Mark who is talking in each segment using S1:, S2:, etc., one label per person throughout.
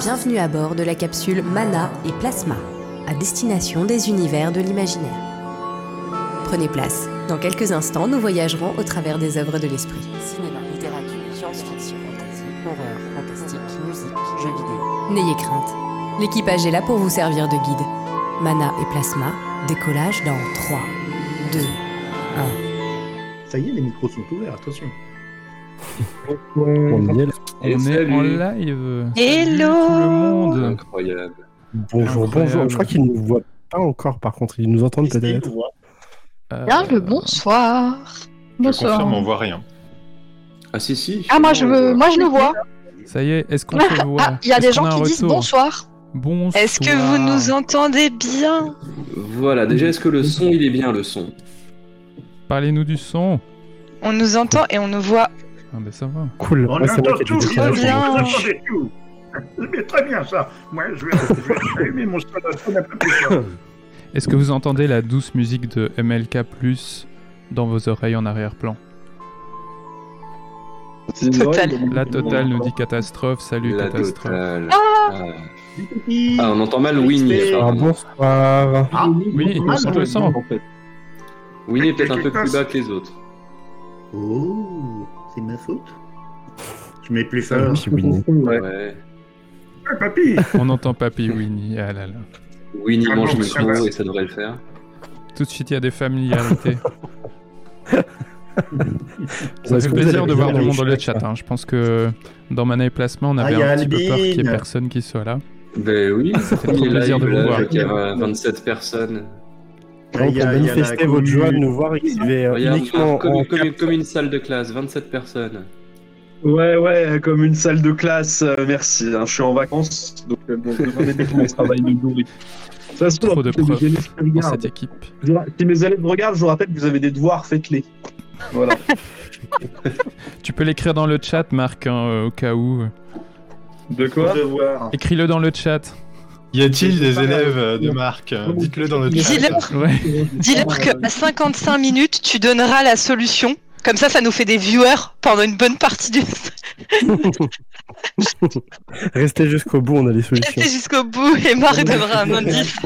S1: Bienvenue à bord de la capsule Mana et Plasma, à destination des univers de l'imaginaire. Prenez place. Dans quelques instants, nous voyagerons au travers des œuvres de l'esprit.
S2: Cinéma, littérature, science-fiction, fantasy, horreur, fantastique, musique, jeux vidéo.
S1: N'ayez crainte. L'équipage est là pour vous servir de guide. Mana et Plasma, décollage dans 3, 2, 1.
S3: Ah. Ça y est, les micros sont ouverts, attention.
S4: On y est là.
S5: On est
S6: Salut.
S5: en live.
S7: Hello.
S5: Salut tout le monde.
S6: Oh, Incroyable.
S4: Bonjour,
S5: Incroyable.
S4: bonjour. Je crois qu'ils ne nous voient pas encore, par contre. Ils nous entendent
S3: Christine,
S4: peut-être.
S3: voit.
S5: Euh,
S7: Bien le bonsoir.
S8: Je confirme, on
S7: Bonsoir.
S8: voit rien.
S6: Ah si si. euh,
S7: Ah moi je
S6: veux
S7: me, moi je le vois.
S5: Ça y est, est-ce qu'on se voit
S7: Ah il y a
S5: Est-ce
S7: des gens
S5: qu'on un
S7: qui disent
S5: retour
S7: bonsoir.
S5: Bonsoir.
S7: Est-ce que vous nous entendez bien
S6: Voilà, déjà est-ce que le son il est bien le son
S5: Parlez-nous du son.
S7: On nous entend et on nous voit.
S5: Ah ben ça va.
S4: Cool.
S3: On
S4: Ouais, c'est
S3: entend
S4: vrai qu'il y
S3: tout,
S4: a des
S3: vous
S4: décalages.
S7: bien.
S3: entendez tout. Mais très bien ça. Moi, je vais, je vais allumer mon sonatone un peu plus fort.
S5: Est-ce que vous entendez la douce musique de MLK dans vos oreilles en arrière-plan
S7: Total.
S5: La totale nous dit catastrophe. Salut
S6: La
S5: catastrophe.
S6: totale. Ah. Ah, on entend mal Winnie.
S4: Ah,
S6: apparemment.
S4: bonsoir.
S3: Ah,
S5: Oui, on sent le sang.
S6: Winnie est peut-être un peu plus bas que les autres.
S3: Oh, c'est ma faute. Je mets plus
S4: Ah,
S3: fort.
S4: puis Winnie.
S6: Ouais.
S3: Ah, papy
S5: On entend Papy Winnie. Ah là là.
S6: Winnie
S3: Ah,
S6: mange
S3: non,
S6: le
S3: ça va.
S6: son et ça devrait le faire.
S5: Tout de suite, il y a des familiarités. Ça
S4: Est-ce
S5: fait
S4: que vous
S5: plaisir
S4: avez
S5: de voir
S4: des
S5: du monde dans le
S4: amis
S5: chat. hein. Je pense que dans Mana et Placement, on avait
S3: Ah, il y a
S5: un petit peu peur qu'il y ait
S3: Albine.
S5: personne qui soit là.
S6: Ben oui.
S5: fait trop plaisir de vous voir.
S6: Il y a 27 euh, personnes.
S4: Donc,
S3: Ah, Il y a- il y a la
S4: manifestez votre
S3: commune.
S4: joie de nous voir activé
S9: euh,
S6: Regarde,
S4: uniquement
S6: comme,
S4: en
S6: comme- comme une salle de classe, 27 personnes.
S9: Ouais, ouais, comme une salle de classe, euh, merci. hein, Je suis en vacances, donc euh, bon, demandez-moi comment mon travail me nourrit. De toute façon,
S5: Trop de
S9: les
S5: profs
S9: élèves me
S5: Dans cette
S9: regardent.
S5: équipe.
S9: Je- Si mes élèves me regardent, je vous rappelle que vous avez des devoirs, faites-les. Voilà.
S5: Tu peux l'écrire dans le chat, Marc, hein, euh, au cas où.
S9: De
S3: Faut
S9: quoi
S3: devoir.
S5: Écris-le dans le chat.
S8: Y a-t-il
S9: Je sais
S8: des
S9: Ah. pas,
S8: élèves
S9: euh,
S8: euh, de
S9: non.
S8: Marc Euh,
S9: Non, non.
S8: Dites-le dans le
S9: Mais
S8: chat.
S7: dis-leur-
S5: Ouais.
S7: Dis-leur que à 55 minutes tu donneras la solution. Comme ça, ça nous fait des viewers pendant une bonne partie du.
S4: Restez jusqu'au bout, on a des
S7: Restez
S4: solutions.
S7: jusqu'au bout et Marc donnera un indice.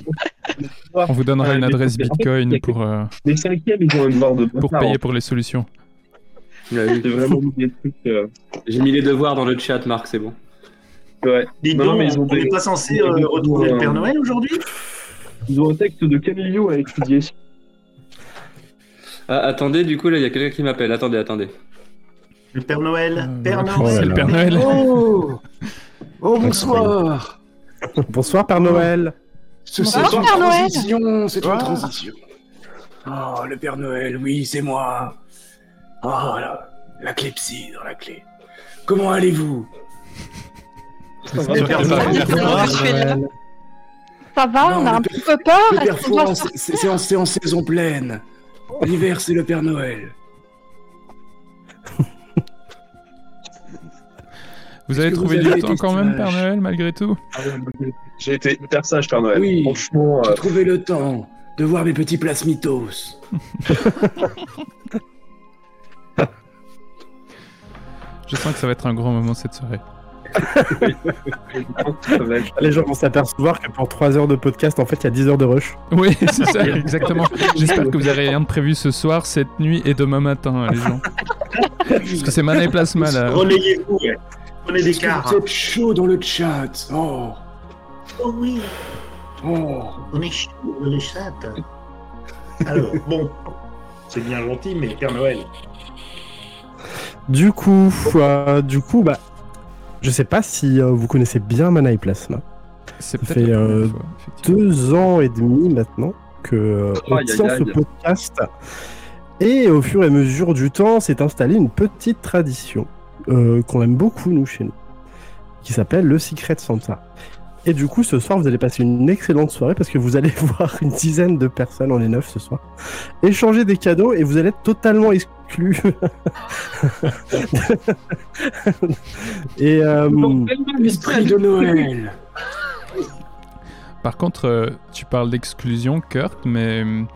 S5: On vous donnera
S9: Ouais,
S5: une
S9: mais-
S5: adresse
S9: en fait, il y
S5: Bitcoin
S9: a que-
S5: pour, euh,
S9: Les cinquièmes, ils ont un devoir de
S5: pour
S9: bâtard,
S5: payer
S9: hein.
S5: pour les solutions.
S9: J'ai vraiment mis des trucs. euh,
S6: J'ai mis les devoirs dans le chat, Marc, c'est bon.
S9: Ouais.
S3: Dis
S9: Non,
S3: donc,
S9: mais ils ont
S3: on
S9: des-
S3: n'est pas censé
S9: ils ont
S3: euh,
S9: des-
S3: retrouver le Père
S9: euh,
S3: Noël aujourd'hui
S9: Ils ont un texte de Camillo à étudier.
S6: Ah, attendez, du coup, là, il y a quelqu'un qui m'appelle. Attendez, attendez.
S3: Le Père Noël
S5: Euh,
S9: Ah,
S3: Père
S5: ouais,
S3: Noël
S5: c'est le Père Noël.
S3: Oh,
S10: Oh
S4: bonsoir.
S10: bonsoir
S4: Bonsoir, Père Noël.
S10: C'est
S7: Bonsoir, Père Noël.
S10: transition, c'est une
S8: Ah.
S10: transition. Oh, le Père Noël, oui, c'est moi. Oh, la, la clé psy dans la clé. Comment allez-vous
S3: Le Père Noël
S7: Père Noël.
S8: Bonsoir.
S7: Je suis là. Ça va,
S10: Non,
S7: on a
S10: le
S7: un
S10: père-
S7: petit peu peur.
S10: Le
S7: Est-ce
S10: Père
S7: qu'on doit
S10: Fouan,
S7: sortir
S10: c'est c'est en, c'est en saison pleine. L'hiver, c'est le Père Noël.
S5: Vous avez
S10: que vous
S5: trouvé
S10: avez
S5: du
S10: des
S5: temps quand même, Père
S10: personnages
S5: Noël, malgré tout
S9: J'ai été hyper sage, Père Noël.
S10: Oui.
S9: Franchement, euh,
S10: J'ai trouvé le temps de voir mes petits plasmitos.
S5: Je sens que ça va être un grand moment cette soirée.
S9: Hein, je pense que ça va être-
S4: Les gens vont s'apercevoir que pour 3 heures de podcast, en fait, il y a 10 heures de rush.
S5: Oui, c'est ça, exactement. J'espère que vous n'avez rien de prévu ce soir, cette nuit et demain matin, hein, les gens. Parce que c'est Mana et Plasma, là.
S3: Relayez-vous, ouais. prenez des
S10: Est-ce que
S3: cartes.
S10: Vous êtes chaud dans le chat. Oh,
S3: Oh oui,
S10: oh.
S3: on est chaud, on est chat. Alors, bon, c'est bien gentil, mais Père Noël.
S4: Du coup, euh, du coup, bah, je sais pas si euh, vous connaissez bien Mana et Plasma.
S5: C'est
S4: Ça
S5: peut-être la
S4: fait,
S5: première
S4: euh,
S5: fois, effectivement.
S4: Deux ans et demi maintenant que euh, on
S6: Aïe, aïe,
S4: tient ce
S6: aïe.
S4: podcast. Et au fur et à mesure du temps, s'est installée une petite tradition euh, qu'on aime beaucoup nous chez nous, qui s'appelle le Secret Santa. Et du coup, ce soir, vous allez passer une excellente soirée parce que vous allez voir une dizaine de personnes, on est neuf ce soir, échanger des cadeaux et vous allez être totalement exclus. et euh,
S10: L'esprit de Noël.
S5: Par contre, euh, tu parles d'exclusion, Kurt, mais euh, hum,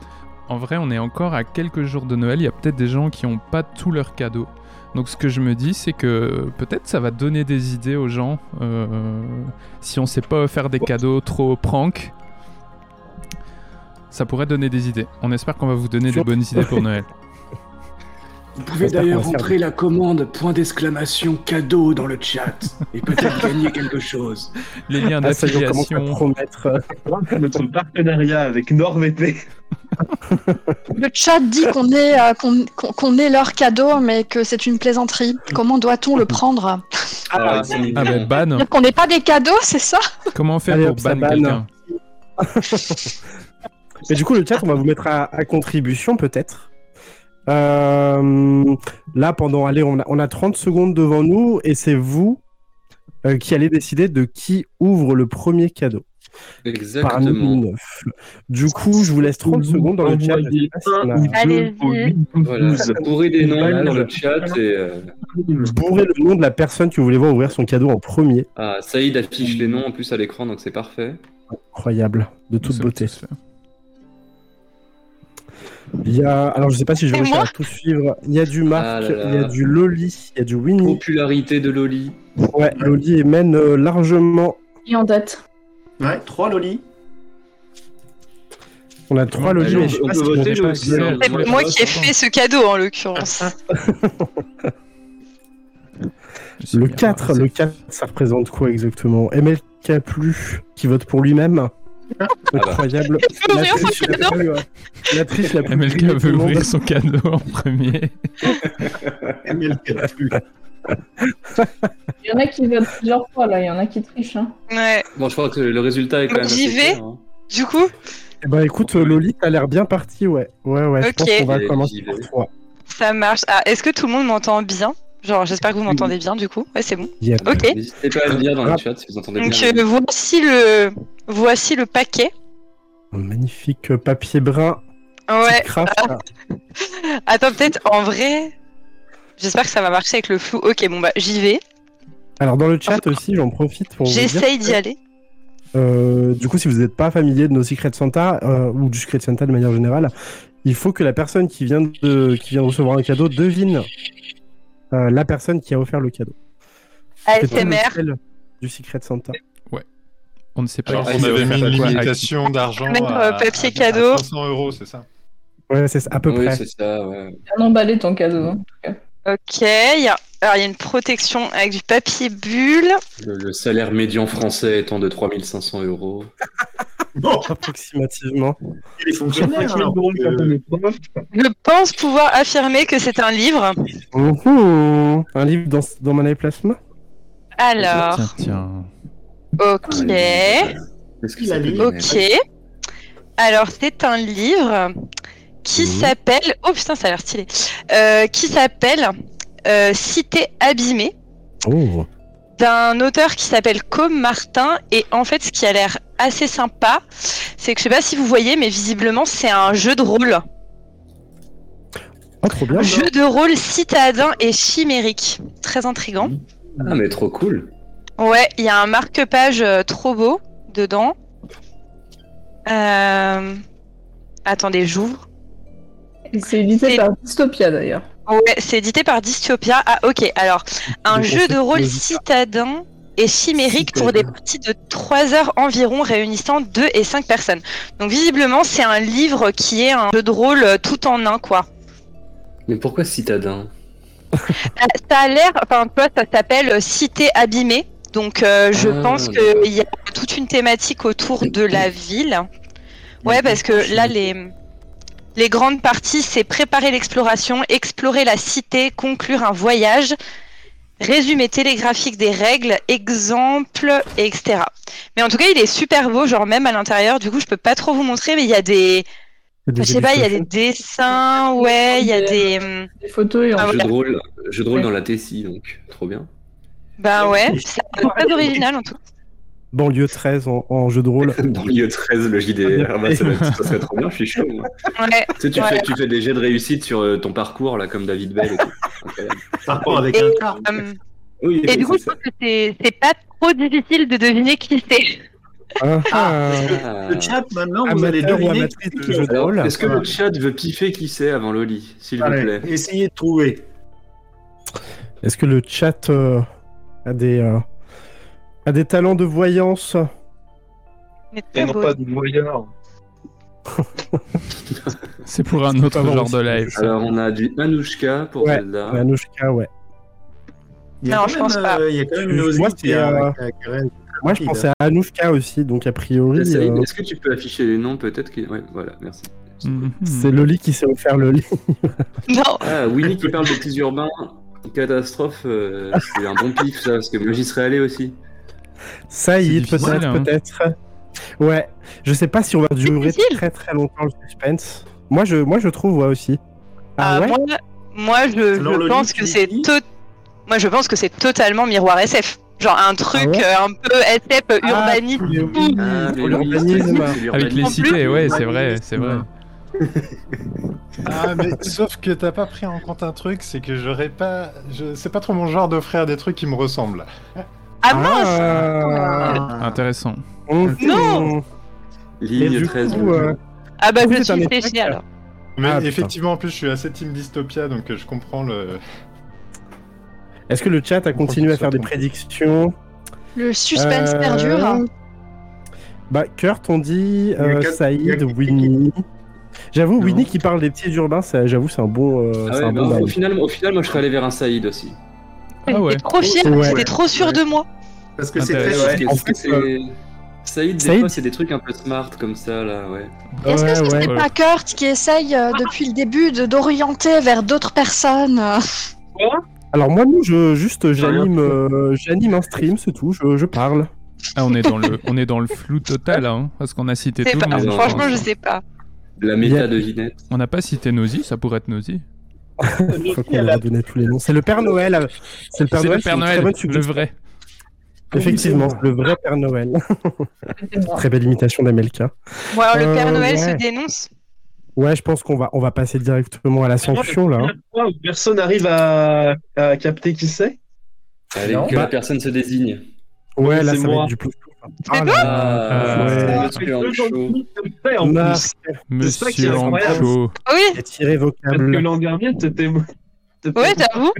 S5: en vrai, on est encore à quelques jours de Noël. Il y a peut-être des gens qui n'ont pas tous leurs cadeaux. Donc ce que je me dis, c'est que euh, peut-être ça va donner des idées aux gens. euh, si on sait pas faire des cadeaux trop prank, ça pourrait donner des idées. On espère qu'on va vous donner des
S4: Surtout-
S5: bonnes idées pour Noël.
S10: Vous pouvez d'ailleurs entrer la commande point d'exclamation cadeau dans le chat et peut-être gagner quelque chose.
S5: Les liens
S4: Ah, ça y est, on commence à
S5: d'affiliation.
S4: promettre. euh,
S9: Notre partenariat avec NordVT.
S11: Le chat dit qu'on est, euh, qu'on qu'on- qu'on est leur cadeau, mais que c'est une plaisanterie. Comment doit-on le prendre
S6: Ah, c'est
S5: Ah ben ban.
S11: Dire qu'on n'est pas des cadeaux, c'est ça
S5: Comment faire
S4: Allez,
S5: pour
S4: hop, ça
S5: ban
S4: ban.
S5: quelqu'un
S4: Mais du coup, le chat, on va vous mettre à, à contribution peut-être. Euh, là, pendant, allez, on a, on a 30 secondes devant nous et c'est vous euh, qui allez décider de qui ouvre le premier cadeau. Parmi
S6: Exactement.
S4: nous neuf. Du coup, je vous laisse 30 secondes dans le chat. Je sais pas si on a-
S7: Allez-y.
S6: Voilà. Bourrez des noms
S4: Ban,
S6: dans le
S4: je-
S6: chat et. euh,
S4: Bourrez le nom de la personne que vous voulez voir ouvrir son cadeau en premier.
S6: Ah, Saïd affiche les noms en plus à l'écran, donc c'est parfait.
S4: Incroyable, de
S5: Nous
S4: toute
S5: sommes
S4: beauté.
S5: tous faits.
S4: Il y a... Alors, je sais pas si je vais
S7: Et
S4: réussir
S7: moi
S4: à tout suivre. Il y a du Marc,
S6: Ah là là.
S4: il y a du Loli, il y a du Winnie.
S6: Popularité de Loli.
S4: Ouais, Loli mène euh, largement.
S12: Et en date.
S3: Ouais, 3 Loli.
S4: On a trois
S5: Ouais,
S4: Loli.
S5: allez,
S4: et
S5: on-
S4: je sais
S6: on
S4: pas
S6: peut
S4: si
S6: voter,
S4: j'aurai
S6: nous
S4: pas
S6: aussi,
S4: accès.
S6: hein.
S7: C'est moi qui ai fait ce cadeau en l'occurrence.
S5: Je suis
S4: Le
S5: bien.
S4: 4, le 4, ça représente quoi exactement MLK plus qui vote pour lui-même. Incroyable.
S7: Il veut ouvrir son
S4: la plus, euh, la triche la plus
S5: MLK
S4: grillée
S5: veut
S4: du monde.
S5: ouvrir son cadeau en premier.
S6: Ah.
S4: Ah,
S12: Il y en a qui votent plusieurs fois là, il y en a qui trichent. Hein.
S7: Ouais.
S6: Bon, je crois que le résultat est quand même.
S7: J'y
S6: assez
S7: vais.
S6: clair, hein.
S7: Du coup,
S4: Eh ben écoute, euh, Loli, t'as l'air bien parti, ouais. Ouais, ouais, je
S7: Ok.
S4: pense qu'on va
S6: Allez,
S4: commencer
S6: j'y
S4: par
S6: vais.
S4: toi.
S7: ça marche. Ah, est-ce que tout le monde m'entend bien Genre, j'espère que vous m'entendez bien du coup. Ouais, c'est bon.
S4: Yep.
S7: Ok.
S6: N'hésitez pas à le dire dans le chat si vous entendez bien.
S7: Donc euh, voici le voici le paquet.
S4: Un magnifique euh, papier brun.
S7: Ouais.
S4: petite crasse, là.
S7: Attends, peut-être en vrai. J'espère que ça va marcher avec le flou. Ok, bon bah j'y vais.
S4: Alors dans le chat aussi, j'en profite pour vous dire
S7: Ah. J'essaye d'y
S4: que,
S7: aller.
S4: euh, du coup, si vous n'êtes pas familier de nos Secret Santa euh, ou du Secret Santa de manière générale, il faut que la personne qui vient de, qui vient de recevoir un cadeau devine euh, la personne qui a offert le cadeau. C'est pas le
S7: ASMR.
S4: sel du Secret Santa.
S5: On ne sait pas.
S8: Genre,
S5: qui
S8: on
S5: veut
S8: avait
S5: faire quoi,
S8: mis une
S5: à qui.
S8: limitation d'argent.
S7: Mettre,
S8: à-
S7: euh, papier
S8: à- à
S7: cadeau.
S8: 500 euros, c'est ça.
S4: Ouais, c'est ça, à peu
S6: oui,
S4: près.
S6: c'est ça, ouais.
S12: Bien emballé ton cadeau. hein.
S7: Ok. il y a- Alors il y a une protection avec du papier bulle.
S6: Le, le salaire médian français étant de 3500 euros.
S3: Bon,
S4: Approximativement.
S3: il est fonctionnaire. alors. Euh,
S7: Je pense pouvoir affirmer que c'est un livre.
S4: Mhm. Un livre dans, dans Mana Plasma
S7: Alors,
S5: Tiens, tiens.
S7: ok,
S6: Qu'est-ce que
S3: Il a
S6: ça
S3: mis-
S6: peut
S7: ok.
S6: donner
S7: Alors c'est un livre qui s'appelle. Oh putain, ça a l'air stylé. Euh, qui s'appelle euh, Cité abîmée.
S4: Oh.
S7: d'un auteur qui s'appelle Com Martin et en fait ce qui a l'air assez sympa c'est que je sais pas si vous voyez mais visiblement c'est un jeu de rôle
S4: Ah, trop bien.
S7: jeu de rôle citadin et chimérique très intrigant
S6: Ah, mais trop cool.
S7: ouais il y a un marque-page euh, trop beau dedans Euh, attendez j'ouvre
S12: Et C'est édité
S7: Et-
S12: par Dystopia d'ailleurs.
S7: ouais c'est édité par Dystopia ah ok alors un
S4: Des
S7: jeu de
S4: concepts
S7: rôle
S4: logiques.
S7: citadin et chimérique pour des parties de 3 heures environ réunissant 2 et 5 personnes. Donc visiblement, c'est un livre qui est un jeu de rôle euh, tout en un, quoi.
S6: Mais pourquoi citadin
S7: Ça Euh, ça a l'air, enfin, tu vois, ça s'appelle euh, Cité abîmée. Donc euh, je
S6: Ah,
S7: pense
S6: d'accord.
S7: qu'il y a toute une thématique autour de la ville. Ouais, parce que là, les, les grandes parties, c'est préparer l'exploration, explorer la cité, conclure un voyage, résumé télégraphique des règles, exemples, etc. Mais en tout cas, il est super beau, genre même à l'intérieur. Du coup, je peux pas trop vous montrer, mais il y a des,
S4: Des
S7: je sais pas, il y a des
S4: illustrations.
S7: dessins, ouais, il y a des, hum,
S12: Des photos et en
S7: Ah
S6: Jeu
S7: ouais.
S6: de rôle, jeu de rôle dans la Tessie, donc trop bien.
S7: ben ouais, c'est très original en tout. cas.
S4: Banlieue 13 en, en jeu de rôle.
S6: Dans l'IE 13, le JDR, ah bah, ça, va- ça serait trop bien, je suis chaud. moi.
S7: Ouais.
S6: Tu sais, tu,
S7: Ouais.
S6: fais, tu fais des jets de réussite sur euh, ton parcours, là, comme David Bell et tout. Incroyable.
S3: Par rapport avec
S7: Et,
S3: un quart.
S7: hum,
S6: Oui,
S7: et du coup, je
S6: c'est
S7: trouve que c'est c'est pas trop difficile de deviner qui c'est.
S4: Ah, ah.
S6: ça.
S3: Le chat, maintenant, vous allez
S4: Amateur ou
S3: deviner.
S4: amatrice de jeu de
S6: Alors,
S4: rôle
S6: Est-ce que le chat veut piffer qui c'est avant Loli, s'il vous
S3: Allez,
S6: plaît
S3: essayez de trouver.
S4: Est-ce que le chat euh, a, des, euh, a des talents de voyance
S9: Et non pas de voyeur.
S5: C'est pour un autre genre de live. ça.
S6: Alors, euh, on a du Anushka pour
S4: Ouais,
S6: Zelda.
S4: Anushka, ouais.
S6: Il y a Non, quand je même, pense pas. euh, il y a quand même une
S4: Moi,
S6: osmite
S4: c'est,
S6: à-
S4: euh,
S6: à- à- à-
S4: moi, je
S6: rapide.
S4: pensais à Anushka aussi, donc a priori,
S6: Ah, Saïd,
S4: euh,
S6: Est-ce que tu peux afficher les noms peut-être que... Ouais, voilà, merci.
S5: Mhm.
S4: c'est Loli qui s'est offert le lit.
S6: Ah, Winnie qui parle des petits urbains, catastrophe, euh, c'est un bon pif ça, parce que moi j'y serais allé aussi.
S4: Saïd,
S6: difficile,
S4: peut-être,
S6: hein.
S4: peut-être. Ouais, je sais pas si on va durer très très longtemps le suspense. Moi, je, moi, je trouve, ouais, aussi. Ah, ouais
S7: Bah Moi, moi, je,
S4: Alors,
S7: je
S4: Loli,
S7: pense que c'est to- moi je pense que c'est totalement miroir SF. Genre un truc
S4: Ah ouais
S7: euh, un peu SF euh, urbaniste.
S6: Ah, mais oui,
S5: L'urbanisme.
S6: c'est- c'est l'urbanisme.
S5: Avec les cités, ouais, c'est vrai, c'est vrai.
S8: Ah, mais sauf que t'as pas pris en compte un truc, c'est que j'aurais pas. Je... C'est pas trop mon genre d'offrir des trucs qui me ressemblent.
S7: Ah
S4: Ah.
S5: mince Intéressant.
S4: Oh,
S7: Non
S5: Ligne 13.
S7: Ah bah je
S8: c'est un
S7: suis
S8: échec,
S7: fléchée alors.
S8: Mais
S4: Ah, putain.
S8: effectivement, en plus, je suis assez team dystopia, donc euh, je comprends le.
S4: Est-ce que le chat a continué à faire des prédictions
S11: Le suspense
S4: Euh,
S11: perdure.
S4: Bah, Kurt, on dit
S6: Il y a
S4: euh,
S6: quatre- il y a
S4: Saïd, Winnie. J'avoue, Winnie qui parle des petits urbains, ça, j'avoue, c'est un bon. euh,
S6: Ah
S4: c'est
S6: ouais,
S4: un
S6: bah,
S4: bon
S6: au,
S4: bail.
S6: final, au final, moi je serais allé vers un Saïd aussi.
S5: Ah ouais.
S7: Trop fière,
S4: Ouais.
S7: j'étais trop sûre de moi.
S6: Parce
S5: que c'est Intéressant. très-
S6: Parce que c'est.
S5: euh,
S6: Saïd, des
S5: Saïd-
S6: fois, c'est des trucs un peu smart comme ça, là, ouais.
S11: Est-ce que ce serait pas Kurt qui essaye euh, depuis le début de- d'orienter vers d'autres personnes euh
S4: Alors, moi, non, je, juste, j'anime euh, j'anime un stream, c'est tout, je, je parle.
S5: Ah, on est dans le, on est dans le flou total, hein, parce qu'on a cité
S7: Je sais
S5: tout
S7: pas,
S5: le monde.
S7: Franchement je sais pas.
S6: La méta de Ginette.
S5: On n'a pas cité Nosy, ça pourrait être Nosy.
S4: Faut qu'on leur a donné tous les noms. C'est le Père Noël. euh, C'est le Père
S5: C'est
S4: Noël,
S5: le
S4: c'est
S5: Père
S4: une très
S5: Noël,
S4: bonne
S5: le
S4: suggestion.
S5: vrai.
S4: Effectivement, le vrai Père Noël. très belle imitation d'Amelka.
S7: Bon alors le Père
S4: Euh,
S7: Noël
S4: ouais.
S7: se dénonce.
S4: Ouais, je pense qu'on va, on va passer directement à la sanction, là. hein.
S9: Wow, personne arrive à, à capter qui c'est
S6: Avec
S4: Non.
S6: que
S4: Bah-
S6: personne se désigne.
S4: Ouais,
S9: Oui,
S4: là,
S9: c'est
S4: ça va
S9: moi.
S4: être du plus.
S6: C'est
S4: Ah,
S6: toi
S4: là,
S6: Ah,
S4: ouais.
S6: c'est le gentil
S9: Ouais, en
S4: Marc,
S9: plus. C'est ça qui est
S4: Monsieur
S9: incroyable.
S4: Ancho.
S7: Oui,
S4: C'est irrévocable.
S9: Parce que l'an dernier, t'étais. t'étais-
S7: ouais t'avoue.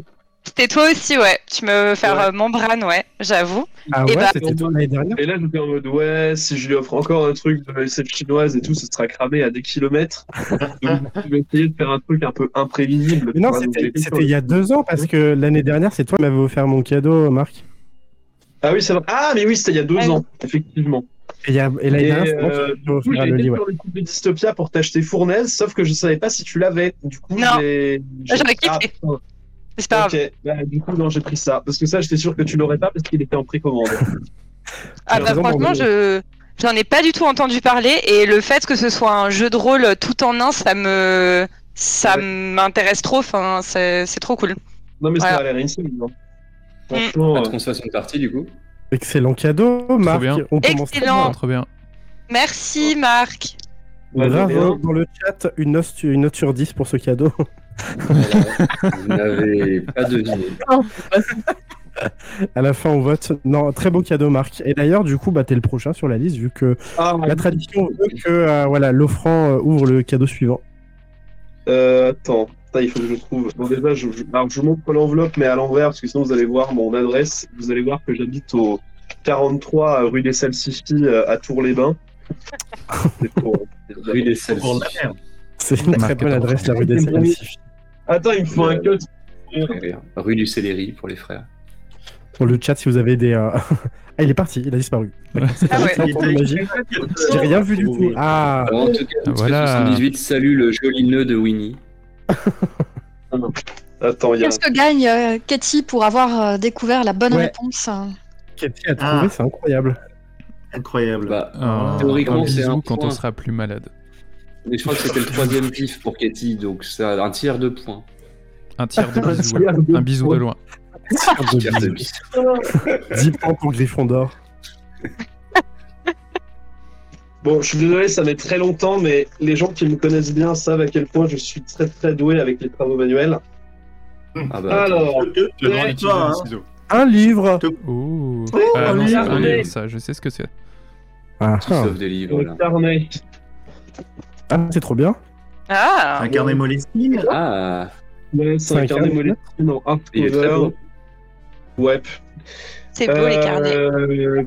S7: C'était toi aussi ouais. Tu me faire euh, membrane ouais, j'avoue.
S4: Ah
S7: Et
S4: ouais,
S7: bah-
S4: c'était toi l'année dernière.
S9: Et là, j'étais en mode, ouais, si je lui offre encore un truc de SF chinoise et tout, ce sera cramé à des kilomètres. Donc, je vais essayer de faire un truc un peu imprévisible.
S4: Mais non,
S9: Pour un
S4: c'était
S9: objectif.
S4: c'était il y a deux ans parce que l'année dernière, c'est toi qui m'avais offert mon cadeau, Marc.
S9: Ah oui, c'est vrai. Ah, mais oui, c'était il y a deux ans, effectivement.
S4: Et, il y a- et l'année
S9: Et,
S4: dernière, c'est moi qui
S9: euh,
S4: m'avais
S9: du coup,
S4: offert
S9: j'ai
S4: le
S9: été
S4: lit, ouais.
S9: sur le site de Dystopia pour t'acheter Fournaise, sauf que je savais pas si tu l'avais. Du coup,
S7: Non.
S9: j'ai. j'ai-
S7: J'aurais kiffé.
S9: Ah, putain.
S7: C'est pas
S9: Ok, bah, du coup, non, j'ai pris ça. Parce que ça, j'étais sûr que tu l'aurais pas parce qu'il était en précommande.
S7: Ah bah
S9: Vraiment,
S7: franchement,
S9: mais-
S7: je j'en ai pas du tout entendu parler et le fait que ce soit un jeu de rôle tout en un, ça me ça m'intéresse trop. Enfin, c'est c'est trop cool.
S9: Non, mais
S7: Voilà.
S9: ça a l'air hein. insane. non Franchement.
S6: Qu'on se fasse une partie, du coup.
S4: Excellent cadeau, Marc. On commence très
S7: Excellent.
S4: bien.
S5: Trop bien.
S7: Merci Marc.
S4: Bravo dans le chat, une note, une note sur 10 pour ce cadeau.
S6: Vous n'avez pas deviné.
S4: à la fin, on vote. Non, très beau cadeau, Marc. Et d'ailleurs, du coup, bah, t'es le prochain sur la liste, vu que
S9: Ah,
S4: la tradition veut que euh, voilà, l'offrant euh, ouvre le cadeau suivant.
S9: Euh, attends, Putain, il faut que je trouve. Bon, déjà, je, je- alors, je vous montre pas l'enveloppe, mais à l'envers, parce que sinon vous allez voir mon adresse. Vous allez voir que j'habite au 43 rue des Salsifis euh, à Tours-les-Bains. C'est pour. euh,
S6: Rue des
S9: c'est pour la merde.
S4: C'est une très bonne adresse, la rue des Salsifis.
S9: Attends, il me faut un code.
S6: Rue du Céleri pour les frères.
S4: Pour le chat, si vous avez des. euh, ah, il est parti, il a disparu. D'accord, c'est un excellent temps de magie. J'ai rien vu du tout. Ah,
S6: Alors, en tout cas,
S4: Voilà.
S6: voilà. 78 salue le joli nœud de Winnie.
S9: Ah Attends, il
S11: Qu'est-ce que gagne euh, Katie pour avoir euh, découvert la bonne réponse euh
S4: Cathy a trouvé, c'est incroyable.
S3: Incroyable.
S5: Un- Ah, un
S6: Bah, Théoriquement, c'est
S5: bisou
S6: un
S5: quand
S6: point.
S5: on sera plus malade.
S6: Mais je crois que c'était le troisième pif pour Katie, donc ça a un tiers de points.
S5: Un tiers de
S6: Un
S5: bisou.
S6: tiers de
S5: Un bisou de
S6: points.
S5: loin.
S6: Un tiers de bisou.
S4: 10 points pour Gryffondor.
S9: Bon, je suis désolé, ça met très longtemps, mais les gens qui me connaissent bien savent à quel point je suis très très doué avec les travaux manuels.
S6: Ah
S9: Alors,
S8: le droit d'utiliser
S9: toi,
S8: les
S9: hein.
S8: ciseaux.
S4: Un livre
S5: Oh.
S9: Oh,
S5: Ah non, c'est un
S9: regardez.
S5: livre, ça, je sais ce que c'est.
S4: Ah,
S6: Tout sauf des livres,
S9: Le
S6: là.
S9: carnet.
S4: ah, c'est trop bien.
S7: Ah.
S6: Ah.
S9: Ouais, c'est un
S4: Cinq
S9: carnet
S4: heures,
S9: mollet. Non, un
S6: Il est très
S9: cover.
S6: beau.
S9: Ouais.
S7: C'est beau, les carnets.
S9: Euh,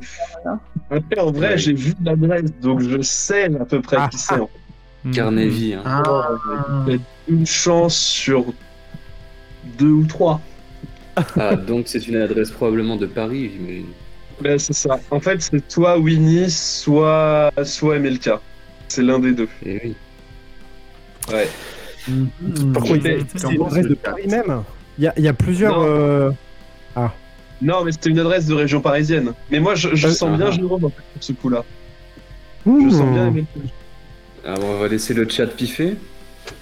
S9: Après, en vrai, j'ai vu l'adresse, donc je sais à peu près qui c'est. hein.
S6: Carnet vie. hein.
S9: Oh, peut-être une chance sur deux ou trois.
S6: Ah, donc c'est une adresse probablement de Paris, j'imagine.
S9: Ben, c'est ça. En fait, c'est soit Winnie, soit, soit MLK. C'est l'un des deux. Ouais.
S5: Hmm.
S4: Par contre,
S9: Mais-
S4: c'est une adresse de Paris même. Il y a, il y a plusieurs. euh, Ah.
S9: Non, mais c'était une adresse de région parisienne. Mais moi, je, je sens bien Jérôme en fait, sur ce coup-là. Je sens bien MLK.
S6: Ah, bon, on va laisser le chat piffer.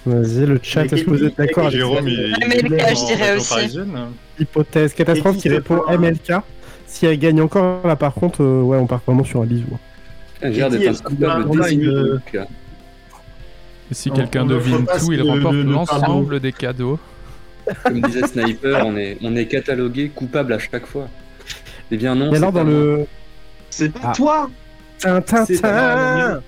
S4: Vas-y, le chat, est-ce que vous êtes d'accord avec
S6: Jérôme,
S4: cette
S6: il- Ah, mais il le cas, je dirais aussi.
S4: Hypothèse catastrophe qui répond MLK. Si elle gagne encore, là par contre, euh, ouais, on part vraiment sur un bisou. hein.
S8: hein.
S6: Ah, Gérard
S4: Et qui
S6: est un
S4: est-ce
S6: coupable
S4: qu'on a
S6: désigné.
S4: une-
S6: donc, euh,
S5: Et si
S6: On-
S5: quelqu'un
S6: on le
S5: devine
S6: repasse
S5: tout, il
S6: le-
S5: remporte
S6: le- le
S5: l'ensemble des cadeaux.
S6: Comme disait Sniper, on est, on est catalogué coupable à chaque fois. Eh bien non.
S4: Mais
S6: c'est
S4: alors
S6: pas
S4: dans
S6: moi.
S4: le.
S9: C'est pas
S4: toi
S6: C'est pas moi,
S4: Tintin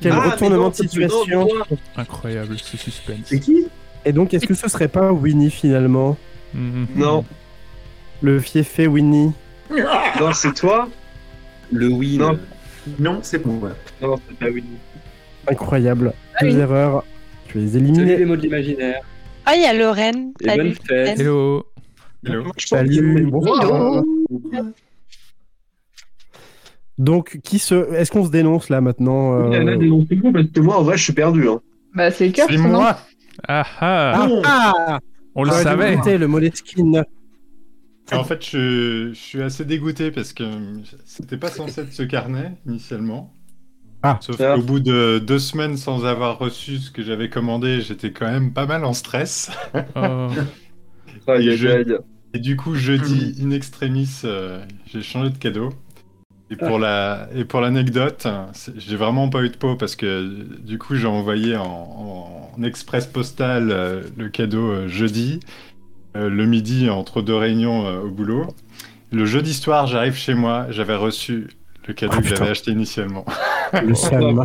S4: Quel
S6: Ah, mais
S4: retournement
S6: non,
S4: de
S6: c'est dedans,
S4: situation
S6: toi.
S5: Incroyable ce suspense.
S4: C'est qui Et donc, est-ce que ce serait pas Winnie finalement
S9: Non.
S4: Le fiefé Winnie
S10: Ah
S9: Non, c'est toi
S6: Le Win.
S9: Non,
S10: non c'est moi.
S9: Non, c'est pas Winnie.
S4: Incroyable. Deux
S7: Allez.
S4: erreurs. Tu les
S6: Salut les
S4: élimines.
S6: mots de l'imaginaire.
S7: Ah, il y a Lorraine.
S6: Et bonne
S7: Salut.
S6: fête.
S7: Lorraine.
S5: Hello.
S4: Salut. Bonsoir.
S7: Hello.
S4: Donc, qui se. Est-ce qu'on se dénonce là maintenant euh,
S9: Là, là, dénoncez-vous, parce que moi, en vrai, je suis perdu. Hein.
S12: Bah, c'est le cas.
S4: C'est
S12: non
S4: moi.
S5: Ah ah.
S4: Ah, ah
S5: On le
S4: J'aurais dû
S5: savait.
S4: noter le Moleskine.
S8: Et Ah, en fait, je, je suis assez dégoûté parce que c'était pas censé être ce carnet initialement.
S4: Ah.
S8: Sauf qu'au bout de deux semaines sans avoir reçu ce que j'avais commandé, j'étais quand même pas mal en stress.
S5: Oh.
S9: Aïe,
S8: et,
S9: aïe,
S8: je-
S9: aïe.
S8: et du coup, jeudi, in extremis, euh, j'ai changé de cadeau. Et pour la et pour l'anecdote, c'est- j'ai vraiment pas eu de peau parce que du coup j'ai envoyé en, en express postal euh, le cadeau euh, jeudi, euh, le midi entre deux réunions euh, au boulot. Le jeudi soir, j'arrive chez moi, j'avais reçu le cadeau que j'avais acheté initialement.
S4: Le hein. seum.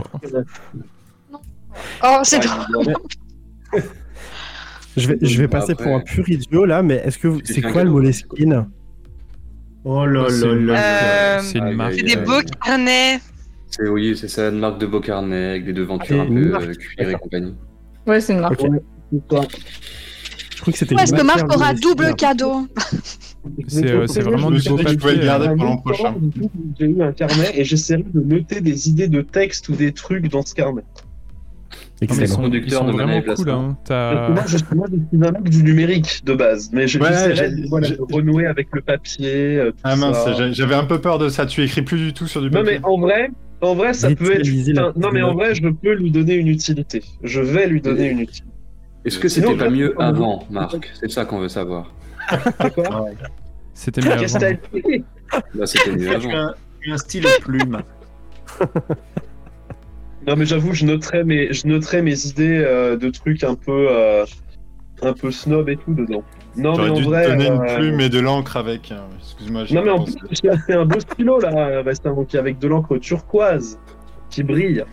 S7: Oh, c'est
S8: Ouais,
S7: drôle.
S4: Je vais, je vais passer
S8: Après.
S4: pour un pur idiot là, mais est-ce que vous... c'est quoi le Moleskine
S3: Oh là
S6: C'est
S3: là
S6: une-
S3: là.
S7: Euh,
S6: C'est une marque.
S7: C'est des beaux carnets.
S6: C'est oui, c'est ça, une marque de beau carnet avec des devantures
S4: Ah,
S6: un
S4: une
S6: peu
S4: marque.
S6: euh, cuir et compagnie.
S12: Ouais, c'est une marque.
S4: Ok. Je crois que c'était.
S11: Ouais, Est-ce
S4: une
S11: que Marc
S4: matière
S11: aura
S4: Moleskine.
S11: double cadeau
S5: C'est, euh, c'est vraiment du beau papier.
S9: J'ai eu un carnet et j'essaierai de noter des idées de texte ou des trucs dans ce carnet.
S5: Ah, mais Ils sont, ils
S6: Conducteur
S5: sont
S6: de
S5: vraiment
S6: manège, là,
S5: cool.
S6: ça.
S5: Hein. T'as-
S9: Parce que Moi, je, moi, je suis un mec du numérique de base, mais je-
S8: Ouais,
S9: j'essaierai
S8: j'ai-
S9: de, voilà, de renouer avec le papier. euh, tout
S8: Ah mince,
S9: ça.
S8: j'ai- j'avais un peu peur de ça. Tu écris plus du tout sur du
S9: Non,
S8: papier.
S9: mais en vrai, en vrai ça peut être.
S4: Réutiliser la
S9: Enfin, non, mais en vrai, je peux lui donner une utilité. Je vais lui donner une utilité.
S6: Est-ce que
S9: Sinon,
S6: c'était pas
S9: je-
S6: mieux avant, Marc C'est ça qu'on veut savoir.
S5: C'était mieux avant.
S9: Castel.
S6: Bah, c'était mieux
S10: J'ai
S6: avant.
S10: un, j'ai un stylo plume.
S9: Non, mais j'avoue, je noterai mes, je noterai mes idées euh, de trucs un peu, euh, un peu snob et tout dedans. Non, mais
S8: J'aurais
S9: en
S8: dû te
S9: vrai.
S8: donner une
S9: euh,
S8: plume et de l'encre avec. hein. Excuse-moi. j'ai
S9: Non, mais
S8: pas
S9: en
S8: pensé.
S9: plus, j'ai acheté un beau stylo là, Bastien, donc, avec de l'encre turquoise qui brille.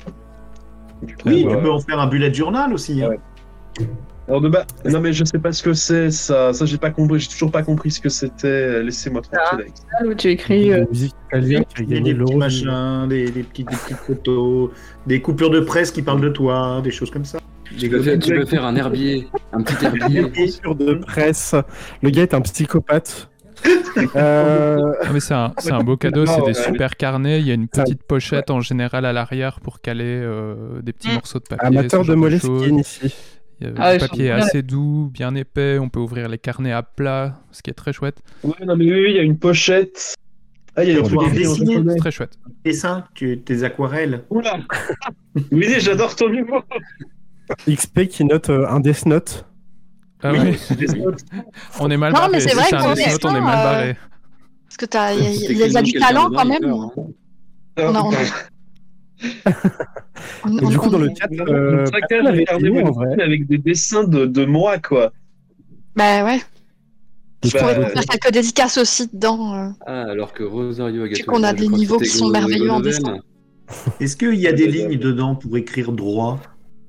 S9: Du coup,
S10: Oui,
S9: euh,
S10: tu peux en faire un bullet journal aussi. hein.
S9: Alors de bas, non mais je sais pas ce que c'est ça, ça j'ai pas compris, j'ai toujours pas compris ce que c'était. Laissez-moi tranquille avec ça.
S12: Où tu écris. euh,
S4: musique italienne qui a
S10: Il y a
S4: gagné
S10: des petits
S4: l'euro.
S10: machins, des, des, petites, des petites photos, des coupures de presse qui parlent de toi, des choses comme ça.
S6: Tu peux, faire, tu peux faire un herbier, un petit herbier.
S4: Sur de presse. Le gars est un psychopathe. Euh,
S5: Ah, mais c'est un, c'est un beau cadeau, c'est
S4: Non,
S5: des
S4: ouais.
S5: super carnets. Il y a une petite pochette en général à l'arrière pour caler euh, des petits morceaux de papier.
S4: Amateur
S5: ce
S4: de
S5: genre
S4: Moleskine,
S5: choses.
S4: ici.
S5: Il y a-
S4: Mm. Ah,
S5: le
S4: je
S5: papier est
S4: comprends.
S5: assez doux, bien épais. On peut ouvrir les carnets à plat, ce qui est très chouette.
S9: Ouais, non mais oui, il y a une pochette. Ah, il y a des trucs
S10: Pour
S9: écrits en
S10: dessiner.
S9: japonais.
S5: Très chouette.
S10: Dessin, tu, tes aquarelles.
S9: Oula Oui, j'adore ton humour
S4: XP qui note euh, un Death Note.
S5: Ah
S4: Oui,
S5: ouais.
S9: c'est des notes.
S5: On est mal
S11: Non,
S5: barré.
S11: mais c'est
S5: si
S11: vrai que
S5: un
S11: pour
S5: Death Note, on est
S11: l'instant,
S5: mal
S11: euh,
S5: barré.
S11: Parce que t'as, il y, a-
S6: C'est
S11: il y a- il y a du
S6: quelqu'un
S11: talent
S6: dedans,
S11: quand
S6: il
S11: même.
S6: pleure, hein.
S9: Ah,
S11: On a- on a- on-
S4: Et du
S11: on-
S4: coup, dans
S11: on-
S4: le chat,
S9: Vraiment,
S4: euh,
S9: le tracteur,
S4: personne
S9: j'ai
S4: avait
S9: regardé
S4: aimé,
S9: mon
S4: en vrai.
S9: film avec des dessins de, de moi quoi.
S11: Bah ouais,
S4: Je
S9: Bah,
S11: pourrais
S9: euh,
S11: faire quelques dédicaces aussi dedans. euh.
S6: Ah, alors que Rosario Agato.
S11: qu'on a
S6: je
S11: des
S6: crois que
S11: niveaux qui
S6: c'était
S11: sont
S6: Grégory
S11: merveilleux en
S6: Godel.
S11: dessin.
S10: Est-ce qu'il y a des lignes dedans pour écrire droit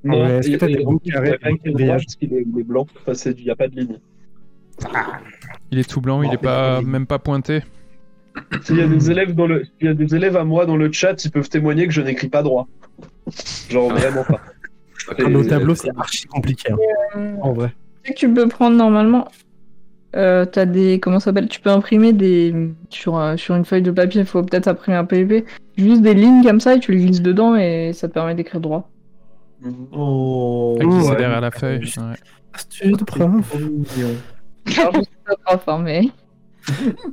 S9: Hein
S4: Ouais, Est-ce que t'as des bouts carrés
S9: carrés
S4: avec des grillages
S9: Parce qu'il est, il est blanc, Enfin, c'est- il n'y a pas de ligne.
S7: Ah.
S5: Il est tout blanc, il est pas, même pas pointé.
S9: S'il y, a des élèves dans le... s'il y a des élèves à moi dans le chat, ils peuvent témoigner que je n'écris pas droit. Genre vraiment pas.
S4: Ah, mais Au tableau, c'est archi compliqué. hein.
S12: Euh,
S4: En vrai.
S12: Tu sais que tu peux prendre normalement. Euh, t'as des comment ça s'appelle Tu peux imprimer des sur euh, sur une feuille de papier. Il faut peut-être imprimer un PVP. Juste des lignes comme ça et tu les glisses dedans et ça te permet d'écrire droit.
S3: Oh.
S5: Ah, qui s'est
S3: ouais.
S5: derrière la feuille. ouais.
S4: Astuce de prof.
S12: Alors, je suis pas prof, hein, mais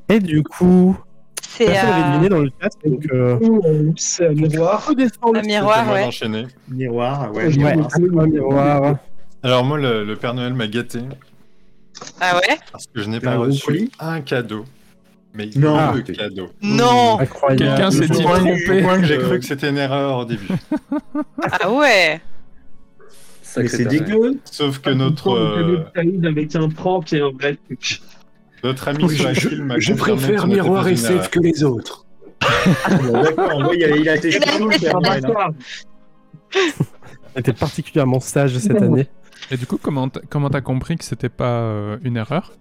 S4: Et du coup.
S7: C'est
S4: Personne
S7: euh,
S4: n'avait deviné dans le chat, donc. euh,
S9: C'est un miroir.
S7: un miroir, ouais.
S8: enchaîner.
S3: Miroir,
S8: ouais.
S4: Ouais, un miroir.
S8: Alors moi, le, le Père Noël m'a gâté
S7: Ah ouais
S8: parce que je n'ai
S3: Un
S8: pas
S3: gros
S8: reçu
S3: colis
S8: un cadeau. Mais
S3: Non.
S8: non. deux cadeaux.
S7: Non
S4: Mmh. Incroyable.
S5: Quelqu'un
S8: Je
S5: s'est
S8: crois que-
S5: trompé.
S8: je crois que Euh, J'ai cru que c'était une erreur au début.
S7: Ah ouais
S3: Mais c'est dégueu. Ah,
S8: Sauf que notre, euh,
S9: Avec un prank et un vrai truc.
S8: notre ami sur la
S10: je,
S8: file m'a
S10: je
S8: confirmé
S10: préfère
S8: que ce
S10: Miroir et
S8: n'était pas une
S10: Seth que les autres.
S3: D'accord, ouais, il a- il a été
S7: Il a
S3: chelou,
S7: été
S3: le Père Noël, hein.
S4: Elle était particulièrement sage cette année.
S5: Et du coup, comment t'as comment t'as compris que c'était pas euh, une erreur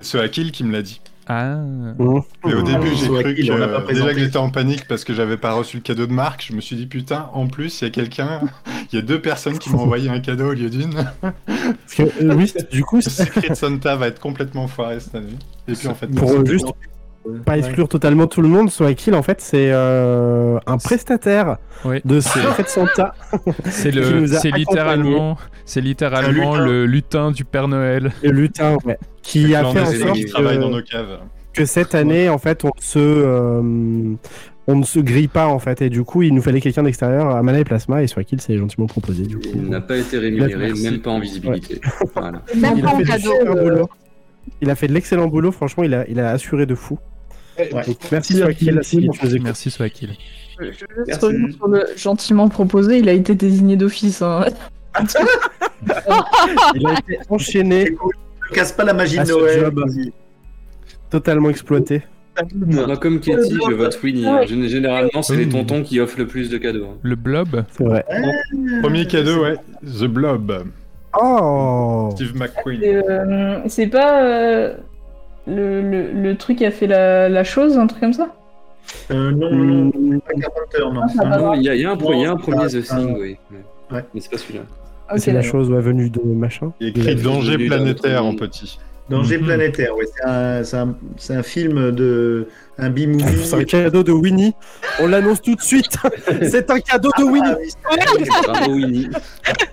S8: C'est Akil qui me l'a dit.
S5: Ah.
S4: Mmh.
S8: Mais au début, j'ai
S3: Soit
S8: cru que
S3: qu'il, on l'a pas présenté.
S8: déjà que j'étais en panique parce que j'avais pas reçu le cadeau de Marc, je me suis dit putain, en plus, il y a quelqu'un, il y a deux personnes qui m'ont envoyé un cadeau au lieu d'une.
S4: Parce que, euh, oui, du coup, c'est-
S8: Secret Santa va être complètement foiré cette année. Et puis en fait,
S4: pour
S8: non.
S4: euh, juste pas exclure totalement tout le monde, soit Kill, en fait, c'est euh, un prestataire
S5: Oui.
S4: de Secret Santa.
S5: C'est
S4: qui
S5: le,
S4: nous a
S5: c'est
S4: accompagnés.
S5: littéralement, c'est littéralement
S8: Ah,
S3: Un lutin.
S8: hein.
S5: le lutin du Père Noël.
S4: Le lutin, ouais, qui a
S8: Plein
S4: fait en
S8: d'élèves
S4: sorte
S8: qui travaillent dans nos
S4: que,
S8: caves.
S4: que cette année, en fait, on se. euh, on ne se grille pas en fait et du coup il nous fallait quelqu'un d'extérieur à Mana et Plasma et soit Kill s'est gentiment proposé du coup.
S6: Il n'a pas été rémunéré,
S4: Merci.
S6: même pas en visibilité. Voilà.
S11: Même
S4: Il
S11: pas
S4: a
S11: en
S4: fait du
S11: cadeau.
S4: super
S11: euh,
S4: boulot. Il a fait de l'excellent boulot franchement il a, il a assuré de fou.
S3: Ouais.
S4: Donc, merci soit Kill si tu nous écoutes.
S5: Merci Swakil.
S12: je veux juste revenir sur le gentiment proposé. Il a été désigné d'office. hein.
S4: Ah, Il a été enchaîné
S3: Ne casse pas la magie de
S4: À ce
S3: Noël.
S4: job.
S3: vas-y.
S4: totalement exploité.
S6: Moi, comme
S3: Euh,
S6: Katie, je vote Winnie. hein. Gén- Généralement, c'est
S5: Oui.
S6: les tontons qui offrent le plus de cadeaux. hein.
S5: Le blob.
S4: C'est vrai.
S8: Premier cadeau, ouais, The Blob,
S4: Oh
S8: Steve McQueen.
S12: Et, euh, c'est pas euh, le, le, le truc qui a fait la, la chose, un truc comme ça
S3: Euh, non, non, non, pas Carpenter, non.
S12: Ah, ça va.
S6: Non, il y a, il y a un, pro- il y a un
S3: Non,
S6: premier
S10: Ah,
S3: c'est
S6: The
S3: pas-
S6: Thing, oui.
S3: Ouais.
S6: Mais c'est pas celui-là.
S12: Ok,
S4: c'est la
S12: d'accord.
S4: chose ouais, venue de machin.
S8: Il y a écrit
S6: Je
S8: Danger
S6: l'ai lu dans
S8: planétaire
S6: notre-
S8: en petit.
S3: Danger
S5: Mhm.
S3: planétaire, ouais. C'est un, c'est un, c'est un film de. Un B-movie.
S4: C'est un cadeau de Winnie. On l'annonce tout de suite. C'est un cadeau de Winnie.
S3: Ah oui, c'est-
S6: Bravo Winnie.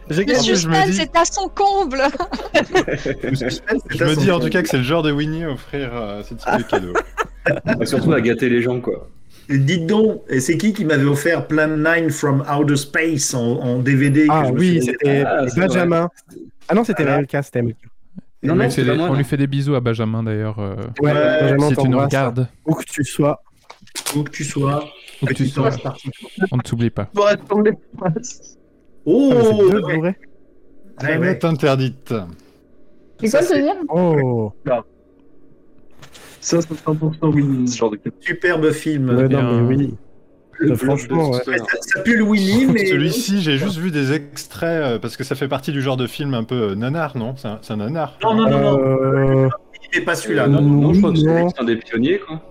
S4: J'ai
S11: Le
S8: Ah, mais je me
S11: suspense
S8: dis-
S11: c'est à son comble.
S8: Je me dis en tout cas que c'est le genre de Winnie à offrir euh, ce type de cadeau.
S6: Et surtout à gâter les gens, quoi.
S3: Dites donc, et c'est qui qui m'avait offert Plan 9 from Outer Space en, en DVD que
S4: Ah
S3: je me
S4: oui,
S3: souviens-
S4: c'était
S6: Ah, c'est
S4: Benjamin. Ah non, c'était
S3: Voilà.
S4: Melka, c'était Melka.
S6: Non,
S5: On
S6: non,
S5: lui fait
S6: c'est pas
S5: des-
S6: moi.
S5: on
S6: non.
S5: lui fait des bisous à Benjamin d'ailleurs. euh,
S4: Ouais,
S3: Ouais,
S4: Benjamin,
S5: si tu nous
S4: t'embrasse,
S5: regardes,
S4: Où que tu sois.
S3: Où que tu sois,
S5: où que tu
S3: petit
S5: sois,
S3: ange parti.
S5: on ne t'oublie pas.
S4: Ah, mais c'est
S3: Oh, ouais,
S4: deux bourrés.
S3: ouais, Eh ouais.
S8: Planète interdite.
S12: C'est quoi
S3: Ça,
S12: le
S3: c'est-
S12: deuxième
S4: Oh
S9: Ça, c'est 100% Winnie, ce genre de cadeau.
S3: Oh, superbe film.
S4: Ouais,
S5: bien.
S4: non, mais oui.
S9: Euh,
S6: Le
S4: franchement, ouais.
S6: blockbuster.
S3: Ça, ça pue le Winnie, mais
S8: Celui-ci, j'ai juste vu des extraits euh, parce que ça fait partie du genre de film un peu euh, nanar, non C'est un, c'est un nanar.
S3: non, non, non, non,
S4: Euh,
S3: il n'est pas celui-là.
S6: Euh, non,
S3: Non.
S6: non, je crois que
S4: non.
S6: c'est un des pionniers, quoi.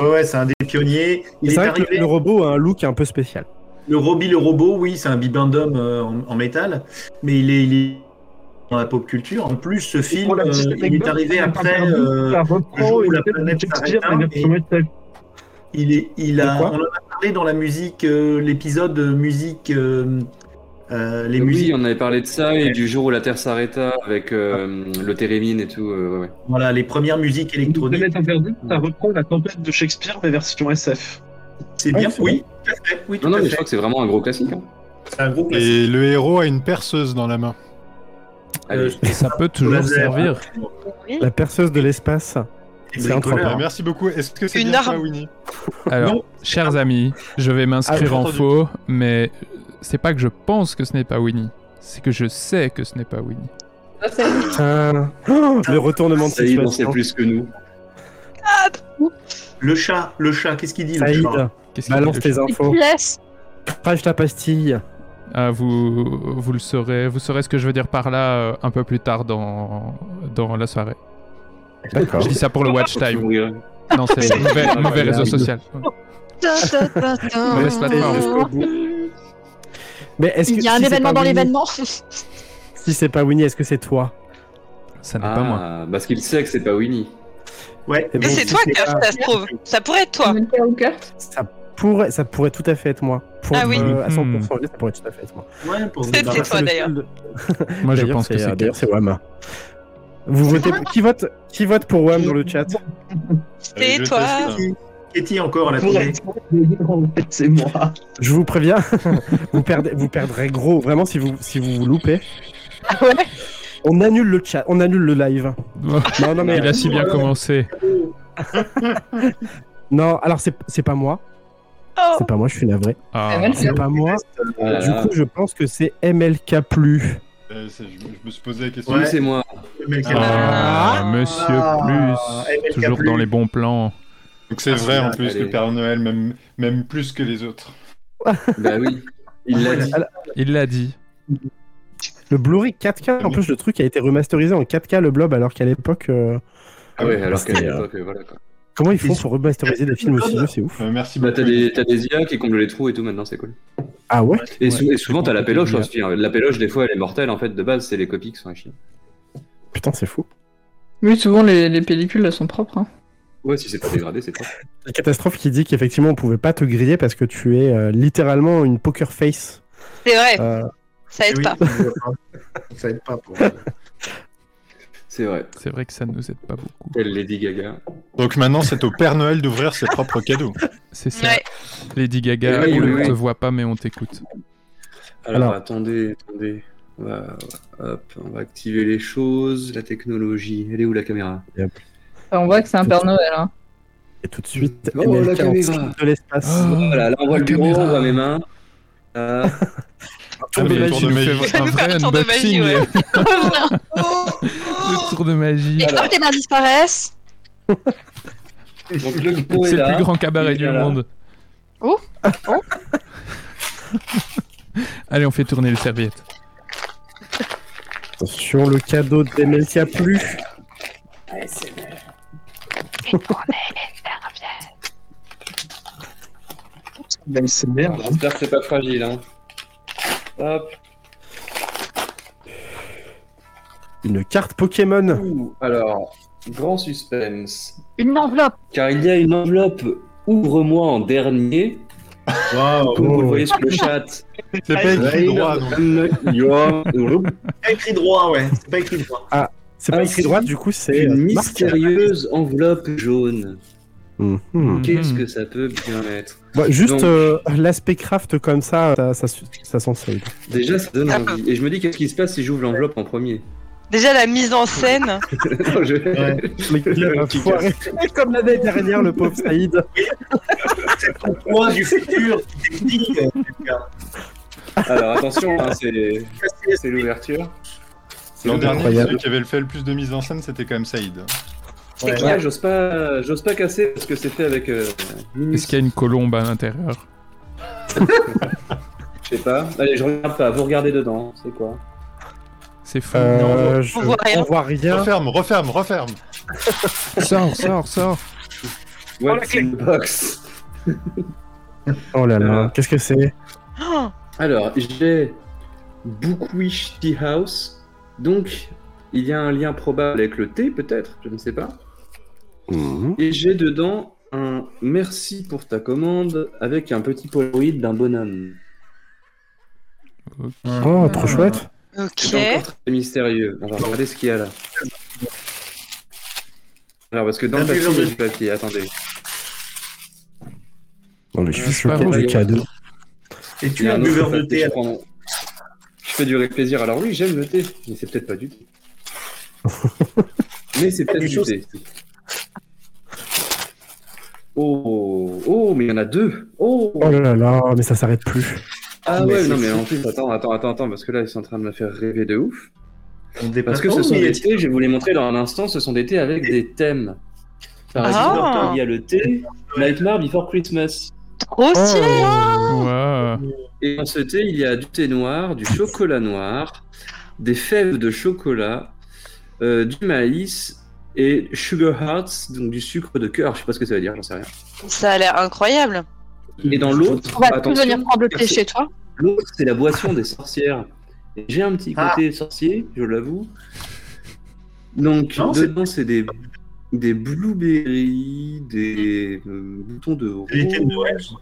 S3: Ouais, ouais, c'est un des pionniers. Il est,
S4: C'est vrai que
S3: arrivé.
S4: le- le
S3: le...
S4: robot a un look un peu spécial.
S3: Robbie le robot, oui, c'est un bibendum euh, en, en métal, mais il est, il est dans la pop culture. En plus, ce film,
S9: Pour la
S3: euh,
S9: petite
S3: il est
S9: anecdote,
S3: arrivé après. euh,
S9: ça
S3: le jour
S9: reprend
S3: où
S9: une
S3: la
S9: tête
S3: planète
S9: de Shakespeare,
S3: s'arrête, hein,
S9: mais
S3: et-
S9: comment il s'appelle
S3: Il est, il
S4: De
S3: a,
S4: quoi
S3: on en a parlé dans la musique, euh, l'épisode de musique, euh, euh, les musiques.
S6: Oui, on avait parlé de ça et du jour où la Terre s'arrêta avec euh, le térémine et tout. euh, ouais, ouais.
S3: Voilà, les premières musiques électroniques.
S9: Planète interdite, ça reprend la tempête de Shakespeare, mais version SF. Eh
S3: C'est bien,
S4: Ouais, c'est
S3: oui, tout à fait. Oui, tout
S6: Non, non,
S3: à
S6: mais je
S3: fait.
S6: crois que c'est vraiment un gros classique. hein.
S3: C'est un gros classique.
S8: Et le héros a une perceuse dans la main.
S6: Allez.
S3: Euh,
S5: Et ça peut toujours
S3: laser.
S5: servir.
S7: Oui.
S4: La perceuse de l'espace. C'est un
S3: bricoleur.
S8: Bah, merci beaucoup. Est-ce que c'est
S7: Une
S8: bien
S7: arme.
S8: ça, Winnie
S5: Alors,
S3: Non.
S5: chers amis, je vais
S8: Ah,
S5: m'inscrire
S8: j'ai
S5: en
S8: entendu.
S5: faux, mais c'est pas que je pense que ce n'est pas Winnie, c'est que je sais que ce n'est pas Winnie.
S12: Ah, ça y est.
S4: Putain. Oh, le retournement de
S6: Ça y est, il en sait
S4: situation.
S6: plus que nous.
S3: Le chat, le chat, Euh, qu'est-ce qu'il dit le
S4: Saïd,
S3: chat
S5: Qu'est-ce qu'il
S4: balance
S5: dit, le
S4: tes infos.
S11: Yes.
S4: Crache la pastille.
S5: chat Euh, vous, vous le saurez, vous saurez ce que je veux dire par là euh, un peu plus tard dans, dans la soirée.
S4: D'accord.
S5: Je dis ça pour le watch
S6: Vous
S5: time.
S6: rirez.
S5: Non, c'est mauvais, mauvais réseau social. Mauvaise plateforme.
S4: Mais est-ce que
S11: Il y a un
S4: si c'est
S11: événement
S4: pas
S11: dans
S4: Winnie-
S11: l'événement.
S4: Si c'est pas Winnie, est-ce que c'est toi
S5: Ça
S4: Ah,
S6: n'est
S3: Ah.
S6: pas moi. Ah, Parce qu'il sait que c'est pas Winnie.
S3: Ouais.
S12: Eh ben,
S7: Mais c'est toi, Kaf, ça se trouve. Ça pourrait être toi.
S4: Ça pourrait, ça pourrait tout à fait être moi. Pour,
S7: Ah oui.
S4: euh, à 100%,
S5: Mhm.
S4: ça pourrait tout à fait être moi.
S3: Ouais, pour
S7: C'est toi,
S4: c'est le
S7: d'ailleurs.
S4: seul de-
S5: Moi, je
S4: D'ailleurs,
S5: pense que
S4: euh,
S5: c'est
S4: D'ailleurs, c'est Wam. Vous votez
S11: Ah.
S4: qui vote qui vote pour Wam dans le chat
S7: C'est toi.
S3: Katie encore à la
S9: Pour
S3: tournée.
S9: être- En fait, c'est moi.
S4: Je vous préviens, vous perdez, vous perdrez gros. Vraiment, si vous si vous, vous loupez, on annule le chat, on annule le live. Non, non, mais- euh,
S5: Il a si bien commencé.
S4: Non, alors c'est c'est pas moi. C'est pas moi, je suis navré.
S5: Ah.
S4: C'est pas moi.
S6: Ah là
S4: Du
S6: là.
S4: coup, je pense que c'est MLK plus.
S8: Euh, c'est- je, me- je me suis posé la question.
S6: Oui, c'est moi.
S3: MLK.
S5: Ah, Monsieur
S3: Ah,
S5: Plus,
S3: MLK+.
S5: toujours dans les bons plans.
S8: Donc c'est vrai en plus,
S6: allez.
S8: le Père Noël, même, même plus que les autres.
S6: Bah oui. Il l'a dit.
S4: Alors,
S5: Il l'a dit.
S4: Le Blu-ray 4K, en plus le truc a été remasterisé en 4K le blob alors qu'à l'époque euh,
S6: Ah ouais, alors qu'à
S4: c'était, euh,
S6: l'époque, euh, voilà quoi.
S4: comment ils font pour remasteriser des films aussi vieux, c'est ouf.
S8: Euh, merci
S6: Bah,
S8: beaucoup.
S6: t'as des, t'as des IA qui comblent les trous et tout maintenant, c'est cool.
S4: Ah ouais
S6: Et, sou-
S4: Ouais.
S6: et souvent, t'as la péloche aussi. hein. La péloche, des fois, elle est mortelle en fait. De base, c'est les copies qui sont à chier.
S4: Putain, c'est fou.
S12: Oui, souvent les, les pellicules elles sont propres. hein.
S6: Ouais, si c'est pas dégradé, c'est pas.
S4: La catastrophe qui dit qu'effectivement on pouvait pas te griller parce que tu es euh, littéralement une poker face.
S7: C'est vrai,
S4: Euh,
S7: ça aide pas.
S3: Ça aide pas pour.
S6: C'est vrai.
S5: C'est vrai que ça ne nous aide pas beaucoup.
S6: Telle Lady Gaga.
S8: Donc maintenant, c'est au Père Noël d'ouvrir ses propres cadeaux.
S5: C'est ça.
S7: Ouais.
S5: Lady Gaga,
S6: Eh oui,
S5: on
S6: oui,
S5: ne
S6: oui.
S5: te voit pas, mais on t'écoute.
S6: Alors,
S4: Alors.
S6: attendez, attendez. On va, hop, on va activer les choses, la technologie. Elle est où la caméra
S12: Enfin, on voit que c'est un Père Noël. hein.
S4: et tout de suite,
S6: Oh,
S4: MLK
S6: la
S4: en
S6: caméra. Oh,
S4: slip de l'espace.
S6: Voilà, là on voit le
S5: la
S6: bureau,
S5: caméra.
S6: on voit mes mains. Euh,
S4: Tour de
S8: mais
S4: magie.
S8: tour de
S5: Il nous
S8: magie.
S5: fait
S7: Ça nous
S5: un
S7: fait
S5: vrai
S7: un tour de magie,
S5: unboxing.
S7: ouais. Oh,
S5: Le tour de magie.
S11: Et hop, les mains disparaissent.
S6: donc le bureau est,
S5: C'est
S6: là.
S5: le plus grand cabaret
S6: Il
S5: du
S6: est là.
S5: monde.
S11: Oh.
S5: Allez, on fait tourner les serviettes.
S4: Attention, le cadeau de MLK plus.
S9: Même c'est
S6: Alors,
S9: merde.
S6: J'espère que c'est pas fragile. Hein. Hop.
S4: Une carte Pokémon.
S6: Ouh, Alors, grand suspense.
S11: Une enveloppe.
S6: Car il y a une enveloppe Ouvre-moi en dernier.
S3: Waouh.
S6: Comme vous le
S4: Oh.
S6: voyez sur le chat.
S8: C'est pas écrit droit, donc.
S3: C'est pas écrit droit, ouais. C'est pas écrit droit.
S4: Ah, C'est pas écrit
S6: Ainsi
S4: droit, du coup c'est
S6: Une
S4: euh,
S6: mystérieuse enveloppe jaune.
S4: marqué. Mhm.
S6: Qu'est-ce que ça peut bien être
S4: Bah, juste
S6: Donc-
S4: euh, l'aspect craft comme ça, euh, ça, ça, ça sent solide.
S6: Déjà, ça donne
S7: Ah.
S6: envie. Et je me dis, qu'est-ce qui se passe si j'ouvre l'enveloppe en premier
S7: Déjà, la mise en scène.
S6: Je- Le petit
S4: Foiré. euh, Comme l'année dernière, le pauvre Saïd.
S3: Point du futur qui t'explique. euh, les gars.
S6: Alors attention, hein, c'est c'est l'ouverture. C'est
S8: L'an
S6: l'ouverture.
S8: dernier,
S4: Incroyable.
S8: celui qui avait fait le plus de mise en scène, c'était quand même Saïd.
S7: C'est
S6: Ouais,
S7: clair.
S6: j'ose pas, j'ose pas casser parce que c'est fait avec. Euh,
S5: Est-ce qu'il y a une colombe à l'intérieur
S6: je sais pas. Allez, je regarde pas. Vous regardez dedans. C'est quoi
S5: C'est fou.
S4: Euh, je-
S7: On voit rien.
S4: On voit rien.
S8: Referme, referme, referme.
S5: Sors, sors, sors.
S6: What's in the box
S4: Oh là
S6: Euh.
S4: là, qu'est-ce que c'est
S7: Oh,
S6: Alors, j'ai Bookwish Tea House. Donc, il y a un lien probable avec le thé, peut-être. Je ne sais pas.
S4: Mmh.
S6: Et j'ai dedans un merci pour ta commande avec un petit polaroid d'un bonhomme.
S4: Oh, trop chouette.
S7: ok.
S6: C'est encore très mystérieux. On va regarder ce qu'il y a là. Alors, parce que dans le papier, il y a du papier, attendez.
S4: Non, mais je suis
S5: C'est pas
S4: choqué
S5: vrai.
S4: du cadeau.
S3: Et
S6: Il y
S3: tu es
S6: a
S3: un
S6: autre
S3: buveur de thé.
S6: papier, Je, prends mon- je fais du plaisir. Alors, oui, j'aime le thé, mais c'est peut-être pas du thé. mais c'est peut-être
S3: Des
S6: du
S3: choses-
S6: thé. Oh, oh, mais il y en a deux. Oh,
S4: Oh là là là, mais ça s'arrête plus.
S6: ah
S3: mais
S6: ouais,
S3: c'est
S6: non, mais
S3: fou.
S6: en plus, attends, attends, attends, attends, parce que là, ils sont en train de me faire rêver de ouf.
S3: On dépasse
S6: Parce que ce
S3: Oh,
S6: sont
S3: mais
S6: des
S3: est-ce
S6: thés, je vais vous les montrer dans un instant, ce sont des thés avec des thèmes. Par
S7: Ah.
S6: exemple, il y a le thé Nightmare Before Christmas.
S11: Oh.
S7: Trop stylé
S6: Et dans ce thé, il y a du thé noir, du chocolat noir, des fèves de chocolat, euh, du maïs et sugar hearts, donc du sucre de cœur. Je sais pas ce que ça veut dire, j'en sais rien.
S7: Ça a l'air incroyable.
S6: Et dans l'autre,
S11: On va tous
S6: Bah, attention, Ah,
S11: venir prendre le thé chez toi.
S6: l'autre c'est la boisson des sorcières. Et J'ai un petit côté
S3: Ah.
S6: sorcier, je l'avoue. Donc
S3: Non, c'est-
S6: dedans, c'est des des blueberries, des euh, boutons de
S3: Mm. Des liqueurs de
S6: rose,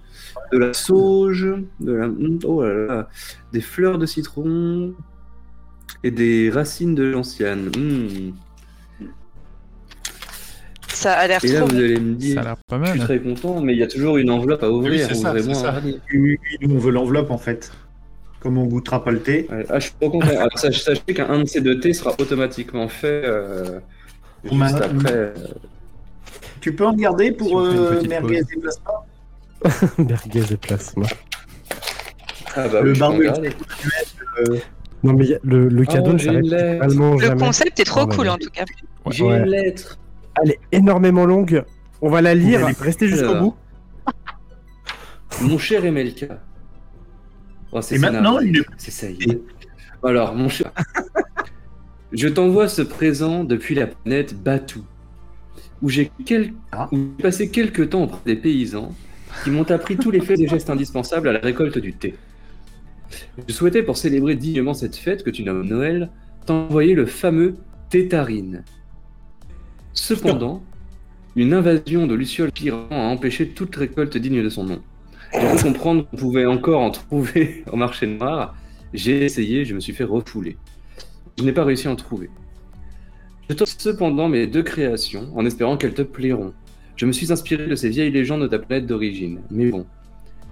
S6: de la sauge, de la oh là là, des fleurs de citron et des racines de gentiane. Mm.
S7: Ça a l'air
S6: Et là,
S7: trop
S6: vous
S7: bon.
S6: allez me dire, je suis très content, mais il y a toujours une enveloppe à ouvrir.
S3: Oui, c'est ça,
S6: ouvrez-moi
S3: c'est
S6: un
S3: ça.
S6: radis.
S3: Oui, oui, Nous, on veut l'enveloppe en fait. Comme on goûtera pas le thé.
S6: Ah, je suis trop content. Alors, sach- sachez qu'un de ces deux thés sera automatiquement fait euh, juste
S3: M'a-
S6: après. euh,
S3: Tu peux en garder
S6: Si
S3: pour
S6: on fait une
S3: euh,
S6: petite
S3: merguez
S6: pause.
S3: et plasma
S4: Merguez et plasma.
S6: Ah bah,
S4: Le
S6: oui, je
S4: barbecue.
S6: vais regarder.
S4: Non, mais y a- le, le
S6: Ah,
S4: cadeau ne
S6: j'ai une
S4: s'arrête
S6: lettre.
S4: totalement
S7: Le
S4: jamais.
S7: concept est trop
S4: Ouais.
S7: cool en tout cas.
S6: J'ai
S4: Ouais.
S6: une lettre.
S4: Elle est énormément longue. On va la lire.
S6: allez-
S4: Restez jusqu'au
S6: Alors.
S4: bout.
S6: Mon cher Emelka. Oh, c'est
S3: Et
S6: ça,
S3: maintenant,
S6: Nara.
S3: il est-
S6: C'est ça. il est- Alors, mon cher. Je t'envoie ce présent depuis la planète Batu, où j'ai quel-
S3: Ah.
S6: où j'ai passé quelques temps auprès des paysans qui m'ont appris tous les faits et gestes indispensables à la récolte du thé. Je souhaitais, pour célébrer dignement cette fête que tu nommes Noël, t'envoyer le fameux Tétarine. Cependant, une invasion de lucioles pyrans a empêché toute récolte digne de son nom. J'ai cru comprendre qu'on pouvait encore en trouver au marché noir. J'ai essayé, je me suis fait refouler. Je n'ai pas réussi à en trouver. Je t'offre cependant mes deux créations en espérant qu'elles te plairont. Je me suis inspiré de ces vieilles légendes de ta planète d'origine. Mais bon,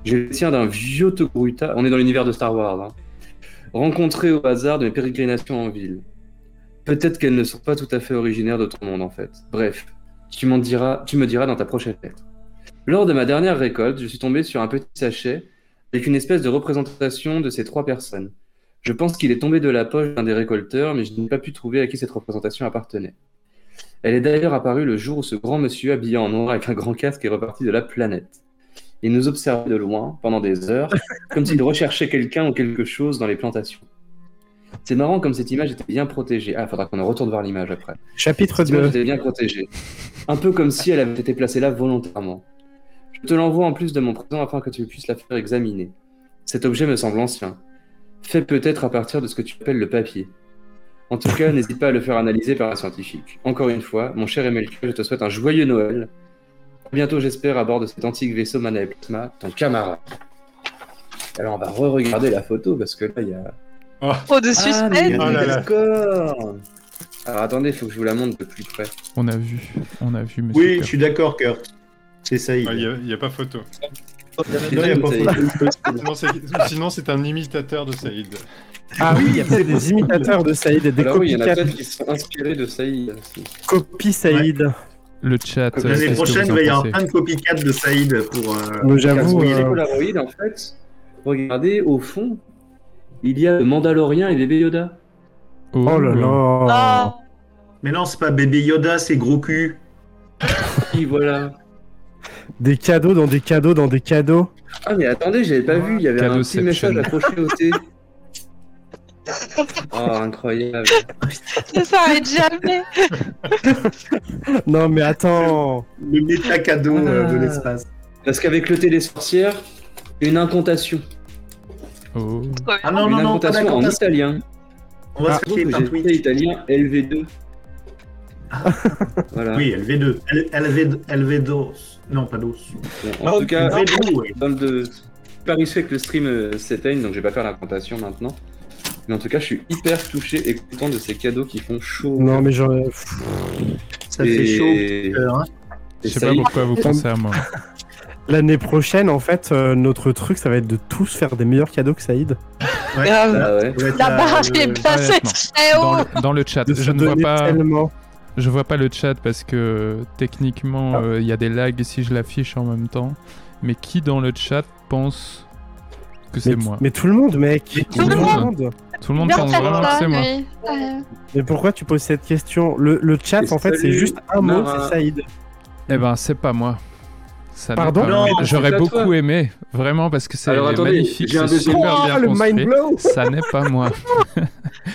S6: je le tiens d'un vieux Tokuruta. On est dans l'univers de Star Wars. hein. Rencontré au hasard de mes pérégrinations en ville. Peut-être qu'elles ne sont pas tout à fait originaires de ton monde en fait. Bref, tu m'en diras, tu me diras dans ta prochaine lettre. Lors de ma dernière récolte, je suis tombé sur un petit sachet avec une espèce de représentation de ces trois personnes. Je pense qu'il est tombé de la poche d'un des récolteurs, mais je n'ai pas pu trouver à qui cette représentation appartenait. Elle est d'ailleurs apparue le jour où ce grand monsieur habillé en noir avec un grand casque est reparti de la planète. Il nous observait de loin pendant des heures, comme s'il recherchait quelqu'un ou quelque chose dans les plantations. C'est marrant comme cette image était bien protégée. Ah, faudra qu'on en retourne voir l'image après.
S4: Chapitre
S6: Cette image
S4: 2.
S6: était bien protégée. Un peu comme si elle avait été placée là volontairement. Je te l'envoie en plus de mon présent afin que tu puisses la faire examiner. Cet objet me semble ancien. Fait peut-être à partir de ce que tu appelles le papier. En tout cas, n'hésite pas à le faire analyser par un scientifique. Encore une fois, mon cher Emelka, je te souhaite un joyeux Noël. À bientôt, j'espère, à bord de cet antique vaisseau Mana et Plasma, ton camarade. Alors, on va re-regarder la photo parce que là, il y a.
S7: Trop de
S6: Ah, mais il y
S7: suspense.
S6: a
S5: Oh là
S6: des
S5: là.
S6: scores
S3: Ah.
S6: Alors, attendez, il faut que je vous la montre de plus près.
S5: On a vu, on a vu, monsieur.
S3: Oui, je
S5: Kurt.
S3: suis d'accord, Kurt. C'est ça. Il
S8: Il n'y Ah, a, pas photo.
S3: Non, y a pas
S8: Sinon, c'est- Sinon, c'est un imitateur de Saïd.
S4: Ah oui, il y a peut-être des imitateurs de Saïd et des
S6: Alors oui, il y en a
S4: copycat.
S6: peut-être qui sont inspirés de Saïd. aussi.
S4: Copie Saïd.
S5: Le chat. euh,
S3: L'année
S5: qu'est-ce que
S3: prochaine,
S5: vous
S3: il
S5: en
S3: va y avoir
S5: pensez
S3: plein de copycats de Saïd pour. euh,
S4: Mais j'avoue,
S6: Parce que les
S4: euh,
S6: Polaroid, en fait, regardez, au fond, il y a le Mandalorien et bébé Yoda.
S4: Oh là là.
S3: Ah. Mais non, c'est pas bébé Yoda, c'est gros cul.
S6: Qui voilà.
S4: Des cadeaux dans des cadeaux dans des cadeaux.
S6: Ah mais attendez, j'avais pas vu, il y avait un petit
S5: Cadeauception.
S6: message accroché au thé. Oh, incroyable.
S7: Ça s'arrête jamais.
S4: Non mais attends.
S3: Le méta cadeau euh, de
S6: Ah.
S3: l'espace.
S6: Parce qu'avec le thé des sorcières, une incantation.
S5: Oh.
S3: Ah non,
S6: une
S3: non, non, pas
S6: incantation en
S3: d'incantation.
S6: italien.
S3: On va se
S6: Surtout
S3: faire
S6: que
S3: par
S6: j'ai
S3: tweet.
S6: fait italien LV2. voilà.
S3: Oui, LV2. L- LV2. LV2. Non, pas d'os.
S6: Bon,
S13: Bah,
S3: Ah,
S6: en tout cas,
S3: LV2, ouais.
S6: dans le- j'ai pas réussi avec le stream euh, s'éteigne, donc je vais pas faire l'incantation maintenant. Mais en tout cas, je suis hyper touché et content de ces cadeaux qui font chaud. au
S4: Non
S6: cœur.
S4: mais genre.
S3: Ça fait
S6: Et-
S3: chaud au petit cœur, hein.
S6: et
S5: Je sais
S6: ça
S5: pas
S6: y est,
S5: pourquoi vous pensez à moi.
S4: L'année prochaine, en fait, euh, notre truc, ça va être de tous faire des meilleurs cadeaux que Saïd.
S3: Ouais,
S11: Grave.
S3: ça-
S6: ah ouais.
S3: ça va être
S11: La
S3: la-
S11: barrage
S3: le-
S11: qui est placée
S5: honnêtement,
S11: très
S5: Dans
S11: haut.
S5: le, dans le chat,
S4: De se
S5: je ne vois
S4: donner
S5: pas,
S4: tellement.
S5: je vois pas le chat parce que techniquement
S4: Ah.
S5: euh, il y a des lags si je l'affiche en même temps. Mais qui dans le chat pense que c'est
S4: Mais,
S5: moi
S4: mais tout le monde, mec.
S5: Mais tout le monde. Tout le monde pense
S4: Ah,
S5: vraiment que c'est moi.
S4: Mais pourquoi tu poses cette question le, le chat,
S6: Et
S4: en fait, c'est
S6: salut,
S4: juste un mot,
S6: Mara.
S4: c'est Saïd.
S5: Eh ben c'est pas moi. Ça
S4: Pardon
S5: n'est pas-
S4: Non,
S5: J'aurais
S4: c'est à
S5: beaucoup
S4: toi.
S5: aimé, vraiment, parce que c'est
S6: Alors, attendez,
S5: magnifique,
S6: j'ai un
S5: c'est
S6: deuxième-
S5: super
S6: Oh,
S5: bien
S6: le
S5: construit.
S6: mind blow
S5: ça n'est pas moi.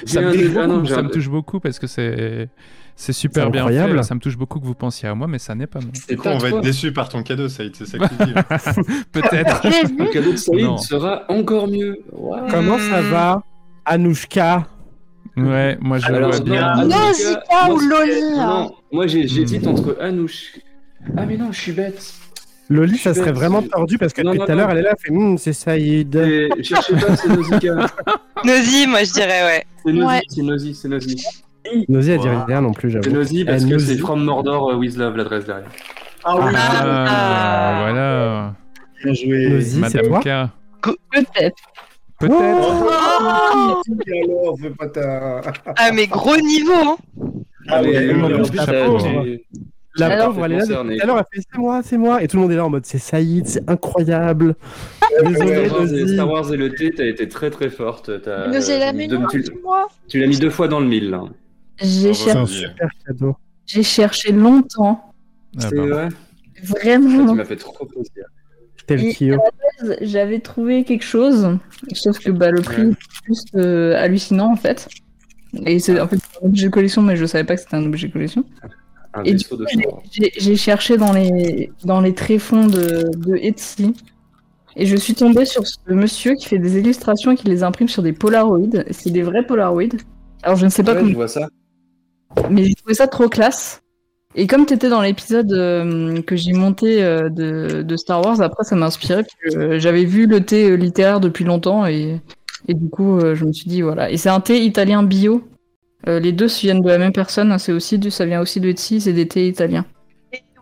S6: J'ai
S5: ça me
S6: un
S5: touche
S6: deuxième- ah non,
S5: beaucoup,
S6: j'ai
S5: ça
S6: un-
S5: me touche beaucoup parce que c'est c'est super
S4: C'est
S5: bien
S4: incroyable.
S5: fait. Ça me touche beaucoup que vous pensiez à moi, mais ça n'est pas moi.
S8: Du coup, on va être déçu par ton cadeau, Saïd, c'est ça que tu dis.
S5: Peut-être.
S6: Le cadeau de Saïd
S5: Non.
S6: sera encore mieux. Waouh.
S4: Comment ça va, Anouchka
S5: Ouais, moi je
S6: Alors,
S5: vois
S6: non,
S5: bien.
S6: Anouchka,
S4: Ah,
S11: Non, Zika
S6: moi,
S11: ou
S6: c'est-
S11: Loli, hein.
S6: Non, moi j'ai-
S5: Mm.
S6: j'hésite entre Anouch. Ah, mais non, je suis bête.
S4: Loli, ça
S6: Je
S4: serait
S6: vais-
S4: vraiment tordu parce que
S6: Non,
S4: depuis
S6: non,
S4: tout à l'heure,
S6: non.
S4: elle est là, elle fait Hum, c'est Saïd.
S6: Et cherchez pas, c'est Nausicaa.
S7: Nosy, moi je dirais, ouais.
S6: C'est
S7: Ouais.
S6: Nosy, c'est Nosy, c'est Nosy.
S4: Nosy, elle dit rien non plus, j'avoue.
S6: C'est Nosy parce
S4: Elle
S6: que
S4: Nosy.
S6: c'est From Mordor euh, with Love l'adresse derrière.
S5: Ah, voilà.
S3: Bien joué.
S4: Nosy, c'est
S5: Madame
S4: toi Oh.
S5: K.
S12: Peut-être.
S5: Peut-être.
S3: Oh
S13: alors, fais pas ta.
S7: Ah, mais gros niveau, hein.
S3: Ah
S6: oui,
S4: elle
S6: oui,
S4: est
S6: oui,
S4: en plus, la pauvre.
S6: j'ai-
S4: La
S6: Alors,
S4: pauvre, elle est là
S6: concernée.
S4: depuis tout à l'heure, elle fait c'est moi, c'est moi. Et tout le monde est là en mode c'est Saïd, c'est incroyable. Désolé,
S6: Star Wars et-
S4: Nosy.
S6: Star Wars et le thé, t'as été très très forte. t'as-
S12: Nosy, elle a mis
S6: deux-
S12: une
S6: tu-
S12: petite moi.
S6: Tu l'as mis deux fois dans le mille. là.
S12: J'ai
S4: C'est un
S12: cherché,
S4: super cadeau.
S12: j'ai cherché longtemps,
S6: C'est vrai. Tu
S12: vraiment.
S6: m'as fait trop plaisir.
S4: Tel
S12: Et
S4: Kyo.
S12: à la base, j'avais trouvé quelque chose, sauf que bah, le prix
S6: Ouais.
S12: est juste euh, hallucinant en fait. Et c'est en fait c'est un objet de collection, mais je savais pas que c'était un objet de collection.
S6: Un
S12: Et du
S6: vaisseau de
S12: coup,
S6: Star Wars.
S12: j'ai- j'ai cherché dans les, dans les tréfonds de, de Etsy. Et je suis tombée sur ce monsieur qui fait des illustrations et qui les imprime sur des Polaroids. C'est des vrais Polaroids. Alors je ne sais pas
S6: Ouais,
S12: comment
S6: je vois ça.
S12: mais j'ai trouvé ça trop classe. Et comme t'étais dans l'épisode euh, que j'ai monté euh, de, de Star Wars, après ça m'a inspiré. parce que, euh, J'avais vu le thé euh, littéraire depuis longtemps et, et du coup euh, je me suis dit voilà. Et c'est un thé italien bio. Euh, les deux se viennent de la même personne. hein, c'est aussi du, ça vient aussi de Etsy. C'est des thés italiens.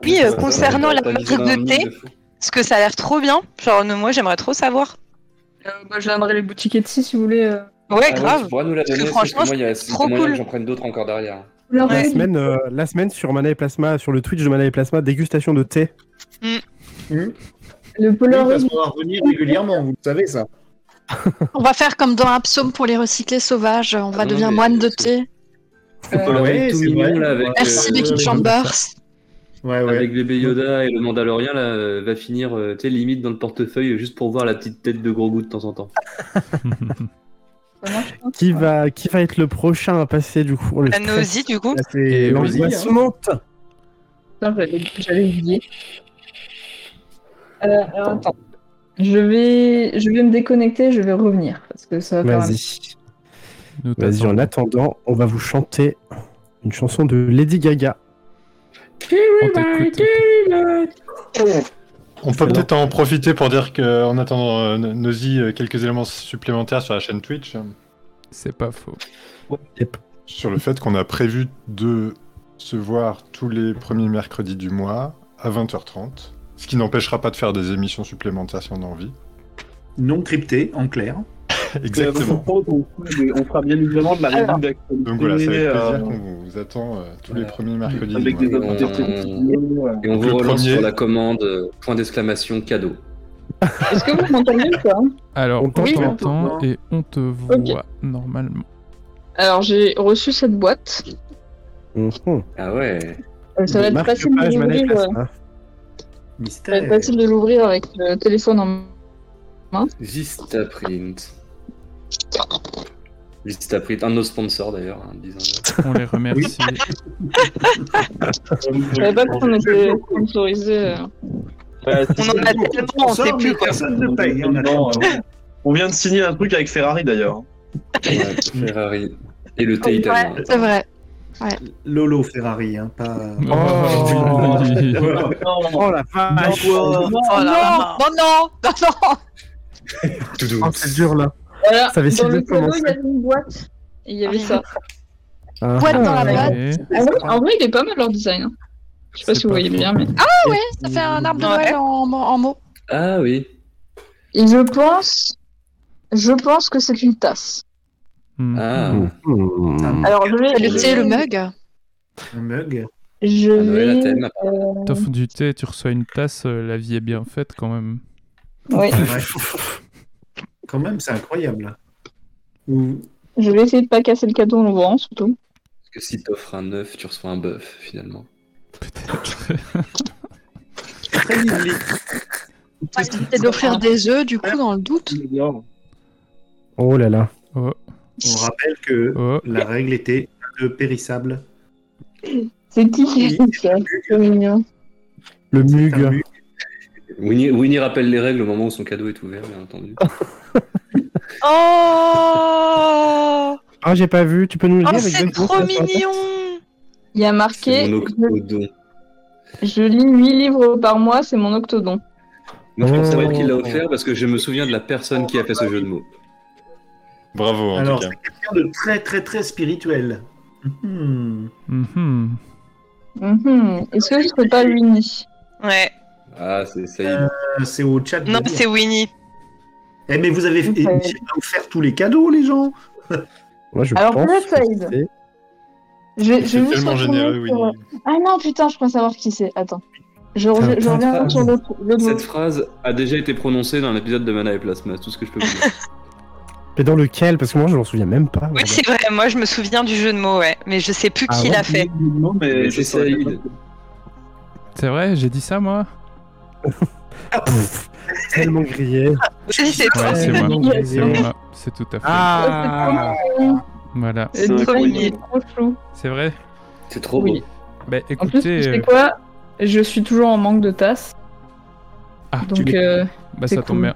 S7: Oui,
S6: Ça,
S7: euh,
S6: ça,
S7: concernant
S6: t'as-
S7: la
S6: t'as
S7: marque
S6: visé dans un
S7: de
S6: monde
S7: thé,
S6: fou.
S7: parce que ça a l'air trop bien. Genre, nous, moi j'aimerais trop savoir.
S12: Euh, moi je donnerai les boutiques Etsy si vous voulez. euh.
S7: Ouais,
S6: Ah
S7: grave.
S6: tu pourras nous la
S7: Parce que
S6: donner, parce que
S7: franchement,
S6: moi, il y a
S7: c'est trop
S6: moyen
S7: cool.
S6: que j'en prenne d'autres encore derrière.
S4: La semaine, euh, la semaine sur Mana et Plasma, sur le Twitch de Mana et Plasma, dégustation de thé.
S12: Le
S13: Parce qu'on va revenir régulièrement, vous le savez ça.
S11: On va faire comme dans un psaume pour les recyclés sauvages. On va
S6: Ah non,
S11: devenir
S6: mais
S11: moine de thé.
S6: Alors,
S3: ouais,
S6: tout
S3: c'est
S6: mignon,
S3: vrai.
S6: là, avec,
S11: Merci,
S6: euh,
S11: Becky Chambers.
S3: Ouais, ouais.
S6: Avec bébé Yoda et le Mandalorian, là, euh, va finir, euh, tu sais, limite dans le portefeuille, euh, juste pour voir la petite tête de gros goût de temps en temps.
S4: Qui va, qui va être le prochain à passer du coup le
S12: Bah,
S7: La
S4: stress.
S7: Nosy, du coup.
S4: Là, c'est
S5: Et
S4: l'angoisse
S5: Nosy, hein.
S4: monte.
S12: Putain, j'avais- j'avais oublié. Euh, alors, attends. Je vais, je vais me déconnecter, je vais revenir. Parce que ça va faire un-
S4: Vas-y.
S5: Nous
S4: Vas-y, en attendant, on va vous chanter une chanson de Lady Gaga.
S5: On
S4: bah.
S5: t'écoute.
S8: On peut peut-être en profiter pour dire qu'en attendant euh, Nosy, euh, quelques éléments supplémentaires sur la chaîne Twitch, euh,
S5: C'est pas faux.
S8: sur le fait qu'on a prévu de se voir tous les premiers mercredis du mois à 20h30, ce qui n'empêchera pas de faire des émissions supplémentaires si on a envie.
S3: Non crypté, en clair. Euh,
S8: Exactement.
S9: On fera bien évidemment de la
S11: Alors.
S9: revue d'actualité.
S8: Donc voilà, c'est avec
S9: euh,
S8: plaisir qu'on vous attend euh, tous les premiers mercredis du
S9: Avec
S8: mois.
S9: des
S6: on-
S9: invités vidéo, euh,
S6: Et on
S8: Donc,
S6: vous
S8: le
S6: relance
S8: premier-
S6: sur la commande, euh, point d'exclamation, cadeau.
S12: Est-ce que vous m'entendez ou pas
S5: Alors,
S4: On
S5: on
S4: t'entend.
S5: t'entend et on te voit normalement.
S12: Alors, j'ai reçu cette boîte.
S4: Mhm.
S6: Ah ouais.
S12: Euh, ça va être
S4: Marque
S12: facile
S4: page
S12: de
S4: Mana et
S12: l'ouvrir. euh,
S4: Plasma.
S12: Ça va être
S3: Mystère.
S12: facile de l'ouvrir avec le téléphone en main.
S6: Vistaprint. Vistaprint, un de nos sponsors d'ailleurs, hein, disons.
S5: On les remercie.
S12: Je savais pas qu'on était sponsorisé. euh.
S7: On en a tellement, on sait plus quoi.
S3: Personne ne paye. hein, On a-
S9: Non, euh, On vient de signer un truc avec Ferrari d'ailleurs.
S6: Ouais, Ferrari. Et le thé
S11: Ouais,
S6: italien.
S11: c'est vrai.
S3: Lolo Ferrari, hein, pas.
S4: Oh,
S3: Voilà.
S4: Oh la vache
S7: Oh
S3: Ah.
S7: là, non, non, non, non.
S4: Oh, C'est dur là.
S12: Voilà,
S4: Ça avait si
S12: Euh, dans
S4: bien
S12: le cadeau,
S4: commencé.
S12: il y avait une boîte. Et il y avait
S11: Ah,
S12: ça.
S4: Ah,
S11: Boîte dans la
S5: Ouais.
S11: boîte.
S12: Ah ouais, en vrai, il est pas mal leur design. hein. Je sais pas
S5: C'est
S12: si vous
S5: pas
S12: voyez
S5: faux.
S12: bien, mais.
S11: Ah Ça fait un arbre de
S7: Ouais.
S11: Noël en, en- en mots.
S6: Ah oui.
S12: Et je pense. Je pense que c'est une tasse.
S5: Mm.
S6: Ah.
S13: Hmm.
S4: Mhm.
S12: Alors, je vais.
S11: Le
S12: je
S11: thé et
S12: vais-
S11: le mug.
S3: Ah, Un mug.
S12: Je
S6: À Noël, à
S12: vais.
S6: thème.
S12: euh,
S5: T'offres du thé, tu reçois une tasse, euh, la vie est bien faite quand même.
S12: Oui,
S3: Ouais. Quand même, c'est incroyable. Ou-
S12: je vais essayer de pas casser le cadeau en l'ouvrant, surtout.
S6: Parce que si t'offres un œuf, tu reçois un bœuf finalement.
S5: Peut-être.
S13: très lively.
S11: Et d'offrir des œufs, du coup, dans le doute.
S4: Oh là là.
S3: On rappelle que
S8: Oh.
S3: la règle était le périssable.
S12: C'est qui qui fait ça C'est mignon.
S4: Le mug.
S6: Winnie, Winnie rappelle les règles au moment où son cadeau est ouvert, bien entendu.
S7: Oh
S4: Ah, j'ai pas vu, tu peux nous le
S7: Oh,
S4: dire
S7: c'est
S4: exactement
S7: trop
S4: ce que ça
S7: mignon
S12: Il y a
S6: C'est
S12: marqué
S6: mon octodon.
S12: Je lis 8 livres par mois, c'est mon octodon.
S6: Moi, je pense être qu'il l'a offert parce que je me souviens de la personne qui a fait ce jeu de mots.
S8: Bravo, en
S3: Alors,
S8: tout
S3: c'est quelqu'un de très, très, très spirituel. Mhm.
S12: Mhm. Est-ce que je peux pas l'uni
S7: Ouais.
S6: Ah, c'est ça.
S3: Euh, c'est au chat. de
S7: Non,
S3: dire.
S7: c'est Winnie.
S3: Eh, mais vous avez eh,
S12: Ouais.
S3: j'ai pas offert tous les cadeaux, les gens
S4: Moi, je
S12: Alors, peut-être ça aide. Je vais- je vais
S8: C'est
S12: juste
S8: tellement
S12: retourner
S8: généreux,
S12: sur- Ah non, putain, je crois savoir qui c'est. Attends. Je, reviens- je reviens sur le le mot.
S6: Cette phrase a déjà été prononcée dans l'épisode de Mana et Plasma, c'est tout ce que je peux vous dire.
S4: Mais dans lequel Parce que moi, je m'en souviens même pas.
S7: Oui, c'est vrai, moi je me souviens du jeu de mots, ouais. Mais je sais plus
S4: Ah
S7: qui
S4: ouais
S7: l'a fait.
S9: Non, mais
S6: c'est Saïd.
S5: C'est vrai, j'ai dit ça moi
S4: Tellement grillé.
S12: Ah,
S7: Si, c'est toi.
S5: Ouais, c'est
S7: Tellement
S5: moi.
S7: grillé.
S5: C'est moi. C'est tout à fait.
S4: Ah
S5: Voilà.
S12: Le premier, trop chou.
S5: C'est vrai
S6: C'est trop
S12: Oui.
S5: Bah
S12: En plus, tu
S5: écoutez.
S12: sais
S5: euh,
S12: quoi Je suis toujours en manque de tasses.
S5: Ah,
S12: Donc,
S5: tu-
S12: euh,
S5: bah,
S12: c'est
S5: ça tombe
S12: cool.
S5: bien.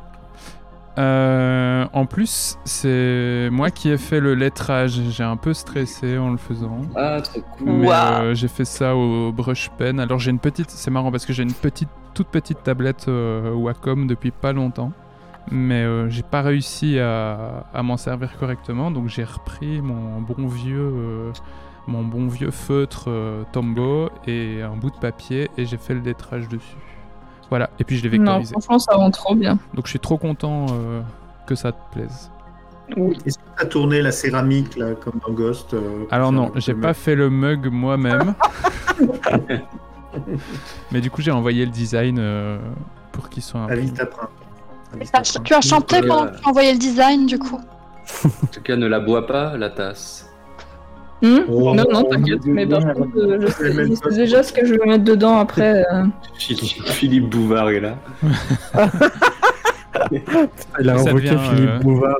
S5: Euh, en plus, c'est moi qui ai fait le lettrage. J'ai un peu stressé en le faisant.
S6: Ah, trop cool.
S5: Mais,
S6: Waouh.
S5: euh, j'ai fait ça au brush pen. Alors j'ai une petite, c'est marrant parce que j'ai une petite, toute petite tablette euh, Wacom depuis pas longtemps, mais euh, j'ai pas réussi à, à m'en servir correctement, donc j'ai repris mon bon vieux, euh, mon bon vieux feutre euh, Tombow et un bout de papier et j'ai fait le lettrage dessus. Voilà. Et puis je l'ai
S12: Non,
S5: vectorisé.
S12: franchement, ça rend trop bien.
S5: Donc je suis trop content euh, que ça te plaise.
S3: Est-ce que t'as tourné la céramique, là, comme dans Ghost euh,
S5: Alors
S3: ça-
S5: non, j'ai pas fait le mug moi-même. Mais du coup, j'ai envoyé le design euh, pour qu'il soit un
S3: La ville t'apprend.
S11: T'as- Tu as chanté
S6: Euh,
S11: pendant que tu envoyais le design, du coup.
S6: En tout cas, ne la bois pas, la tasse.
S12: Hmm
S6: Oh,
S12: non, non,
S6: oh,
S12: t'inquiète,
S6: mon
S12: mais
S6: Dieu,
S12: par
S6: merde.
S12: contre, euh, je
S6: Elle
S12: sais,
S6: m'aime
S12: je sais déjà ce que je vais mettre dedans après. euh.
S6: Philippe, Philippe Bouvard est là.
S12: euh,
S4: Il a
S5: Ça
S4: invoqué
S5: devient,
S4: Philippe
S5: euh,
S4: Bouvard.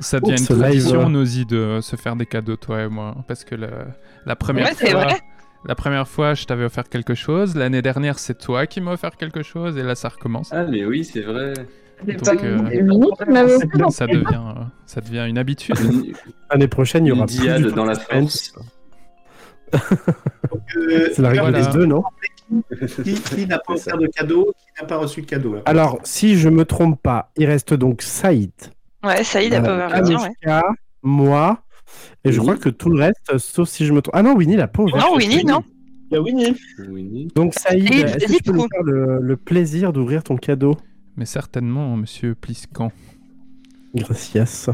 S5: Ça devient une
S4: Ce live,
S5: tradition,
S4: euh.
S5: Nosy, de se faire des cadeaux, toi et moi. Parce que la, la première
S7: Ouais, c'est
S5: fois.
S7: vrai.
S5: La première fois, je t'avais offert quelque chose. L'année dernière, c'est toi qui m'as offert quelque chose. Et là, ça recommence.
S6: Ah, mais oui, c'est vrai.
S5: Donc,
S6: pas-
S5: euh,
S6: c'est vous qui m'avez offert.
S5: ça, devient, euh, ça devient une habitude.
S4: L'année prochaine, il y aura
S6: Une
S4: plus
S6: diade
S4: du
S6: dans la
S4: Force Friends.
S6: force.
S4: C'est la règle
S3: Euh, Voilà.
S4: des deux, non
S3: Qui, qui n'a pas offert de cadeau Qui n'a pas reçu de cadeau là
S4: Alors, si je me trompe pas, il reste donc Saïd,
S7: Ouais, Saïd a
S4: Euh,
S7: pas ouvert le tien, ouais.
S4: moi, et je crois que tout le reste, sauf si je me trompe. Ah non, Winnie l'a pas ouvert.
S7: Non, Winnie, non.
S9: Il y a Winnie.
S4: Donc Saïd,
S7: Saïd,
S4: est-ce que
S7: vas-y,
S4: tu peux
S7: du
S4: nous
S7: coup.
S4: faire le, le plaisir d'ouvrir ton cadeau
S5: Mais certainement, monsieur Pliscan.
S4: Gracias.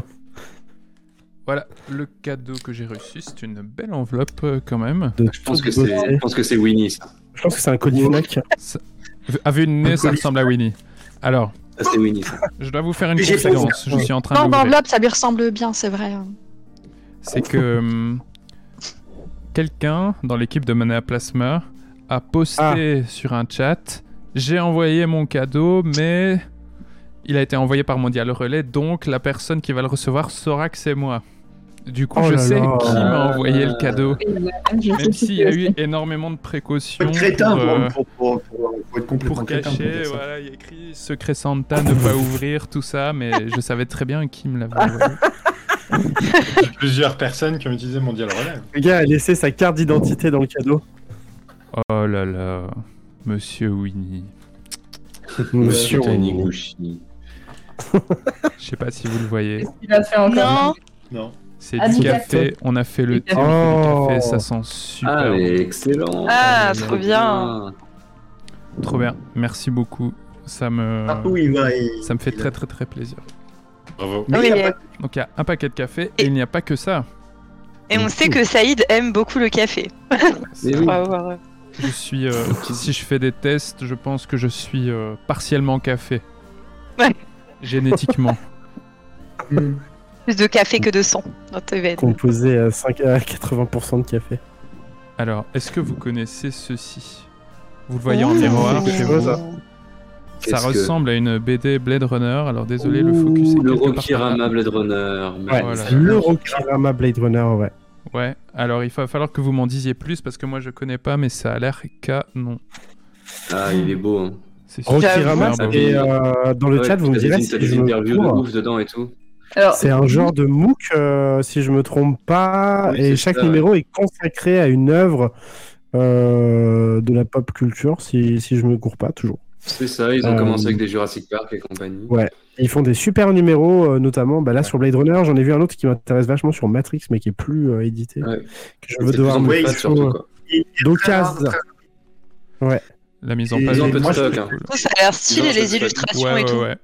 S5: Voilà, le cadeau que j'ai reçu, c'est une belle enveloppe euh, quand même.
S4: De
S6: Je pense que c'est, je pense que c'est Winnie, ça.
S4: Je pense que c'est un colis Fnac.
S5: Ça- À vue de nez, ça ressemble à Winnie. Alors,
S6: Ah, c'est Winnie, ça.
S5: je dois vous faire une
S3: Mais j'ai pas
S5: confidence. Je suis en train
S11: Non,
S5: de l'ouvrir.
S11: l'enveloppe, ça lui ressemble bien, c'est vrai. hein.
S5: C'est que hum, quelqu'un dans l'équipe de Mana Plasma a posté
S4: Ah.
S5: sur un chat J'ai envoyé mon cadeau, mais il a été envoyé par Mondial Relais, donc la personne qui va le recevoir saura que c'est moi. Du coup,
S4: Oh
S5: je
S4: là
S5: sais
S4: là. Ah.
S5: qui m'a envoyé le cadeau.
S12: Je sais
S5: Même
S12: qui
S5: s'il y a
S12: c'est.
S5: eu énormément de précautions.
S3: Faut être crétin
S5: pour,
S3: pour,
S5: euh,
S3: pour- pour- pour- faut être complètement
S5: pour
S3: crétin.
S5: cacher,
S3: dire ça.
S5: voilà, il y a écrit secret Santa, ne pas ouvrir, tout ça, mais je savais très bien qui me l'avait envoyé.
S8: Plusieurs personnes qui ont utilisé mon dialogue relais.
S4: Le gars a laissé sa carte d'identité dans le cadeau.
S5: Oh là là, Monsieur Winnie.
S4: Monsieur
S5: Putain,
S4: Winnie.
S6: Taniguchi.
S5: Je sais pas si vous le voyez.
S12: Il a fait encore.
S7: Non,
S8: Non.
S5: C'est
S12: Ah,
S5: du
S12: du
S5: café.
S12: café.
S5: on a fait Ah, le
S12: Du
S5: thé,
S12: café.
S5: on a fait du
S4: Oh.
S5: café, ça sent super
S6: Ah, mais
S5: bon.
S6: excellent.
S7: Ah, trop bien.
S5: Trop bien, merci beaucoup. Ça me,
S6: Ah
S3: Partout où il va, il-
S5: ça me fait
S3: il-
S5: très très très plaisir.
S8: Bravo.
S3: Mais
S7: Oui,
S3: il a
S7: et-
S3: pas-
S5: Donc il y a un paquet de café et il n'y a pas que ça.
S7: Et on sait que Saïd aime beaucoup le café.
S6: Mais oui.
S7: Pour avoir, euh,
S5: Je suis, euh, si je fais des tests, je pense que je suis euh, partiellement café.
S7: Ouais.
S5: Génétiquement.
S7: plus de café que de sang dans tes veines.
S4: Composé à 5 à 80% de café.
S5: Alors, est-ce que vous connaissez ceci Vous le voyez en miroir
S4: C'est
S5: chez
S4: quoi,
S5: vous
S4: ça
S5: Ça
S6: hein. Qu'est-ce que-
S5: ressemble à une BD Blade Runner. Alors désolé, le focus est
S6: Le
S5: quelque part par là.
S6: Rokirama Blade Runner.
S4: Ouais,
S5: Voilà.
S4: le Rokirama Blade Runner, ouais.
S5: Ouais, alors il va falloir que vous m'en disiez plus parce que moi je connais pas, mais ça a l'air canon.
S6: Ah, il est beau. Hein.
S5: C'est
S4: Rokirama,
S5: super beau.
S4: et euh, dans le
S6: Ouais,
S4: chat, vous me
S6: t'as des-
S4: direz
S6: T'as
S4: si
S6: des
S4: je me
S6: interviews de
S4: trompe.
S6: ouf dedans et tout.
S4: C'est un genre de MOOC, euh, si je me trompe pas,
S6: Oui, c'est
S4: et chaque
S6: ça,
S4: numéro est consacré à une œuvre euh, de la pop culture, si, si je me cours pas toujours.
S6: C'est ça, ils ont
S4: Euh,
S6: commencé avec des Jurassic Park et compagnie.
S4: Ouais. Ils font des super numéros, euh, notamment bah, là sur Blade Runner. J'en ai vu un autre qui m'intéresse vachement sur Matrix, mais qui est plus euh, édité. Que je veux
S6: C'est de
S4: devoir
S6: plus en
S4: me
S6: plus fat,
S4: faire euh,
S6: surtout, quoi.
S4: d'occasion. Ouais.
S5: La mise en
S4: Et-
S5: page.
S4: Ils ont un
S5: est
S4: peu de
S5: très
S4: stock,
S5: cool.
S7: Ça a l'air stylé, les illustrations
S5: hein. Ouais,
S7: et tout.
S5: ouais, ouais.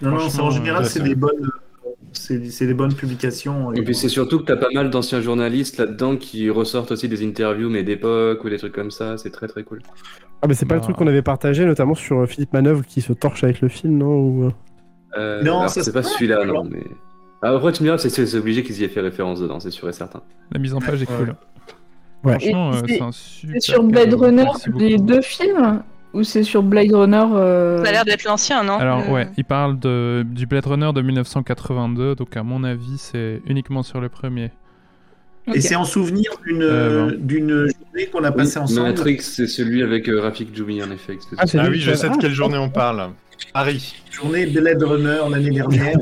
S3: Non, non, c'est- en
S5: Franchement,
S3: général,
S5: euh,
S3: c'est des bonnes, c'est c'est des bonnes publications.
S6: Et puis c'est surtout que t'as pas mal d'anciens journalistes là-dedans qui ressortent aussi des interviews, mais d'époque ou des trucs comme ça. C'est très très cool.
S4: Ah, mais c'est pas le truc qu'on avait partagé, notamment sur euh, Philippe Manœuvre qui se torche avec le film, non Ou, euh,
S6: Euh,
S4: Non,
S6: alors,
S4: ça,
S6: c'est pas celui-là, non. Mais... Ah, après, tu me diras, c'est- c'est c'est obligé qu'ils y aient fait référence dedans, c'est sûr et certain.
S5: La mise en page est cool.
S4: Ouais.
S5: Franchement,
S12: Et
S5: euh,
S12: c'est-
S5: c'est un
S12: C'est
S5: super.
S12: sur Blade Runner les deux films Ou c'est sur Blade Runner euh,
S7: Ça a l'air d'être l'ancien, non
S5: Alors
S7: Le-
S5: ouais, il parle de, du Blade Runner de 1982, donc à mon avis c'est uniquement sur le premier.
S3: Et c'est en souvenir d'une
S5: Euh, bon.
S3: d'une journée qu'on a passée
S6: Oui,
S3: ensemble.
S6: Matrix, c'est celui avec euh, Rafik Djoumi, en effet. excusez-moi.
S3: Ah, c'est
S8: Ah
S3: lui
S8: oui,
S3: qui
S8: je
S3: a-
S8: sais de
S3: Ah,
S8: quelle journée on parle. Paris.
S3: Journée Blade Runner l'année dernière.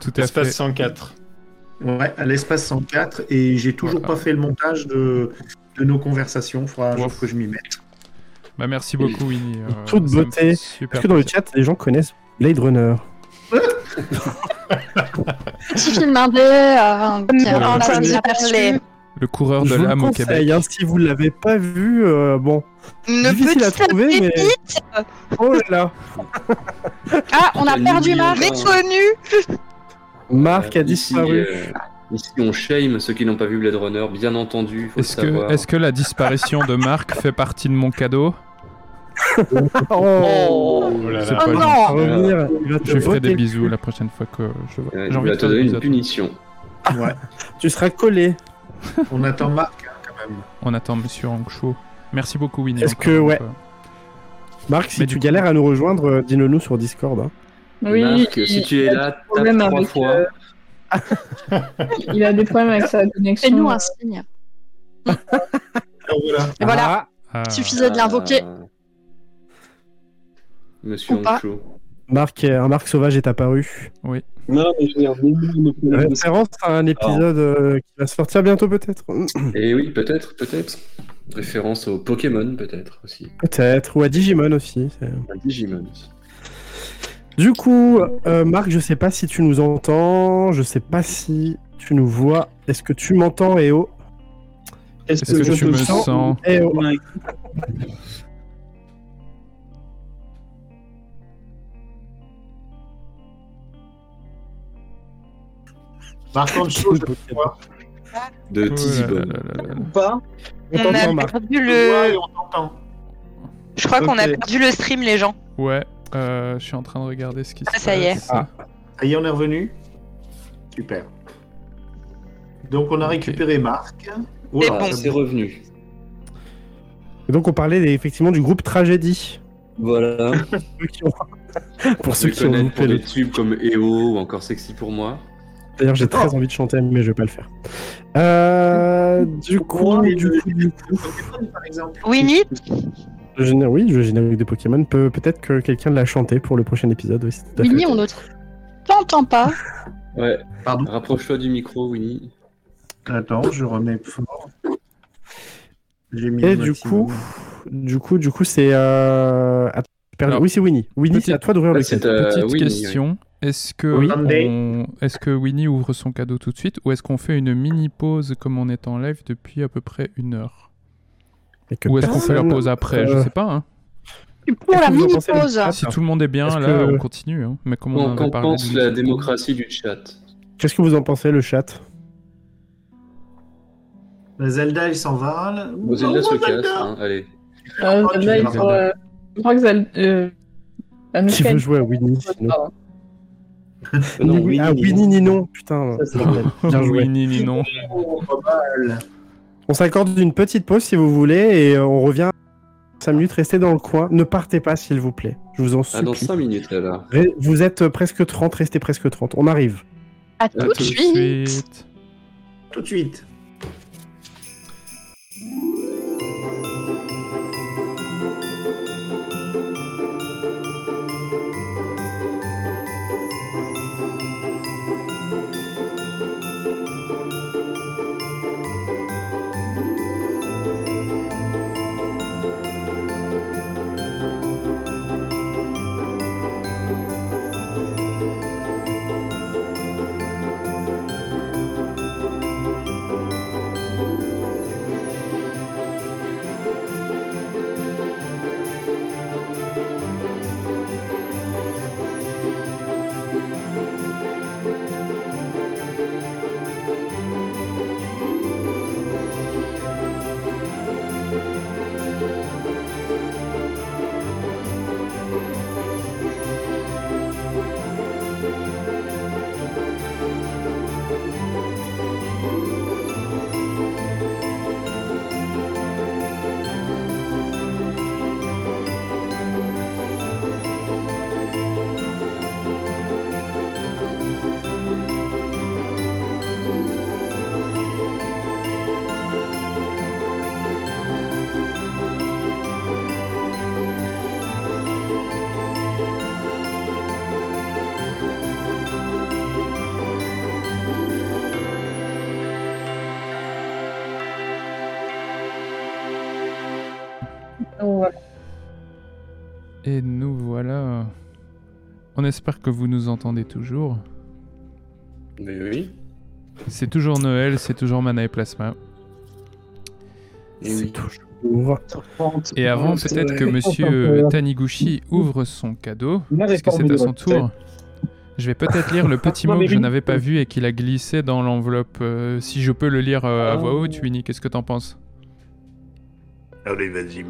S5: Tout
S8: à Espace fait. 104.
S3: Ouais, à l'espace 104. Et j'ai toujours pas fait le montage de, de nos conversations. Faudra un jour que je m'y mette.
S5: Bah merci beaucoup Winnie. euh,
S4: Toute
S5: ça me fait
S4: beauté.
S5: super
S4: Est-ce que dans le
S5: plaisir.
S4: chat, les gens connaissent Blade Runner
S11: Petit film indé, euh, un petit
S5: Voilà.
S11: un petit
S7: Entendu
S11: aperçu.
S7: parler.
S5: Le coureur de
S4: Je vous le
S5: l'âme au
S4: conseille,
S5: Québec.
S4: hein, si vous l'avez pas vu, euh, bon. difficile à trouver, mais. Oh là là
S11: Ah, on a perdu Marc.
S7: Méconnu
S4: Marc a
S6: Ici,
S4: disparu.
S6: euh, ici, on shame ceux qui n'ont pas vu Blade Runner, bien entendu. il Faut
S5: Est-ce
S6: le savoir.
S5: que, est que la disparition de Marc fait partie de mon cadeau
S4: Oh,
S8: là
S5: C'est
S8: là.
S5: pas gentil.
S8: Oh non Revenir, il va te
S5: Je lui ferai
S4: voter
S5: des
S4: le
S5: bisous
S4: cul.
S5: la prochaine fois que je
S6: Ouais,
S5: vois. J'ai
S6: Euh, il
S5: envie
S6: va te
S5: de faire des
S6: donner une
S5: bisous. à toi.
S6: punition.
S3: Ouais.
S4: tu seras collé.
S3: On attend Marc hein, quand même.
S5: On attend Monsieur Hankshaw. Merci beaucoup Winnie.
S4: Est-ce
S5: encore
S4: que,
S5: une
S4: ouais.
S5: fois.
S4: Marc, si tu galères à nous rejoindre, euh, dis-le nous sur Discord. hein.
S12: Oui,
S6: Marc, si tu es
S12: il a
S6: là,
S12: des
S6: tape
S12: problèmes
S6: trois
S12: avec,
S6: fois.
S12: Il a des problèmes avec sa connexion.
S11: Fais-nous un
S12: euh,
S11: signe.
S3: voilà.
S11: Et voilà.
S5: Ah.
S11: Suffisait de l'invoquer.
S5: Euh,
S6: Monsieur
S11: Ou pas.
S6: Honchou.
S4: Marc, euh, un Marc sauvage est apparu.
S5: Oui.
S9: Non, mais j'ai un énorme problème de
S4: Référence à un épisode euh, qui va sortir bientôt, peut-être.
S6: Et oui, peut-être, peut-être. Référence au Pokémon, peut-être aussi.
S4: peut-être. Ou à Digimon aussi. c'est-
S6: À Digimon aussi.
S4: Du coup, euh, Marc, je sais pas si tu nous entends, je sais pas si tu nous vois. Est-ce que tu m'entends, Eo
S9: Est-ce
S5: Est-ce que que je tu te me sens sens
S4: Eo
S3: Marc Hanchot, je peux voir.
S6: De
S5: Tizibone.
S9: Pas.
S4: On
S7: On
S4: t'entend,
S7: a
S4: Marc.
S7: perdu
S3: Ouais,
S7: le...
S3: on t'entend.
S7: Je crois qu'on a
S3: Ok.
S7: perdu le stream, les gens.
S5: Ouais, euh, je suis en train de regarder ce qui se
S7: Ah,
S5: passe.
S7: ça y est.
S4: Ah.
S3: Ça y est, on est revenu. Super. Donc on a récupéré Marc. Oh là,
S6: Ah, c'est revenu.
S4: Et donc, on parlait effectivement du groupe Tragédie.
S6: Voilà.
S4: Ceux qui ont- pour ceux
S6: Je
S4: qui ont
S6: connais
S4: loupé
S6: pour
S4: le
S6: des tubes comme EO ou encore Sexy pour moi.
S4: D'ailleurs, j'ai très envie de chanter, mais je vais pas le faire. Euh, du coup, du coup, du coup,
S7: Winnie
S4: le géné- oui, le générique des Pokémon peut peut-être que quelqu'un l'a chanté pour le prochain épisode. Oui, c'est tout à fait.
S11: Winnie, on ne tr- t'entend pas.
S6: Ouais.
S3: Pardon.
S6: Rapproche-toi du micro, Winnie.
S3: Attends, je remets fort. J'ai mis le
S4: Et du
S3: maximum.
S4: coup, du coup, du coup, c'est euh... att- perdu-
S5: Alors,
S4: oui, c'est Winnie. Winnie, Ah, c'est à toi d'ouvrir le
S6: c'est,
S4: chat.
S6: euh,
S5: Petite
S6: Winnie,
S5: question. Est-ce que,
S4: Oui.
S5: on- est-ce que Winnie ouvre son cadeau tout de suite ou est-ce qu'on fait une mini pause comme on est en live depuis à peu près une heure
S4: Et que
S5: Ou est-ce qu'on fait la
S4: personne,
S5: pause après Je
S4: euh,
S5: sais pas. hein.
S11: Pour la
S4: Qu'est-ce que vous en
S11: mini
S4: pensez, les
S11: pause.
S4: chats
S5: Ah, Si tout le monde est bien,
S4: Est-ce
S5: là,
S4: que- euh,
S5: on continue. hein. Mais comment on
S6: Qu'en
S5: en avait
S6: qu'en
S5: parlé
S6: pense
S5: d'une
S6: la
S5: seule fois.
S6: démocratie du chat
S4: Qu'est-ce que vous en pensez, le chat
S3: Bah, Zelda, il s'en va. là.
S6: Vous êtes
S3: Oh,
S6: là se
S3: Zelda
S6: casse, hein, allez.
S13: Ah,
S12: euh,
S3: Oh, tu
S12: là,
S3: veux
S12: il
S3: la
S12: faut, euh, je crois que ça. euh,
S4: Qui
S12: Anouchka,
S4: veut jouer à Winnie sinon
S12: Ah,
S4: Ni- Ah, Winnie ni non, putain.
S6: Ça, c'est
S4: Bien joué.
S5: Winnie, ni non.
S3: Oh, pas mal.
S4: On s'accorde une petite pause si vous voulez et euh, on revient 5 minutes, restez dans le coin. Ne partez pas, s'il vous plaît. Je vous en
S6: Ah, dans
S4: supplie.
S6: 5 minutes alors.
S4: Re- Vous êtes euh, presque 30, restez presque 30. On arrive.
S11: À tout de suite.
S13: Tout de suite.
S12: Donc, voilà.
S5: Et nous voilà. On espère que vous nous entendez toujours.
S6: Mais oui.
S5: C'est toujours Noël, c'est toujours Mana et Plasma.
S6: C'est
S4: toujours.
S5: Et avant, peut-être que
S11: euh,
S5: monsieur Euh, Taniguchi ouvre son cadeau, parce que c'est à son tour. Je vais peut-être lire le petit mot que je n'avais pas vu et qu'il a glissé dans l'enveloppe. Euh, si je peux le lire euh, à voix
S11: Oh.
S5: haute, Winnie, qu'est-ce que t'en penses
S13: Allez, vas-y.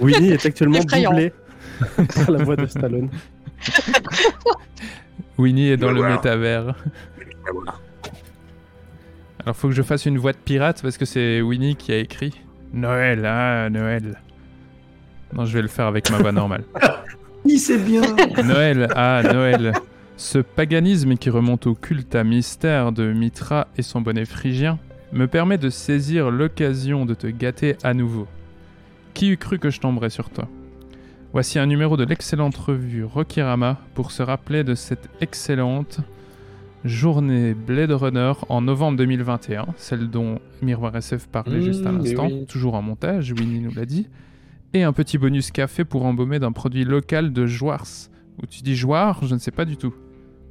S4: Winnie est actuellement
S5: Effrayant.
S4: doublé par la voix de Stallone.
S5: Winnie est dans
S4: Je vais
S5: le
S4: voir.
S5: métavers. Alors faut que je fasse une voix de pirate parce que c'est Winnie qui a écrit Noël, ah Noël. Non, je vais le faire avec ma voix normale.
S13: Il sait bien.
S5: Noël, ah Noël. Ce paganisme qui remonte au culte à mystère de Mitra et son bonnet phrygien me permet de saisir l'occasion de te gâter à nouveau. Qui eût cru que je tomberais sur toi Voici un numéro de l'excellente revue Rokirama pour se rappeler de cette excellente journée Blade Runner en novembre 2021, celle dont Miroir SF parlait
S6: Mmh,
S5: juste à
S6: mais
S5: l'instant,
S6: oui.
S5: toujours en montage, Winnie nous l'a dit, et un petit bonus café pour embaumer d'un produit local de Jouars. Ou tu dis Jouar, je ne sais pas du tout.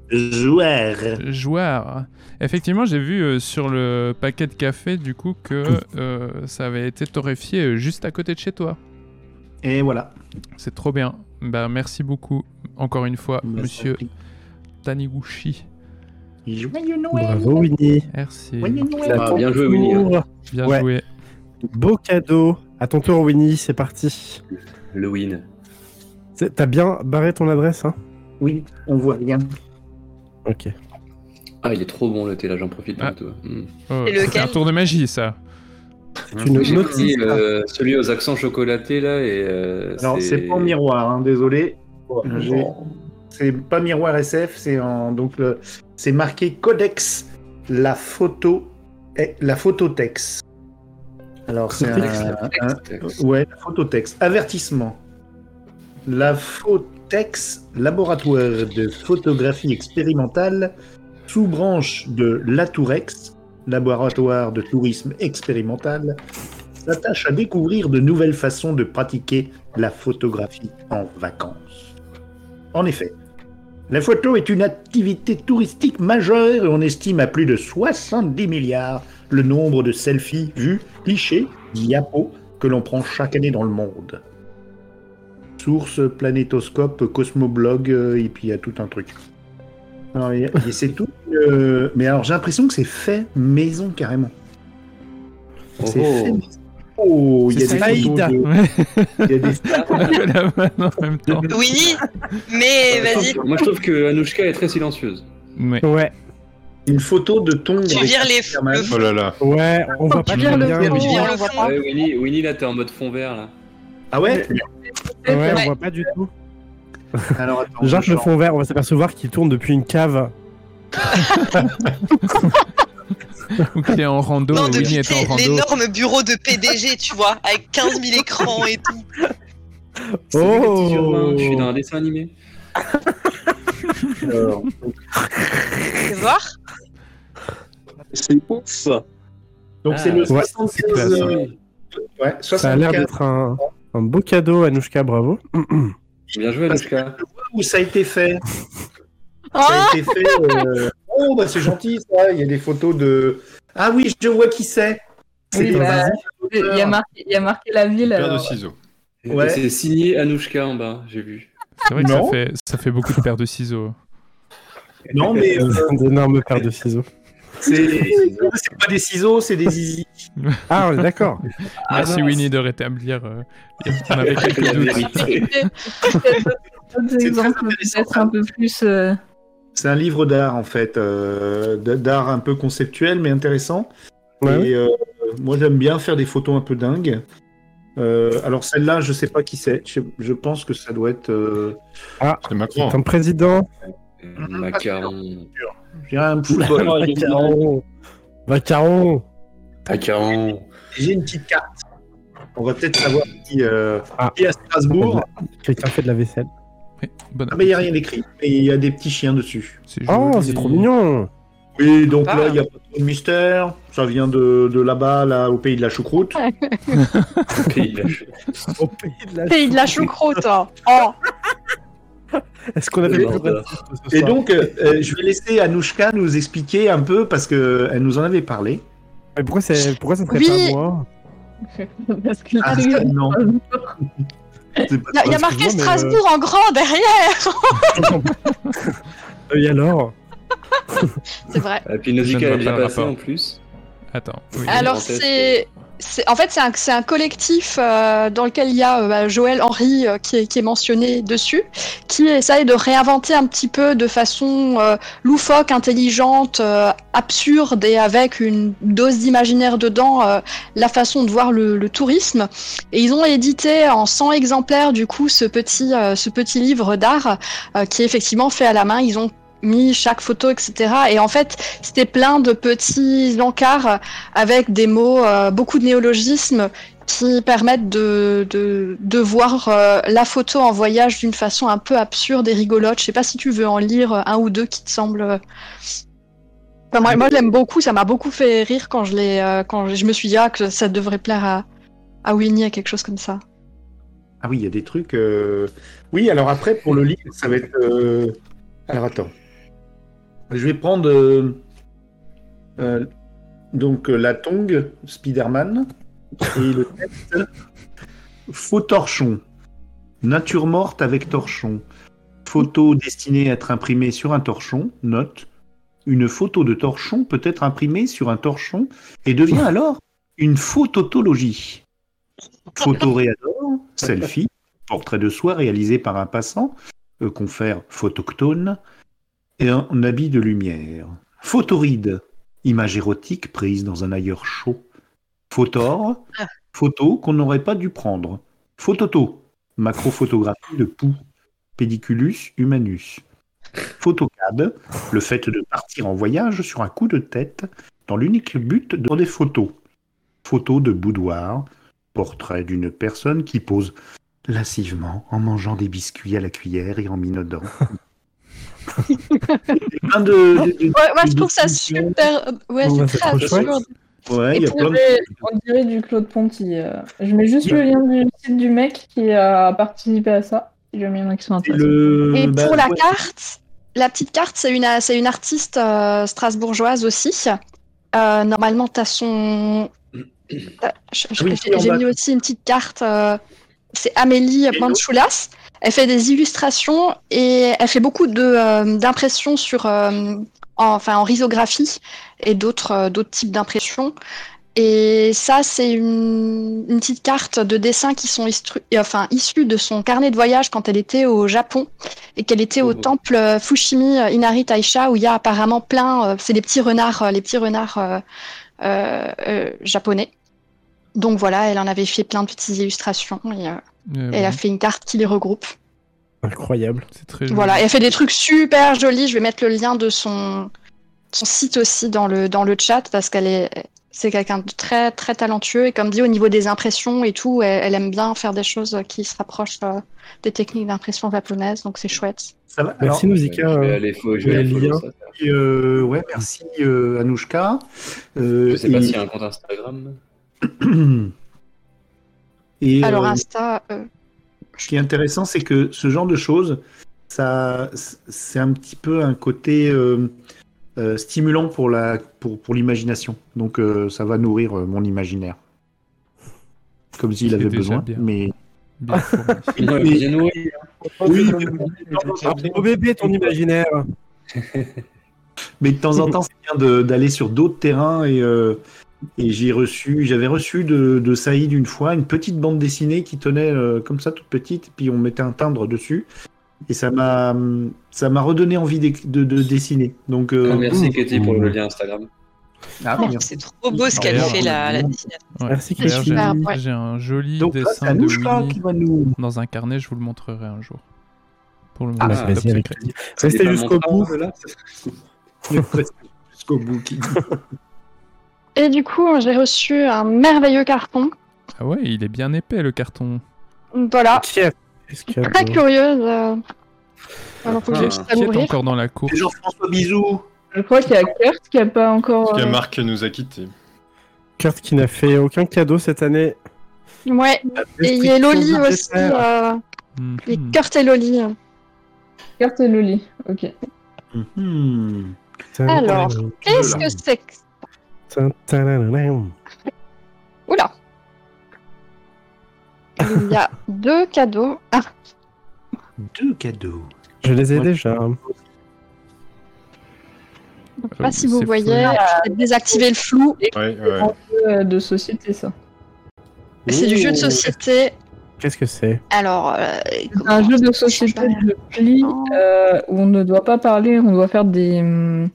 S13: Joueur.
S5: Joueur. Effectivement, j'ai vu euh, sur le paquet de café du coup que euh, ça avait été torréfié euh, juste à côté de chez toi.
S13: Et voilà.
S5: C'est trop bien. Bah, merci beaucoup encore une fois, monsieur Taniguchi.
S13: Joyeux Noël.
S4: Bravo, Winnie.
S5: Merci.
S13: Joyeux Noël.
S4: À ton
S6: bien joué,
S4: tour.
S6: Winnie, hein.
S5: Bien
S4: Ouais.
S5: joué.
S4: Beau cadeau. À ton tour, Winnie, c'est parti.
S6: Le win.
S4: C'est- T'as bien barré ton adresse, hein
S13: Oui, on voit rien.
S4: Ok.
S6: Ah, il est trop bon le thé là, j'en profite pour toi. Hmm.
S5: Oh,
S7: Et lequel
S5: c'est un tour de magie ça.
S4: une
S6: J'ai pris,
S4: notice,
S6: euh, celui aux accents chocolatés là et. euh,
S13: Alors, c'est pas en miroir, hein, désolé. J'ai- C'est pas miroir SF, c'est en donc le- c'est marqué Codex, la photo et la phototex. Alors c'est
S6: Codex,
S13: un-
S6: la
S13: un- ouais, la phototex. Avertissement. La phototex, laboratoire de photographie expérimentale, sous-branche de l'Atourex, laboratoire de tourisme expérimental, s'attache à découvrir de nouvelles façons de pratiquer la photographie en vacances. En effet, la photo est une activité touristique majeure et on estime à plus de 70 milliards le nombre de selfies, vues, clichés, diapos que l'on prend chaque année dans le monde. Source planétoscope, cosmoblog, euh, et puis il y a tout un truc. Alors, et- et c'est tout. euh, mais alors j'ai l'impression que c'est fait maison carrément. C'est
S5: Oh.
S13: fait maison. Oh, il y a
S5: C'est
S13: des
S5: Saïda.
S13: photos de- Il y a des
S5: On a fait la vanne en même temps.
S7: Winnie, mais
S6: Euh, je
S7: vas-y.
S13: Euh,
S6: trouve- Moi je trouve que Anushka est très silencieuse.
S5: Ouais.
S4: Ouais.
S13: Une photo de ton.
S7: Tu
S13: avec
S7: vires les-
S13: Superman.
S7: le fond.
S8: Oh là là.
S4: Ouais, on voit pas très bien. mais-
S6: Ouais, Winnie, Winnie, là, t'es en mode fond vert, là.
S13: Ah ouais
S4: Ah Ouais, on voit pas du tout.
S13: Alors, attends,
S4: Genre
S13: je
S4: le
S13: sors.
S4: fond vert, on va s'apercevoir qu'il tourne depuis une cave.
S5: Ou qu'il est en rando,
S7: Non,
S5: et
S7: depuis
S5: Winnie
S7: tu
S5: est en
S7: sais,
S5: rando.
S7: l'énorme bureau de PDG, tu vois, avec 15 000 écrans et tout.
S6: Oh Je suis dans un dessin animé.
S9: Alors,
S7: Tu veux voir
S9: c'est ouf ça.
S13: Donc c'est le
S4: Ah, Ouais, c'est
S13: 75.
S4: classe. hein.
S13: euh, Ouais,
S4: Ça a l'air
S13: 75.
S4: d'être un, un beau cadeau, Anouchka, bravo.
S6: Bien joué, Anushka.
S13: Où ça a été fait
S4: Ah
S13: Ça a été fait. euh, Oh, bah c'est gentil ça. Il y a des photos de. Ah oui, je vois qui c'est. C'est
S12: Oui, bah,
S13: Il
S12: y, a marqué- il y a marqué la ville.
S6: Paire de
S12: alors. euh,
S6: ciseaux.
S13: Ouais.
S6: C'est signé Anushka en bas, j'ai vu.
S5: C'est vrai que ça
S6: Non.
S5: fait, ça fait beaucoup de paires de ciseaux.
S13: Non, mais euh,
S4: D'énormes paires de ciseaux.
S13: c'est c'est pas des ciseaux, c'est des zizi.
S4: Ah, on est d'accord.
S9: Ah,
S5: Merci
S13: minutes.
S5: Ah, Winnie de rétablir. euh, on avait quelques doutes.
S12: D'autres exemples, peut-être un peu plus. euh,
S13: C'est un livre d'art en fait, euh, d- d'art un peu conceptuel mais intéressant.
S4: Ouais.
S13: Et euh, moi j'aime bien faire des photos un peu dingues. Euh, alors celle-là, je sais pas qui c'est. Je, je pense que ça doit être. euh,
S4: Ah,
S8: c'est Macron.
S4: Ton président.
S6: Macaron.
S13: Je dirais un footballeur américain.
S4: Macaron. Macaron.
S6: Macaron.
S13: J'ai une petite carte. On va peut-être savoir qui, euh,
S4: Ah.
S13: qui est à Strasbourg.
S4: Quelqu'un fait de la vaisselle.
S13: Ah, mais il n'y a rien d'écrit. Et il y a des petits chiens dessus.
S4: Oh, c'est trop mignon. Ah.
S13: Oui, donc là, il n'y a pas trop de mystère. Ça vient de, de là-bas, là, au pays de la choucroute. Au pays de la
S11: Pays de la choucroute. hein. Oh.
S4: Est-ce qu'on avait
S13: Et-
S4: besoin de-
S13: Et donc, euh, euh, je vais laisser Anouchka nous expliquer un peu parce que elle nous en avait parlé.
S4: Mais pourquoi, c'est... pourquoi ça serait
S11: Oui.
S4: pas moi
S12: Parce que
S13: Ah,
S12: tu-
S13: ça, non.
S11: Il y a- il y a marqué Strasbourg hein. en grand derrière.
S4: Et alors
S11: C'est vrai.
S6: Et puis
S5: Je
S6: Nausicaa, elle
S5: ne vois pas
S6: est
S5: le
S6: passée
S5: rapport.
S6: en plus.
S5: Attends.
S11: Alors c'est, c'est- en fait c'est un, c'est un collectif euh, dans lequel il y a euh, bah, Joël Henry euh, qui, est, qui est mentionné dessus, qui essaye de réinventer un petit peu de façon euh, loufoque, intelligente, euh, absurde et avec une dose d'imaginaire dedans euh, la façon de voir le, le tourisme. Et ils ont édité en 100 exemplaires du coup ce petit, euh, ce petit livre d'art euh, qui est effectivement fait à la main. Ils ont mis chaque photo, etc. Et en fait, c'était plein de petits encarts avec des mots, euh, beaucoup de néologismes qui permettent de, de, de voir euh, la photo en voyage d'une façon un peu absurde et rigolote. Je sais pas si tu veux en lire un ou deux qui te semblent... Enfin, moi, moi, je l'aime beaucoup, ça m'a beaucoup fait rire quand je l'ai, euh, quand je, je me suis dit ah, que ça devrait plaire à, à Winnie, à quelque chose comme ça.
S13: Ah oui, il y a des trucs. euh, Oui, alors après, pour le livre, ça va être. euh, Alors attends. Je vais prendre. euh, euh, Donc, euh, la tongue, Spider-Man. Et le texte. Faux torchon. Nature morte avec torchon. Photo destinée à être imprimée sur un torchon. Note. Une photo de torchon peut être imprimée sur un torchon et devient alors une phototologie. Photoréador, selfie, portrait de soi réalisé par un passant, euh, confère photoctone, et un habit de lumière. Photoride, image érotique prise dans un ailleurs chaud. Photor, photo qu'on n'aurait pas dû prendre. Phototo, macrophotographie de poux. Pédiculus humanus. Photocad, le fait de partir en voyage sur un coup de tête dans l'unique but de prendre des photos. Photo de boudoir, portrait d'une personne qui pose lascivement en mangeant des biscuits à la cuillère et en minaudant. Plein de- de- de-
S11: Ouais, ouais, je trouve ça super. Ouais,
S13: Oh, bah,
S11: c'est
S13: c'est
S11: très
S13: trop chouette.
S11: absurde.
S13: Ouais, il y a
S12: on,
S13: plein de...
S12: dirait, on dirait du Claude Ponty. euh. Je mets juste le lien du site du mec qui euh, a participé à ça. Si jamais il y en a qui sont
S13: Et,
S12: intéressés.
S13: le...
S11: Et
S13: bah,
S11: pour la
S13: ouais.
S11: carte, la petite carte, c'est une, c'est une artiste euh, strasbourgeoise aussi. Euh, normalement, tu as son. t'as- Euh, je- je-
S12: Ah oui,
S11: J'ai
S12: en
S11: j'ai
S12: bas.
S11: mis aussi une petite carte. euh, c'est Amélie Manchoulas. Elle fait des illustrations et elle fait beaucoup de, euh, d'impressions sur, euh, en- enfin, en risographie et d'autres euh, d'autres types d'impressions. Et ça, c'est une, une petite carte de dessin qui sont istru- et enfin, issues de son carnet de voyage quand elle était au Japon et qu'elle était
S12: Oh.
S11: au temple euh, Fushimi euh, Inari Taisha où il y a apparemment plein, euh, c'est les petits renards, euh, les petits renards euh, euh, euh, japonais. Donc voilà, elle en avait fait plein de petites illustrations et, euh,
S5: Et
S11: elle
S5: voilà.
S11: a fait une carte qui les regroupe.
S4: Incroyable.
S5: C'est très
S13: Euh,
S11: Voilà, et elle fait des trucs super jolis. Je vais mettre le lien de son, son site aussi dans le, dans le chat parce qu'elle est c'est quelqu'un de très très talentueux et comme dit au niveau des impressions et tout, elle, elle aime bien faire des choses qui se rapprochent euh, des techniques d'impression japonaises, donc c'est chouette.
S13: Ça va
S4: Merci, Nausicaa.
S13: euh,
S6: Je vais aller fo- je vais
S13: le
S6: aller follow
S13: lien.
S6: ça.
S13: Et, euh, ouais, merci euh, Anouchka. Euh,
S6: Je sais pas
S13: et-
S6: s'il y a un compte Instagram.
S13: et,
S11: Alors
S13: euh,
S11: Insta, euh,
S13: ce qui est intéressant, c'est que ce genre de choses, ça, c'est un petit peu un côté euh, euh, stimulant pour la, pour, pour l'imagination. Donc, euh, ça va nourrir euh, mon imaginaire, comme s'il
S5: C'est
S13: avait
S5: déjà
S13: besoin.
S5: bien.
S13: Mais
S5: Bien fourni.
S6: Bien nourri.
S13: oui,
S4: Au bébé, ton imaginaire.
S13: Mais de temps en temps, c'est bien de- d'aller sur d'autres terrains et, euh, et j'ai reçu, j'avais reçu de, de Saïd une fois une petite bande dessinée qui tenait euh, comme ça toute petite, puis on mettait un timbre dessus et ça m'a hum, ça m'a redonné envie d'é- de, de dessiner. Donc euh,
S6: Ah, merci
S13: mm.
S6: Katie pour le lien Instagram.
S13: Ah,
S7: Oh,
S13: merci. Ah,
S7: C'est trop beau ce qu'elle
S5: D'ailleurs,
S7: fait la, la dessinatrice.
S5: Ouais.
S4: Merci,
S5: D'ailleurs,
S4: Christine.
S5: j'ai un-
S11: Ouais.
S5: J'ai un joli
S13: Donc là, c'est
S5: dessin de
S13: Anouchka
S5: Mimi
S13: qui va nous
S5: dans un carnet, je vous le montrerai un jour. Pour le
S4: Ah,
S5: moment, c'est
S4: vas-y,
S5: top
S4: avec
S5: secret.
S4: plaisir.
S6: C'est
S4: Restez
S6: pas
S4: jusqu'au
S6: mon
S4: bout.
S6: temps, là.
S13: jusqu'au bout. qui-
S11: et du coup j'ai reçu un merveilleux carton.
S5: Ah ouais, il est bien épais le carton.
S11: Voilà,
S4: Kiev. Qu'est-ce qu'il y a
S11: très
S4: de-
S11: curieuse. euh. Alors faut que
S6: Ah.
S11: je
S5: Qui est
S11: l'ouvrir.
S5: encore dans la cour
S13: C'est Jean-François Bisou.
S12: Je crois qu'il y a Kurt qui a pas encore.
S8: Parce que
S12: euh,
S8: Marc nous a quittés.
S4: Kurt qui n'a fait aucun cadeau cette année.
S11: Ouais, et il y a Loli aussi, euh,
S5: Mhm.
S11: et Kurt et Loli.
S12: Kurt et Loli. Ok.
S6: Hmm.
S13: Mhm.
S4: Euh,
S11: Alors, qu'est-ce que c'est que- Oula Il y a deux cadeaux. Ah,
S13: Deux cadeaux.
S4: Je les ai déjà.
S11: je sais
S5: Euh,
S11: pas si vous
S5: c'est
S11: voyez,
S5: fou.
S12: Ah,
S11: je vais désactiver le flou.
S8: Ouais, ouais.
S12: Euh, de société, ça.
S11: C'est du jeu de
S4: Ouh.
S11: société.
S4: Qu'est-ce que c'est
S11: Alors, euh,
S12: Un
S11: comment-
S12: jeu de société de pli euh, où on ne doit pas parler, on doit faire des. hum,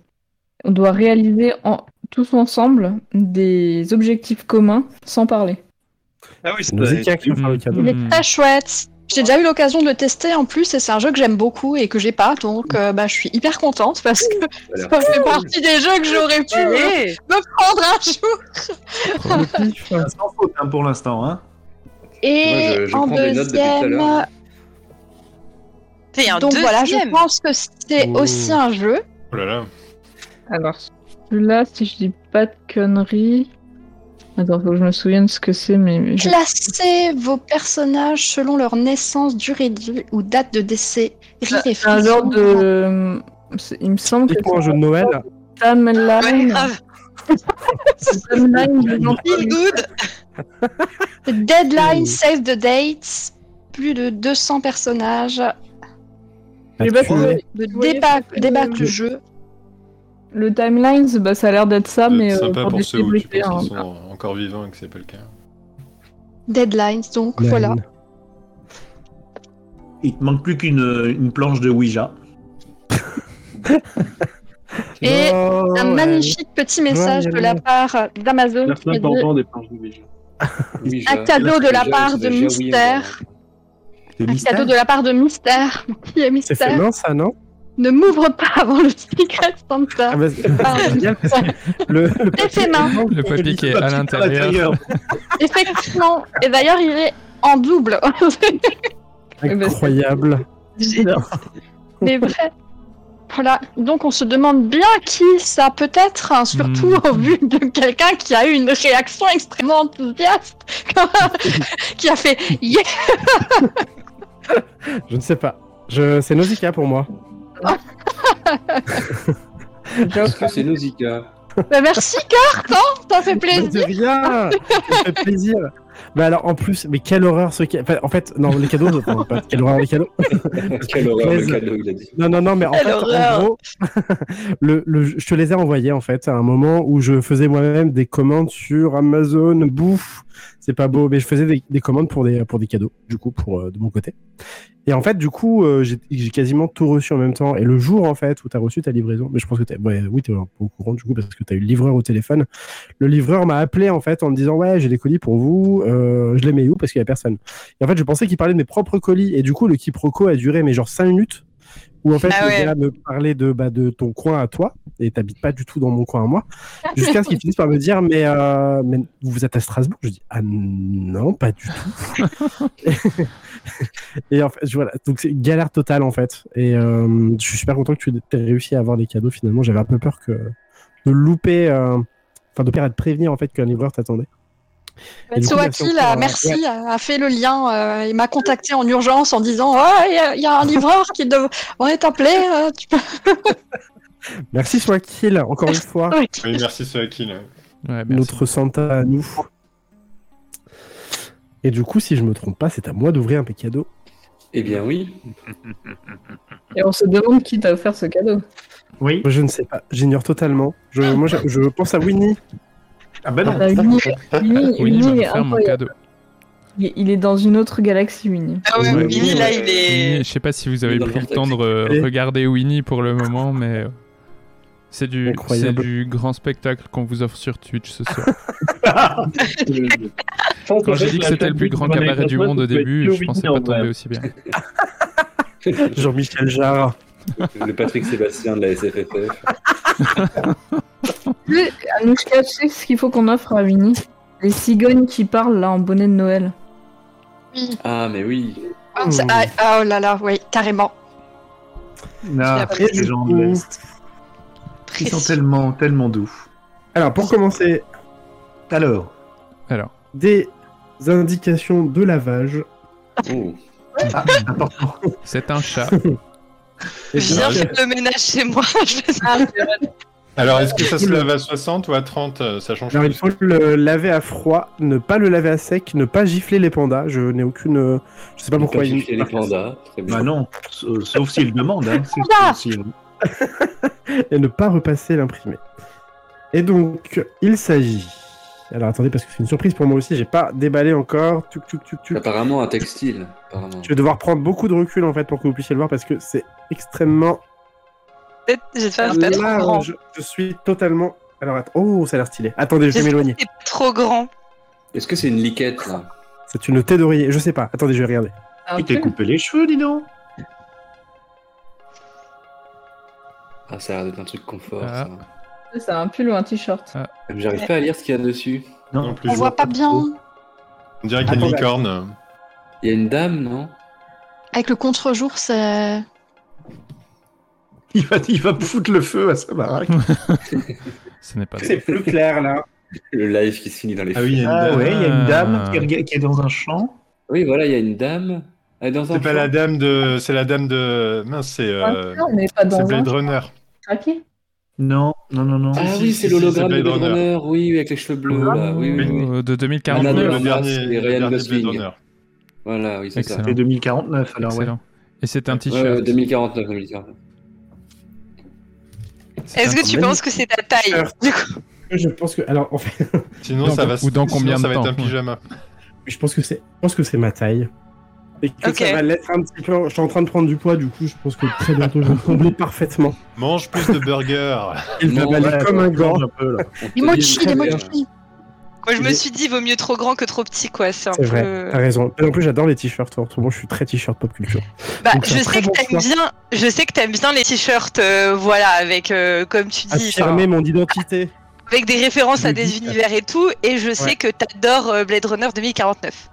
S12: On doit réaliser en, tous ensemble des objectifs communs sans parler.
S9: Ah oui, c'est
S4: Nausicaa qui va faire le cadeau.
S11: il
S5: Mm.
S6: Hmm.
S11: est très chouette. J'ai déjà eu l'occasion de le tester en plus et c'est un jeu que j'aime beaucoup et que j'ai pas, donc euh, bah, je suis hyper contente parce que
S6: l'air
S11: ça fait partie des jeux que j'aurais pu me prendre un jour.
S13: Ah, Sans faute hein, pour l'instant. Hein.
S11: Et
S6: je- je
S11: en
S6: prends des notes depuis tout à
S11: deuxième,
S6: l'heure.
S7: C'est un
S11: Donc voilà, je
S7: deuxième.
S11: pense que c'est
S4: Ouh.
S11: aussi un jeu.
S8: Oh là là.
S12: Alors, celui-là, si je dis pas de conneries. Attends, faut que je me souvienne ce que c'est, mais. je-
S11: Classez vos personnages selon leur naissance, durée de vie ou date de décès. Rire et
S12: C'est un genre
S11: frisson.
S12: de. euh, c'est- Il me semble que
S4: Dites-moi un
S12: c'est
S4: jeu de Noël.
S7: Ouais,
S12: timeline.
S7: Ah, grave.
S12: une timeline de
S7: Feel
S12: l'entreprise.
S7: good.
S11: The
S4: Hmm.
S11: Deadline, Save the Dates. Plus de 200 personnages.
S12: J'ai pas trouvé.
S11: Le
S12: Vous voyez,
S11: débat,
S12: c'est-
S11: débat que jeu.
S12: Le timeline, bah, ça a l'air d'être ça, mais.
S8: C'est
S12: euh,
S8: sympa pour
S12: des
S8: ceux où tu
S12: célébrités,
S8: penses qu'ils
S12: hein.
S8: sont encore vivants et que c'est pas le cas.
S11: Deadlines, donc voilà.
S13: Il te manque plus qu'une une planche de Ouija.
S11: Et
S4: Oh,
S11: un
S4: ouais.
S11: magnifique petit message
S4: Joyeux
S11: de la part d'Amazon
S9: Merci
S11: qui dit
S9: important des planches de Ouija.
S6: Oui,
S11: Un
S6: je-
S11: cadeau de la
S6: déjà,
S11: part de
S6: euh, déjà, oui, euh,
S11: Mystère.
S13: C'est
S11: un
S13: mystère.
S11: cadeau de la part de Mystère. Qui est
S4: C'est fait
S11: Mystère
S4: non, ça, non
S11: Ne m'ouvre pas avant le Secret Santa.
S4: Ah, bah, c'est- c'est génial parce que le, le
S11: C'est fait main.
S5: Le papier qui est à l'intérieur.
S11: Effectivement. Et d'ailleurs, il est en double. Eh ben,
S4: Incroyable.
S11: Mais vrai. Voilà. Donc, on se demande bien qui ça peut être, hein, surtout
S5: Mm.
S11: au vu de quelqu'un qui a eu une réaction extrêmement enthousiaste, qui a fait Yeah
S4: Je ne sais pas. Je... C'est Nausicaa pour moi.
S6: Est-ce que c'est Nausicaa
S11: Bah, merci, Carte, hein Ça fait plaisir.
S4: de rien Ça fait plaisir Mais alors, en plus, mais quelle horreur ce cadeau En fait, non, les cadeaux, enfin, pas quelle horreur les cadeaux
S14: Quelle horreur le
S4: Plaise.
S14: cadeau, il a dit.
S4: Non, non, non, mais en
S14: Quelle
S4: fait, en
S14: horreur.
S4: gros, le, le- je te les ai envoyés en fait à un moment où je faisais moi-même des commandes sur Amazon, bouffe, c'est pas beau, mais je faisais des, des commandes pour des, pour des cadeaux, du coup, pour, euh, de mon côté. Et en fait, du coup, euh, j'ai j'ai quasiment tout reçu en même temps. Et le jour en fait où tu as reçu ta livraison, mais je pense que t'es- ouais, oui, tu es un peu au courant du coup parce que tu as eu le livreur au téléphone. Le livreur m'a appelé en fait en me disant Ouais, j'ai des colis pour vous, euh, je les mets où parce qu'il y a personne. Et en fait, je pensais qu'il parlait de mes propres colis et du coup, le quiproquo a duré mais genre 5 minutes où en fait
S15: Ah
S4: le
S15: ouais.
S4: gars me parlait de, bah, de ton coin à toi et t'habites pas du tout dans mon coin à moi jusqu'à ce qu'il finisse par me dire mais, euh, mais vous êtes à Strasbourg je dis ah non pas du tout et en fait je- voilà donc c'est une galère totale en fait et euh, je suis super content que tu aies réussi à avoir les cadeaux finalement j'avais un peu peur que de louper euh, enfin de perdre de prévenir en fait qu'un livreur t'attendait Et du coup,
S11: Tsoaki, là,
S4: merci encore, euh,
S11: Bah, merci,
S4: ouais.
S11: a- a fait le lien. euh, il m'a contacté en urgence en disant Oh, il y a- il y, a un livreur qui dev- on est appelé. euh, tu peux-
S4: merci Swakil encore une fois
S8: Oui, merci Soakil.
S4: notre Santa à nous. Et du coup, si je me trompe pas, c'est à moi d'ouvrir un petit cadeau.
S14: Eh bien oui.
S12: Et on se demande qui t'a offert ce cadeau.
S13: Oui.
S4: Je ne sais pas, j'ignore totalement. Je, moi, je, je pense à Winnie.
S13: Ah bah
S12: Ah, Winnie, Winnie,
S4: Winnie va
S12: Winnie
S4: me
S12: est
S4: faire mon
S12: incroyable.
S5: cadeau.
S12: Il est- il est dans une autre galaxie, Ah Winnie.
S11: Ah
S5: Ouais,
S7: Winnie, là, il est-
S5: Winnie, je sais pas si vous avez
S7: Il est
S5: pris le
S7: dans
S5: temps de re-
S7: Allez.
S5: regarder Winnie pour le moment, mais euh, c'est du, c'est
S4: Incroyable.
S5: du grand spectacle qu'on vous offre sur Twitch ce soir.
S14: Quand
S5: Quand j'ai dit que c'était le plus grand cabaret du monde au début, je pensais pas tomber aussi bien.
S4: Jean-Michel Jarre.
S14: Le Patrick Sébastien de la SFFF.
S12: Tu sais, Anoushka, tu sais ce qu'il faut qu'on offre à Winnie Les cigognes qui parlent là en bonnet de Noël.
S14: Ah, mais oui.
S11: Ah, c'est- ah, ah, oh là là, oui, carrément.
S13: Non,
S11: Après,
S13: les Ah, gens de l'Est. Ils sont tellement, tellement doux.
S4: Alors, pour commencer.
S13: Alors.
S5: Alors.
S4: Des indications de lavage.
S13: Oh. Ah,
S5: C'est un chat.
S13: Ah,
S7: Viens faire le ménage chez moi.
S11: Ah,
S7: je vais faire-
S8: Alors, est-ce que ça se lave à 60 ou à 30 euh, Ça change
S4: Alors,
S8: plus.
S4: il faut le laver à froid, ne pas le laver à sec, ne pas gifler les pandas. Je n'ai aucune. Je sais pas pourquoi. il-
S14: les pandas. Très bien.
S13: Bah non, sa- sauf s'ils demandent. Hein. C'est- hein. c'est- c'est-
S4: et ne pas repasser l'imprimé. Et donc, il s'agit. Alors attendez, parce que c'est une surprise pour moi aussi, j'ai pas déballé encore. Tuc, tuc, tuc, tuc.
S14: Apparemment, un textile. Apparemment.
S4: Je vais devoir prendre beaucoup de recul en fait pour que vous puissiez le voir parce que c'est extrêmement
S7: Peut-être- J'espère que c'est pas trop grand.
S4: large. Je suis totalement. Alors attends. Oh, ça a l'air stylé. Attendez, je vais
S7: J'espère
S4: m'éloigner.
S7: que c'est pas trop grand.
S14: Est-ce que c'est une liquette là
S4: C'est une tête d'oreiller, je sais pas. Attendez, je vais regarder.
S7: Il t'est
S13: coupé les cheveux, dis donc
S14: Ah, ça a l'air d'être un truc confort.
S5: Ah.
S14: ça.
S12: C'est un pull ou un t-shirt.
S14: J'arrive pas à lire ce qu'il y a dessus.
S13: Non,
S14: plus.
S12: On voit pas bien.
S8: On dirait qu'il y a une
S14: Attends.
S8: licorne.
S14: Il y a une dame, non
S11: Avec le contre-jour, c'est.
S13: Il va, il va foutre le feu à sa baraque.
S5: Ce n'est pas
S13: C'est plus clair là.
S14: Le live qui se finit dans les
S13: Ah oui, il y a une
S14: flammes.
S13: dame, ouais, il y a une dame qui, rega- qui est dans un champ.
S14: Oui, voilà, il y a une dame. Elle est dans un
S8: C'est pas
S14: champ.
S8: la dame de. C'est la dame de. Mince, c'est. euh,
S12: Ah, on n'est pas dans
S8: c'est
S12: un
S8: Blade
S12: champ.
S8: Runner.
S12: Ok.
S13: Non, non, non, non.
S14: Ah
S8: Si,
S14: oui,
S8: si,
S14: c'est
S8: si,
S14: l'hologramme de
S8: Blade
S14: Blade
S8: Runner.
S14: Runner, oui, oui, avec les cheveux bleus, là. Oui, oui, oui.
S5: Euh, De 2040.
S14: Anna de
S8: Le
S14: Armas
S8: dernier-
S14: et
S8: le
S14: Ah, Ryan
S8: dernier Blade
S14: Gosling.
S8: Runner.
S14: Voilà, oui, c'est ça. Euh,
S5: Excellent.
S13: 2049, alors ouais.
S5: Excellent. Et c'est un
S14: Ouais,
S5: t-shirt.
S14: ouais, 2049, 2049.
S7: Est-ce que tu penses que c'est ta taille du coup
S4: Je pense que. Alors, en fait.
S8: Sinon,
S4: Dans-
S8: ça va, se-
S4: ou dans
S8: sinon,
S4: combien de
S8: ça va
S4: temps,
S8: être un
S4: ouais.
S8: pyjama.
S4: Je pense que c'est. Je pense que c'est ma taille. Et que ça va l'être un petit peu. Je suis en train de prendre du poids, du coup, je pense que très bientôt je vais combler parfaitement.
S8: Mange plus de burgers.
S4: Il va m'aller comme un gant.
S11: Des mochis, des mochis.
S7: Moi, je me suis dit, vaut mieux trop grand que trop petit, quoi. C'est un
S4: C'est vrai,
S7: peu.
S4: t'as raison. Et en plus, j'adore les t-shirts. En ce moment, je suis très t-shirt pop culture.
S7: Bah,
S4: Donc, c'est
S7: je
S4: un très
S7: sais, que
S4: bon
S7: t'aimes
S4: choix.
S7: bien, je sais que t'aimes bien les t-shirts, euh, voilà, avec, euh, comme tu dis,
S4: Affirmer
S7: enfin,
S4: mon identité.
S7: avec des références à
S4: le
S7: des
S4: geek.
S7: univers et tout, et je
S4: euh, Ouais.
S7: sais que t'adores euh, Blade Runner 2049.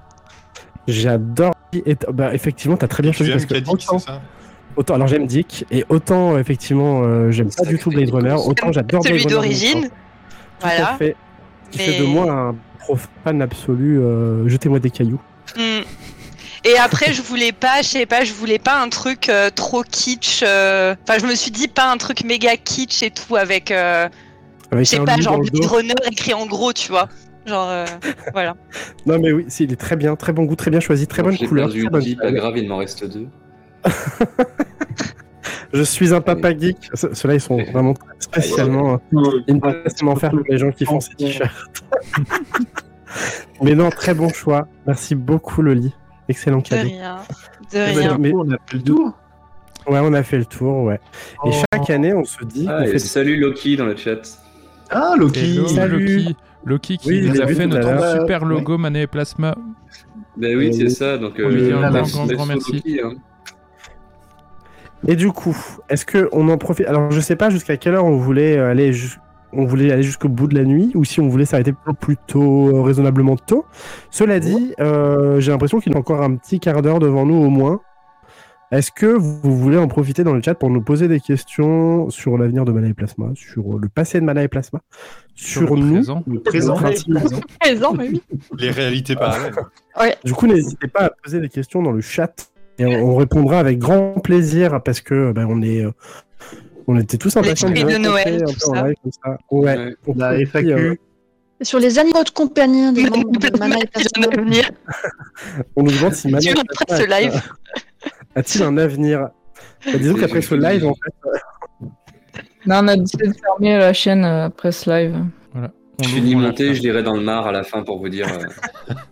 S4: J'adore. Et t- bah, effectivement, t'as très bien choisi parce que autant, autant- alors j'aime Dick et autant effectivement, euh, j'aime pas du tout Blade Runner. Autant j'adore Blade
S7: Celui
S4: Runner.
S7: d'origine,
S4: Tout à
S7: voilà.
S4: fait. Qui fait de
S7: Mais-
S4: moi un profane absolu. euh, Jetez-moi des cailloux.
S7: Mm. Et après, je voulais pas, je sais pas, je voulais pas un truc euh, trop kitsch. euh, Enfin, je me suis dit pas un truc méga kitsch et tout avec. euh,
S4: Avec
S7: C'est
S4: un
S7: pas
S4: loup
S7: genre
S4: dans le dos.
S7: Runner écrit en gros, tu vois. Genre, euh, voilà.
S4: Non, mais oui, si, il est très bien, très bon goût, très bien choisi, très bonne
S14: J'ai
S4: couleur.
S14: perdu
S4: très bonne
S14: dix, pas
S4: taille.
S14: grave, il m'en reste deux.
S4: Je suis un papa geek. Ce- Ceux-là, ils sont vraiment spécialement. euh, Ils ne peuvent pas spécialement faire pour les gens qui font ces t-shirts. Mais non, très bon choix. Merci beaucoup, Loli. Excellent
S7: De
S4: cadeau.
S7: rien. De
S4: Eh ben,
S7: rien.
S4: mais-
S13: On a fait le tour. Oh.
S4: Ouais, on a fait le tour, ouais. Et chaque année, on se dit.
S6: Ah,
S4: on
S6: et
S4: fait-
S6: Salut Loki dans le chat.
S13: Ah,
S5: Hello,
S4: Salut.
S5: Loki. Loki qui
S4: Oui, je
S5: nous
S4: l'ai
S5: a
S4: vu
S5: fait
S4: tout à
S5: notre
S4: l'heure.
S5: super
S4: Ouais.
S5: logo Mané et Plasma.
S6: Ben oui, c'est ça. Donc, euh,
S5: On lui dit un grand,
S6: merci-
S5: grand, grand
S6: merci
S5: euh, merci.
S6: Loki, hein.
S4: Et du coup, est-ce que on en profite Alors, je sais pas jusqu'à quelle heure on voulait euh, aller. jus- On voulait aller jusqu'au bout de la nuit ou si on voulait s'arrêter plutôt euh, raisonnablement tôt. Cela dit, euh, j'ai l'impression qu'il y a encore un petit quart d'heure devant nous au moins. Est-ce que vous voulez en profiter dans le chat pour nous poser des questions sur l'avenir de Mana et Plasma, sur euh, le passé de Mana et Plasma, sur,
S5: le
S4: nous,
S5: présent.
S4: le
S8: présent.
S4: principe.
S12: Oh,
S11: Présent, mais oui.
S8: Les réalités parallèles.
S4: Du coup, n'hésitez pas à poser des questions dans le chat et on, on répondra avec grand plaisir parce que ben, on est, euh, on était tous impatients
S11: L'esprit
S4: vous
S11: de
S4: rencontrer
S11: Noël,
S4: un
S11: tout
S4: peu en
S11: ça.
S4: live comme ça. Ouais. On euh,
S13: La
S4: peut aussi,
S13: FAQ.
S11: Sur les animaux de compagnie de, de Mana et Plasma.
S4: euh, on nous demande si Manon
S11: Tu
S4: Plasma
S11: après ce
S4: a-
S11: live.
S4: a-t-il un avenir Bah, Disons
S14: C'est-
S4: qu'après ce live, en fait,
S12: Non, on a décidé de fermer la chaîne euh, après ce live.
S14: Je suis ni monté, je dirais dans le mar à la fin pour vous dire.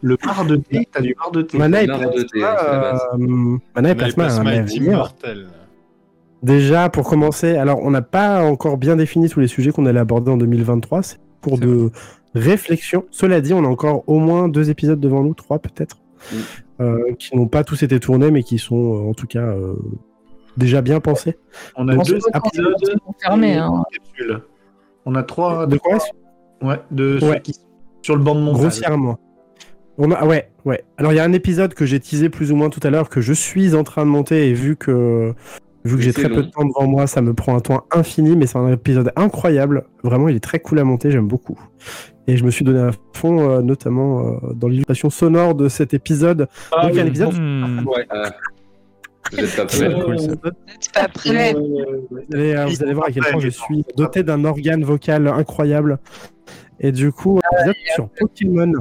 S13: Le mar de thé, t'as du mar de thé.
S4: Mana et
S14: Mar de
S6: Ah,
S4: Plasma,
S14: thé, c'est la base.
S4: euh, Mana et Plasma a un
S8: Plasma est
S4: avenir.
S8: immortel.
S4: Déjà, pour commencer, alors on n'a pas encore bien défini tous les sujets qu'on allait aborder en 2023. C'est pour de réflexion. Cela dit, on a encore au moins deux épisodes devant nous, trois peut-être,
S14: Mm.
S4: euh, qui n'ont pas tous été tournés, mais qui sont euh, en tout cas euh, déjà bien pensés.
S13: On a
S4: Donc,
S13: deux
S4: après-
S13: épisodes
S12: fermés,
S13: et
S12: hein.
S13: une capsule. On a trois.
S4: De quoi
S13: Ouais, de ceux
S4: Ouais.
S13: qui sont sur le banc de montage.
S4: Grossièrement. On a, ah ouais, ouais. Alors il y a un épisode que j'ai teasé plus ou moins tout à l'heure que je suis en train de monter et vu que vu que j'ai
S13: c'est
S4: très peu
S13: long.
S4: de temps devant moi, ça me prend un temps infini, mais c'est un épisode incroyable. Vraiment, il est très cool à monter, j'aime beaucoup. Et je me suis donné à fond, euh, notamment euh, dans l'illustration sonore de cet épisode.
S14: Ah
S4: Donc, il y a un
S14: oui.
S4: épisode.
S5: Hmm.
S14: Ouais. Euh, vous êtes pas
S4: C'est
S14: prêts.
S4: cool, ça.
S7: pas prêt.
S4: Vous allez, euh, vous allez voir à quel point je suis doté d'un organe vocal incroyable. Et du coup, un épisode sur Pokémon.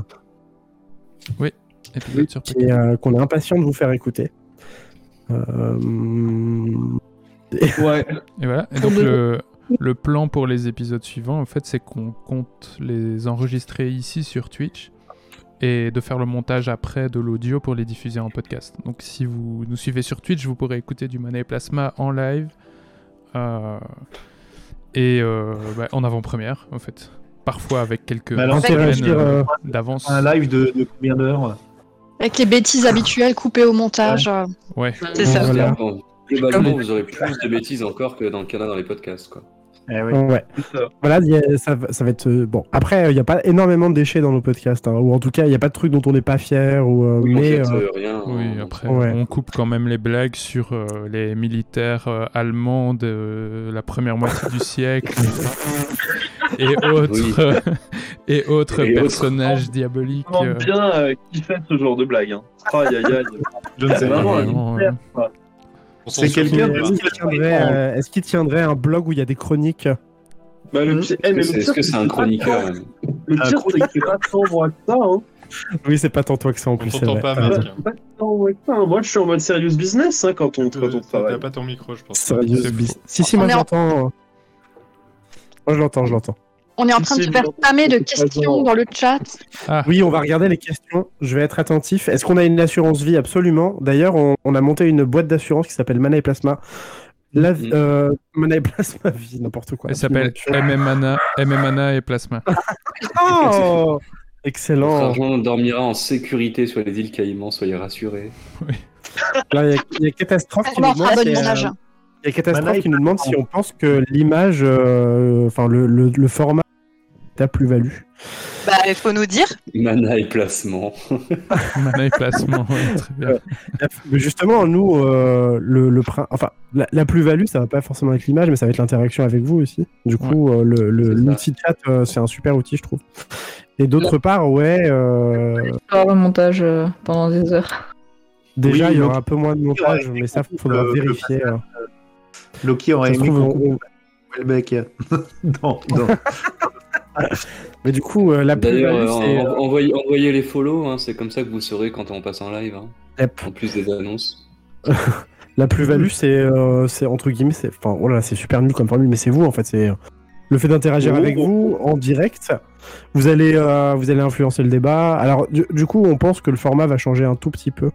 S5: Oui, épisode sur
S4: qui est, euh, qu'on est impatient de vous faire écouter. Euh,
S6: Ouais.
S5: Et voilà. Et
S4: Pour
S5: donc
S4: de-
S5: le, le plan pour les épisodes suivants, en fait, c'est qu'on compte les enregistrer ici sur Twitch et de faire le montage après de l'audio pour les diffuser en podcast. Donc si vous nous suivez sur Twitch, vous pourrez écouter du Manet Plasma en live euh, et euh, bah, en avant-première, en fait. Parfois avec quelques
S13: Mais
S4: Bah,
S13: alors,
S5: semaines
S13: interagir,
S5: euh,
S13: euh,
S5: d'avance.
S13: Un live de, de combien d'heures
S11: Avec les bêtises habituelles coupées au montage. euh.
S5: Ouais.
S11: C'est ça.
S14: Voilà. Bon, Globalement, vous aurez plus de bêtises encore que dans le Canada dans les podcasts, quoi.
S6: Eh
S4: Ouais. Voilà, il y a- ça, va- ça va être. euh, Bon, après, il n'y a pas énormément de déchets dans nos podcasts, hein, ou en tout cas, il n'y a pas de trucs dont on n'est pas fier, ou. euh, mais. euh,
S9: hein.
S5: Oui, après,
S4: Ouais.
S5: on coupe quand même les blagues sur euh, les militaires euh, allemands de euh, la première moitié du siècle et autres, et autres
S9: Et autres.
S5: personnages diaboliques.
S9: vraiment
S5: euh.
S9: bien euh, qui fait ce genre de blague. Hein. Aïe aïe aïe.
S13: Je ne sais pas.
S9: Vraiment,
S5: Vraiment,
S9: hyper,
S5: euh,
S9: quoi.
S4: C'est quelqu'un de- est-ce qu'il tiendrait, euh, est-ce qu'il tiendrait un blog où il y a des chroniques
S9: Bah, le pire- eh,
S14: Hmm
S9: mais
S14: Est-ce
S9: le
S14: que- est-ce
S9: pire,
S14: que c'est un chroniqueur hein
S9: Le pire, c'est que c'est pas tant moi que ça. Hein.
S4: Oui, c'est pas tant toi que ça en plus. c'est
S8: t'entend
S4: vrai. Ah,
S8: pas,
S4: T'as
S8: mec.
S4: raison.
S9: Pas tant moi que ça. hein. Moi, je suis en mode serious business hein, quand on, quand on travaille.
S8: T'as pas ton micro, je pense.
S4: Sérieux,
S8: C'est
S4: bis- Si, si,
S11: On
S4: moi
S11: est en-
S4: j'entends. euh, Moi je l'entends, je l'entends.
S11: On est en train de se faire spammer de questions dans le chat.
S4: Oui, on va regarder les questions. Je vais être attentif. Est-ce qu'on a une assurance vie Absolument. D'ailleurs, on, on a monté une boîte d'assurance qui s'appelle Mana et Plasma.
S8: Mhm.
S4: La, euh, Mana et Plasma vie, n'importe quoi.
S5: Elle s'appelle MMANA, MMANA et Plasma.
S4: Oh Excellent.
S14: Votre argent dormira en sécurité sur les îles Caïmans, soyez rassurés.
S4: Là, Il y a- il y, a catastrophe qui nous
S11: Vraiment,
S4: demande.
S11: très bonne
S4: si, euh,
S11: image.
S4: il y a catastrophe
S13: Mana et
S4: qui nous demande si
S13: Plasma.
S4: on pense que l'image, euh, enfin le, le, le format, a plus-value.
S7: Bah, il faut nous dire.
S14: Mana et placement.
S5: Mana et Plasma, ouais, très bien.
S4: Mais justement, nous, euh, le, le prin- enfin, la, la plus-value, ça va pas forcément être l'image, mais ça va être l'interaction avec vous aussi. Du coup, euh, le- le- l'outil chat, euh, c'est un super outil, je trouve. Et d'autre part, ouais, euh,
S12: Faire le montage euh, pendant des heures.
S4: déjà,
S13: Oui,
S4: il y
S13: donc-
S4: aura un peu moins de montage, mais ça, faudra
S13: euh, le
S4: vérifier. euh.
S13: Loki aurait
S4: Ça se
S13: aimé
S4: trouve,
S13: qu'on
S4: on-
S13: coupe Welbeck hein. dans, dans,
S4: Mais du coup, euh, la
S6: D'ailleurs,
S4: plus-value,
S6: euh,
S4: c'est,
S6: en-
S4: euh,
S6: envoyez, envoyez les follow, hein, c'est comme ça que vous saurez quand on passe en live. hein.
S4: Yep.
S6: En plus des annonces.
S4: euh, la plus-value, c'est, euh, c'est entre guillemets, c'est, enfin, oh là là, c'est super nul comme formule, mais c'est vous en fait, c'est euh, le fait d'interagir
S13: Oh.
S4: avec vous en direct. Vous allez, euh, vous allez influencer le débat. Alors, du, du coup, on pense que le format va changer un tout petit peu.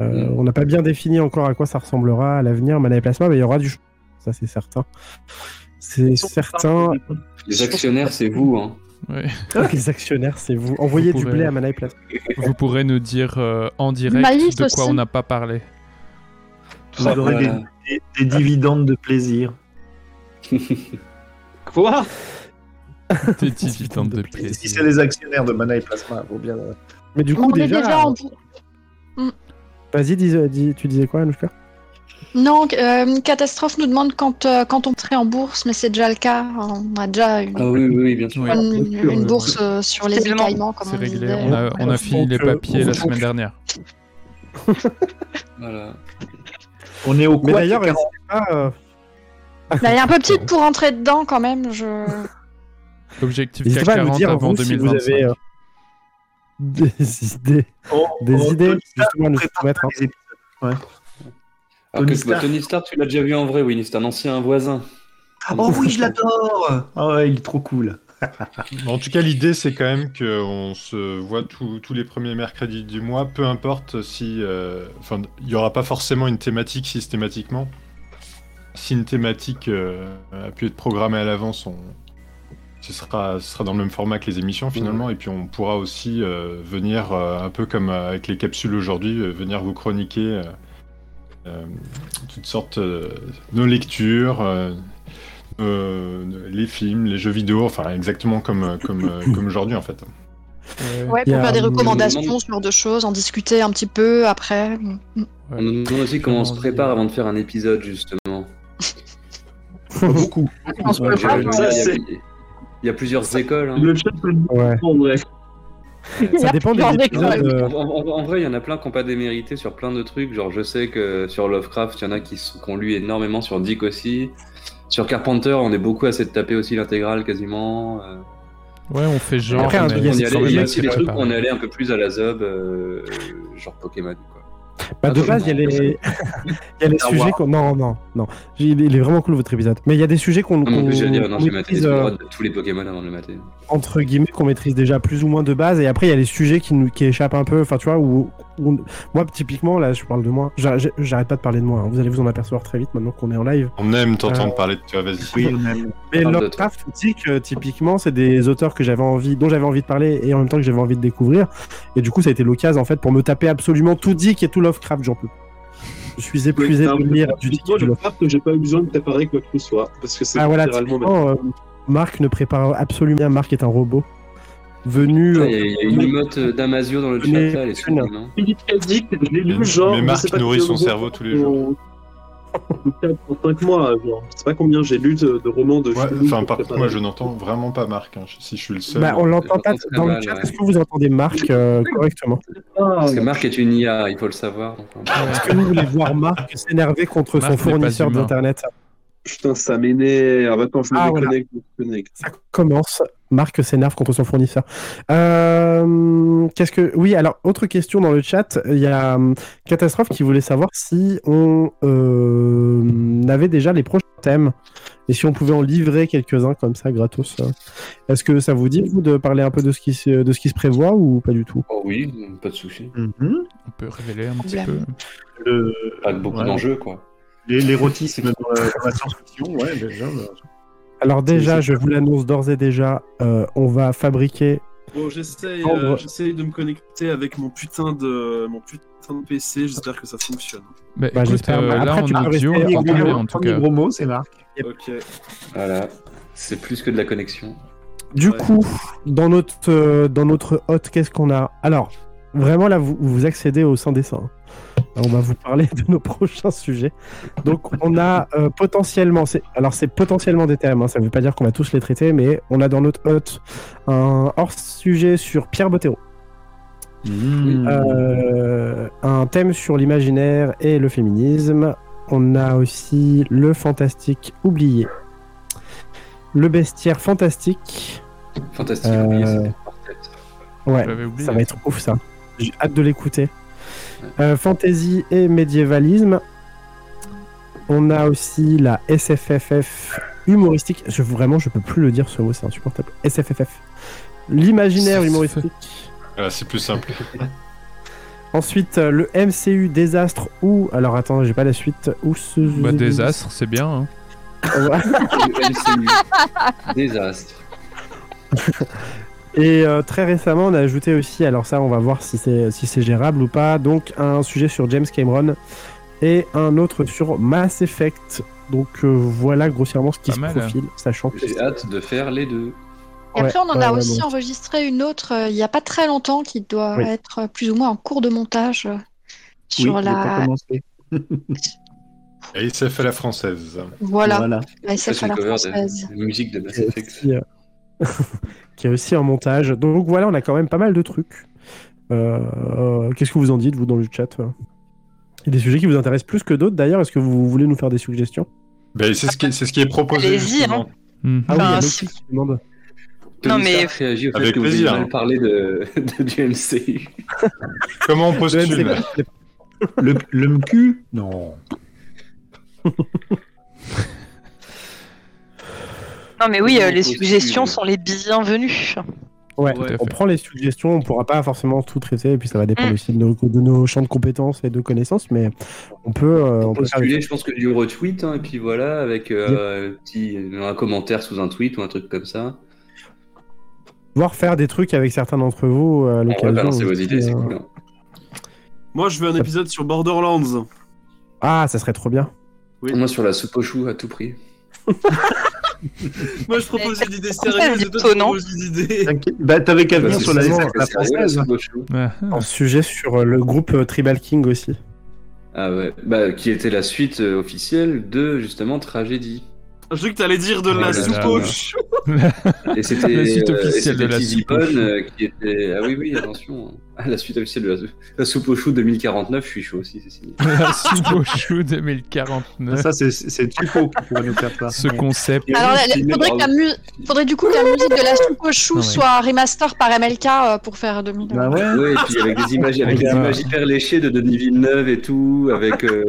S4: Euh,
S6: Mm.
S4: On n'a pas bien défini encore à quoi ça ressemblera à l'avenir. Mana et Plasma, mais il y aura du, ch- ça c'est certain. C'est certain.
S6: Les actionnaires, c'est vous. Hein.
S4: Les actionnaires, c'est vous. Envoyez
S5: Vous
S4: du
S5: pouvez-
S4: blé à Mana et Plasma.
S5: Vous pourrez nous dire euh, en direct
S4: Maïs
S5: de quoi
S4: aussi.
S5: on n'a pas parlé.
S16: Vous
S9: Bah,
S16: aurez des- des, des dividendes de plaisir.
S13: Quoi
S5: Des dividendes de plaisir.
S13: Si c'est les actionnaires de Mana et Plasma, vaut bien. euh,
S4: Mais du coup,
S11: On est
S4: déjà.
S11: déjà en bout.
S4: Vas-y, dis- euh, dis- tu disais quoi, Anushka
S11: Non, euh, Catastrophe nous demande quand, euh, quand on serait en bourse, mais c'est déjà le cas. hein. On a déjà une,
S6: Ah oui, oui, oui, bien sûr.
S11: une- une bourse euh, sur les écaillements, comme
S5: C'est
S11: on
S5: réglé,
S11: disait.
S5: on a, on a fini les
S16: Donc, euh,
S5: papiers la
S16: donc-
S5: semaine dernière.
S6: Voilà.
S16: On est au
S4: Mais
S16: quoi
S4: d'ailleurs,
S16: c'est
S4: elle est pas, euh,
S11: Bah, Elle est un peu petite pour rentrer dedans quand même. Je...
S5: Objectif
S4: N'hésitez
S5: CAC
S4: pas à nous
S5: 40
S4: dire,
S5: avant
S4: vous, si vous
S5: 2025.
S4: avez euh, des idées,
S9: Oh,
S4: des idées justement, à nous soumettre. hein.
S6: Alors que,
S4: Tony
S6: bah, Tony, Stark.
S4: Stark.
S6: tu l'as déjà vu en vrai, oui, c'est un ancien voisin.
S16: Oh oui, je l'adore Ah ouais, il est trop cool.
S8: En tout cas, l'idée, c'est quand même qu'on se voit tous tous les premiers mercredis du mois, peu importe si. euh, Enfin, il n'y aura pas forcément une thématique systématiquement. Si une thématique euh, a pu être programmée à l'avance, on... ce, sera, ce sera dans le même format que les émissions finalement. Et puis, on pourra aussi euh, venir, euh, un peu comme euh, avec les capsules aujourd'hui, euh, venir vous chroniquer euh, euh, toutes sortes euh, nos lectures. euh, euh, les films, les jeux vidéo, enfin exactement comme, euh, comme, euh, comme aujourd'hui en fait.
S11: Ouais,
S8: Il y
S11: pour
S8: a
S11: faire des
S8: un-
S11: recommandations, ce genre de choses, en discuter un petit peu après.
S6: On nous demande aussi comment on se prépare avant de faire un épisode, justement.
S13: beaucoup.
S6: Il y a-
S13: prépare,
S6: il y a-
S13: ça, c'est-
S6: il y a plusieurs écoles. hein.
S4: Ouais. Ça dépend des épisodes. euh,
S6: En, en- en vrai, il y en a plein qui n'ont pas démérité sur plein de trucs. Genre, je sais que sur Lovecraft, il y en a qui, sont- qui ont lu énormément, sur Dick aussi. Sur Carpenter, on est beaucoup à s'être tapé aussi l'intégrale quasiment. euh.
S5: Ouais, on fait genre.
S6: Après,
S5: mais
S6: on y
S5: c'est
S6: allait-
S5: quand
S6: il y
S5: même
S6: a
S5: assez
S6: aussi des trucs où
S5: préparé.
S6: on est allé un peu plus à la zob, euh, genre Pokémon. Quoi.
S4: Bah, de
S6: Attends,
S4: base, il y a
S6: non,
S4: les, il y a les
S6: Star
S4: sujets
S6: Wars.
S4: qu'on. Non, non, non. J'ai- Il est vraiment cool votre épisode. Mais il y a des sujets qu'on.
S6: Non, mais en
S4: qu'on-
S6: plus, j'allais dire, non,
S4: qu'on
S6: j'ai maté les
S4: maîtrise, euh,
S6: speedruns de tous les Pokémon avant de le mater.
S4: entre guillemets qu'on maîtrise déjà plus ou moins de base et après il y a les sujets qui nous qui échappent un peu enfin tu vois où, où on- moi typiquement là je parle de moi J'a- j'a- j'arrête pas de parler de moi hein. vous allez vous en apercevoir très vite maintenant qu'on est en live
S8: On aime t'entendre
S4: Euh,
S8: parler de toi, vas-y.
S4: oui, on aime. mais Lovecraft dit que euh, typiquement c'est des auteurs que j'avais envie dont j'avais envie de parler et en même temps que j'avais envie de découvrir et du coup ça a été l'occasion en fait pour me taper absolument tout Dick et tout Lovecraft j'en peux plus. je suis épuisé de lire du Dick et
S9: Moi,
S4: du
S9: je
S4: Lovecraft.
S9: crois que j'ai pas eu besoin de préparer quoi que ce soit, parce que c'est
S4: Ah voilà,
S9: littéralement
S4: typiquement, euh, Marc ne prépare absolument rien. Marc est un robot. Venu.
S6: Putain, Il y a- il y a une émote euh, d'Amazio dans le chat là, elle est sublime, hein.
S9: Philippe Cadic, je l'ai lu,
S6: Mais
S9: genre. je
S6: Marc
S9: sais pas
S6: nourrit
S9: combien
S6: son
S9: de
S6: cerveau
S9: mois,
S8: tous les jours.
S9: en- en 5 mois, genre. Je sais pas combien j'ai lu de, de romans de.
S8: Ouais,
S9: films
S8: enfin,
S9: pour
S8: par contre,
S9: préparer.
S8: moi je n'entends vraiment pas Marc, hein, si je suis le seul.
S4: Bah, on l'entend
S6: euh,
S4: pas dans le chat. Est-ce que vous entendez Marc euh, correctement
S6: Parce que Marc est une IA, il faut le savoir. donc, hein.
S4: Est-ce que vous voulez voir Marc s'énerver contre
S6: Marc
S4: son
S6: n'est pas
S4: fournisseur
S6: humain.
S4: d'internet
S9: Putain, ça m'énerve. Attends, je me
S4: Ah, voilà.
S9: déconnecte, je me déconnecte.
S4: Commence. Marc s'énerve contre son fournisseur. Euh, Qu'est-ce que. Oui, alors, autre question dans le chat. Il y a hum, Catastrophe qui voulait savoir si on euh, avait déjà les prochains thèmes et si on pouvait en livrer quelques-uns comme ça, gratos. euh. Est-ce que ça vous dit, vous, de parler un peu de ce qui se, de ce qui se prévoit ou pas du tout
S6: Oh oui, pas de souci.
S9: Mhm.
S5: On peut révéler un petit peu.
S6: Problème.
S16: Le...
S6: Pas beaucoup
S16: Ouais.
S6: d'enjeux, quoi.
S16: Les- L'érotisme dans la, dans la science-fiction, ouais, déjà. bah,
S4: Alors, déjà, je vous l'annonce d'ores et déjà, euh, on va fabriquer
S17: Bon, j'essaye,
S4: Prendre-
S17: euh, j'essaye de me connecter avec mon putain de, mon putain de PC. J'espère que ça fonctionne.
S5: Bah,
S4: Bah,
S5: écoute,
S4: j'espère,
S5: euh,
S4: mais
S5: là,
S4: après,
S5: on
S4: tu peux
S5: est audio,
S4: rester-
S5: on entend
S4: premier
S5: bien,
S4: gros-
S5: en tout
S4: premier
S5: cas.
S4: gros mot, c'est Marc.
S17: Ok.
S6: Voilà. C'est plus que de la connexion.
S4: Du coup, dans notre, euh, dans notre hôte, qu'est-ce qu'on a Alors, vraiment là, vous, vous accédez au sein des saints. On va vous parler de nos prochains sujets. Donc, on a euh, potentiellement, c'est- alors c'est potentiellement des thèmes, hein, ça ne veut pas dire qu'on va tous les traiter, mais on a dans notre hôte un hors-sujet sur Pierre Bottero. Euh, un thème sur l'imaginaire et le féminisme. On a aussi le fantastique oublié. Le bestiaire fantastique.
S6: Fantastique, oublié,
S4: Euh,
S6: c'était parfait.
S4: Ouais,
S6: Je l'avais oublié.
S4: ça va être ouf ça. J'ai hâte de l'écouter. Euh, fantasy et médiévalisme. On a aussi la SFFF humoristique. Je, vraiment, je peux plus le dire ce mot, c'est insupportable. SFFF. L'imaginaire humoristique.
S8: Voilà, c'est plus simple.
S4: Ensuite, euh, le MCU désastre ou. Alors attends, j'ai pas la suite. Ou ce.
S5: Bah, désastre, c'est bien. hein.
S6: Désastre.
S4: Et euh, très récemment, on a ajouté aussi, alors ça, on va voir si c'est si c'est gérable ou pas. Donc un sujet sur James Cameron et un autre sur Mass Effect. Donc euh, voilà grossièrement ce qui
S6: Pas
S4: se
S6: mal, hein.
S4: profile, sachant que
S6: J'ai hâte de faire les deux.
S11: Et après,
S4: Ouais,
S11: on en
S4: ouais,
S11: a
S4: ouais,
S11: aussi
S4: bon.
S11: enregistré une autre euh, il n'y a pas très longtemps qui doit
S4: Oui.
S11: être euh, plus ou moins en cours de montage euh, sur la.
S8: Et il s'est fait la française.
S11: Voilà. Bah, La SF à la
S8: une cover de-
S11: française.
S6: La musique de Mass Effect.
S4: qui, euh, qui est aussi en montage. Donc voilà, on a quand même pas mal de trucs. Euh, euh, Qu'est-ce que vous en dites vous dans le chat voilà Il y a des sujets qui vous intéressent plus que d'autres. D'ailleurs, est-ce que vous voulez nous faire des suggestions
S8: Ben, c'est ce qui est, c'est ce qui est proposé.
S7: Allez-y, hein.
S5: Mhm.
S4: Ah oui, il y a
S7: Ben,
S4: Loki qui demande.
S7: Non, mais-
S6: réagit au fait
S8: Avec
S6: que vous ayez
S8: plaisir.
S6: mal parlé de, de- du MCU.
S8: Comment on
S6: Le
S8: postule
S6: MCU.
S13: le, le MQ Non.
S7: Non, mais oui, euh,
S4: Au
S7: les
S4: sud,
S7: suggestions
S4: oui.
S7: sont les bienvenues.
S4: Ouais,
S5: Tout à
S4: on
S5: fait.
S4: prend les suggestions, on pourra pas forcément tout traiter, et puis ça va dépendre
S7: Mm.
S4: aussi de nos, de nos champs de compétences et de connaissances, mais on peut. euh, on peut faire des-
S6: Postuler, je pense que du retweet, hein, et puis voilà, avec euh, un petit, un commentaire sous un tweet ou un truc comme ça.
S4: voir faire des trucs avec certains d'entre vous euh, à
S6: On va
S4: l'occasion.
S6: balancer vos
S4: aussi,
S6: idées, c'est
S4: euh.
S6: cool. hein.
S9: Moi, je veux un épisode sur Borderlands.
S4: Ah, ça serait trop bien.
S6: Moi, sur la soupe au chou à tout prix.
S9: Moi, je propose une idée
S7: Pourquoi
S9: sérieuse
S7: elle
S9: et
S7: dit
S9: toi,
S7: tôt,
S9: tu
S7: non
S9: proposes une idée.
S13: Bah, t'avais qu'à venir
S9: c'est-
S13: sur la,
S9: c'est-
S13: la
S9: c'est sérieux,
S13: française.
S4: Un sujet sur euh, le groupe euh, Tribal King aussi.
S6: Ah ouais, bah, qui était la suite euh, officielle de justement Tragédie.
S9: Je croyais que t'allais dire
S5: Ah
S9: de
S6: Oh là
S9: la soupe
S6: là.
S9: au chou.
S6: Et c'était
S5: La suite
S6: euh, et
S5: officielle de
S6: c'était
S5: la
S6: Tizi
S5: soupe au
S6: Bonne,
S5: chou.
S6: euh, qui était. Ah oui, oui, attention. Ah, la suite officielle de la, la soupe au chou 2049, je suis chaud aussi, c'est signé.
S4: euh,
S5: La soupe au chou 2049.
S6: Ça, c'est-
S13: Ah, c'est Tupo qui pourrait nous faire ça.
S5: Ce concept.
S11: Alors, là, il faudrait, que la mu- faudrait du coup que la musique de la soupe au chou
S5: Non, mais-
S11: soit un remaster par MLK euh, pour faire 2000.
S5: Bah
S6: Bah Ouais, et puis avec des images, avec des images hyper léchées de Denis Villeneuve et tout, avec euh,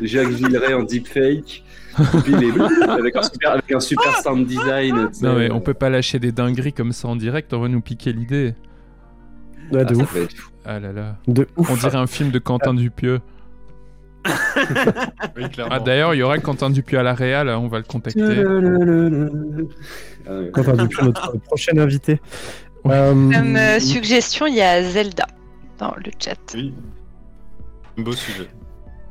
S6: Jacques Villeray en deepfake, et puis les- avec, un super, avec un super sound design. tu sais.
S5: Non mais on peut pas lâcher des dingueries comme ça en direct, on va nous piquer l'idée.
S4: Ouais, de
S6: ça
S4: ouf.
S6: peut être fou.
S5: Ah là là.
S4: De ouf.
S5: On dirait un film de Quentin Dupieux.
S8: Oui, clairement.
S5: Ah d'ailleurs, il y aura Quentin Dupieux à la Real, on va le contacter.
S6: Ah
S4: Quentin Dupieux, notre prochain invité. Euh,
S7: Comme euh, suggestion, il y a Zelda dans le chat.
S11: hein.
S8: Un beau sujet.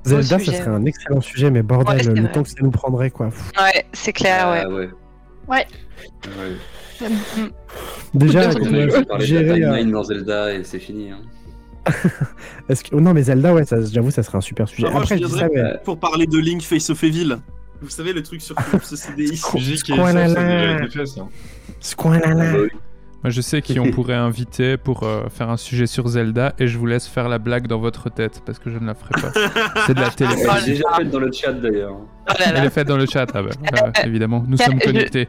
S4: Zelda,
S7: sujet.
S4: ça serait un excellent sujet, mais bordel,
S7: Ouais, c'est
S4: le
S7: vrai.
S4: temps que ça nous prendrait, quoi. Pff,
S7: Ouais, c'est clair, ouais.
S6: Ah,
S7: Mm.
S6: ouais.
S7: Ouais.
S6: Ouais.
S4: Déjà,
S6: Parce qu'on
S4: euh,
S6: a eu parlé de la
S4: gérer, euh,
S6: timeline dans Zelda et c'est fini. hein.
S4: est-ce que... Oh Non, mais Zelda, ouais, ça- j'avoue, ça serait un super sujet.
S9: Moi,
S4: Après,
S9: je
S4: je dis ça,
S9: viendrai
S4: mais...
S9: pour parler de Link Face of Evil. Vous savez, le truc sur Philips CDI.
S8: Musique
S4: et Squalala. ça, ça a
S8: déjà été fait,
S6: Ah,
S8: ça. Ah
S9: hein.
S6: bah
S8: bah
S4: Squalala.
S5: Moi, je sais qui on pourrait inviter pour euh, faire un sujet sur Zelda et je vous laisse faire la blague dans votre tête parce que je ne la ferai pas.
S8: Ah,
S5: C'est de la télé.
S6: Elle est déjà faite dans le chat d'ailleurs.
S7: Oh
S5: Elle est faite dans le chat, ah bah, ah bah, évidemment. Nous sommes
S7: Je-
S5: connectés.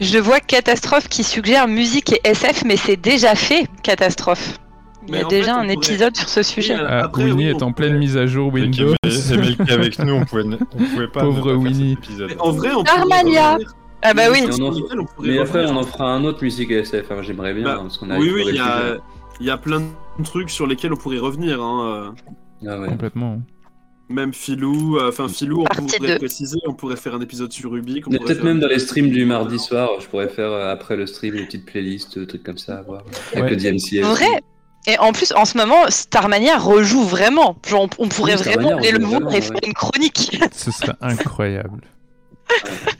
S7: Je vois Catastrophe qui suggère musique et SF, mais c'est déjà fait, Catastrophe. Il y a déjà un épisode sur ce sujet.
S9: euh,
S5: Ah, Winnie est en pleine mise à jour Windows.
S8: Et MLK avec nous, on pouvait, on pouvait pas.
S5: Pauvre
S8: Winnie.
S9: En vrai, on
S7: Armania Ah bah oui
S6: Mais, on en-
S9: pourrait
S6: mais
S9: revenir.
S6: après, on en fera un autre musique SF. hein, J'aimerais bien.
S9: Bah,
S6: hein, parce qu'on a
S9: Oui,
S6: exploré
S9: oui, il y,
S6: le
S9: a- euh,
S6: sujet.
S9: il y a plein de trucs sur lesquels on pourrait revenir. hein, euh,
S6: Ah
S5: Complètement.
S9: Même Philou, euh, enfin Philou, on
S7: Partie
S9: pourrait
S7: deux.
S9: préciser, on pourrait faire un épisode sur Rubik. on
S6: Mais
S9: pourrait
S6: peut-être
S9: faire-
S6: même dans les streams du mardi soir, je pourrais faire euh, après le stream une petite playlist, euh, trucs comme ça, à voir. Avec le DMCA.
S7: Vrai Et en plus, en ce moment, Starmania rejoue vraiment. Genre, on, on pourrait
S6: Oui, Starmania
S7: vraiment aller le
S6: rejoue
S7: voir
S6: vraiment,
S7: et faire
S6: ouais.
S7: une chronique.
S5: Ce serait incroyable.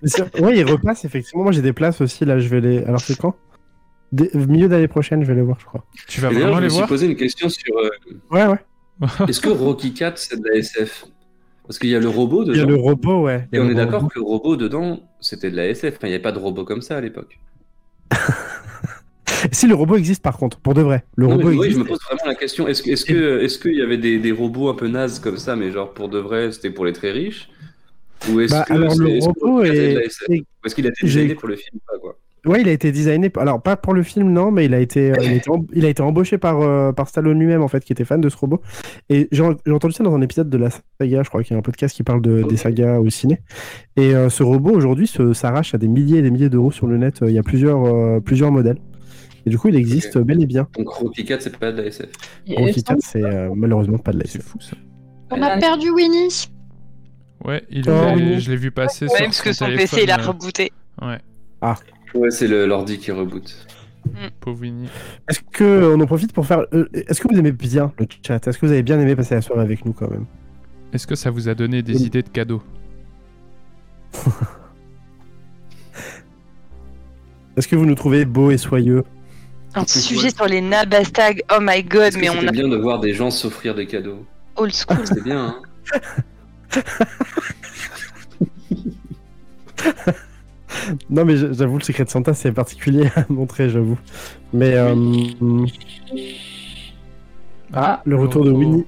S4: Mais c'est- Ouais, il repasse, effectivement. Moi, j'ai des places aussi, là, je vais les. Alors, c'est quand Des- Milieu d'année prochaine, je vais les voir, je crois.
S5: Tu
S6: Et d'ailleurs, je me suis posé une question sur. euh,
S4: Ouais, ouais.
S6: Est-ce que Rocky 4 c'est de la SF Parce qu'il y a le robot dedans.
S4: Il y a le robot, ouais. Il
S6: Et
S4: y a
S6: on
S4: le
S6: est d'accord
S4: robot.
S6: que le robot dedans, c'était de la SF. Enfin, il n'y avait pas de robot comme ça à l'époque.
S4: Si le robot existe, par contre, pour de vrai. Le
S6: Non, mais
S4: robot
S6: oui,
S4: existe.
S6: je me pose vraiment la question. Est-ce que, est-ce que, est-ce qu'il y avait des, des robots un peu nazes comme ça, mais genre pour de vrai, c'était pour les très riches Ou est-ce
S4: Bah,
S6: que
S4: alors, le
S6: c'est- est-ce que
S4: robot
S6: c'était de
S4: est-
S6: la SF Ou est-ce qu'il a été
S4: j'ai-
S6: designé pour le film ou pas, quoi
S4: Ouais, il a été designé. Alors, pas pour le film, non, mais il a été, euh, il a été, em- il a été embauché par, euh, par Stallone lui-même, en fait, qui était fan de ce robot. Et j'ai j'ai entendu ça dans un épisode de la saga, je crois qu'il y a un podcast qui parle de, des sagas au ciné. Et euh, ce robot, aujourd'hui, se- s'arrache à des milliers et des milliers d'euros sur le net. Euh, Il y a plusieurs, euh, plusieurs modèles. Et du coup, il existe bel et bien.
S6: Donc Rocky 4, c'est pas de la SF.
S4: Rocky IV, c'est euh, malheureusement pas de la SF.
S11: On a perdu Winnie.
S5: Ouais, il
S4: Oh,
S5: est-
S4: oui.
S5: je l'ai vu passer
S7: Ouais,
S5: sur
S7: parce que son
S5: téléphone,
S7: PC, il a
S5: euh,
S7: rebooté.
S5: Ouais,
S4: Ah.
S6: Ouais, c'est le- l'ordi qui reboot.
S7: Mm.
S5: pauvre Winnie.
S4: Est-ce que euh, on en profite pour faire. euh, Est-ce que vous aimez bien le chat Est-ce que vous avez bien aimé passer la soirée avec nous quand même
S5: Est-ce que ça vous a donné des idées de cadeaux
S4: Est-ce que vous nous trouvez beaux et soyeux
S7: Un sujet sur les nabastag, oh my god, mais on
S6: C'était
S7: a
S6: bien de voir des gens s'offrir des cadeaux.
S7: old school.
S6: C'est bien, hein.
S4: Non, mais je- j'avoue, le secret de Santa, c'est particulier à montrer, j'avoue. Mais. euh, hum. Ah, le retour de Winnie.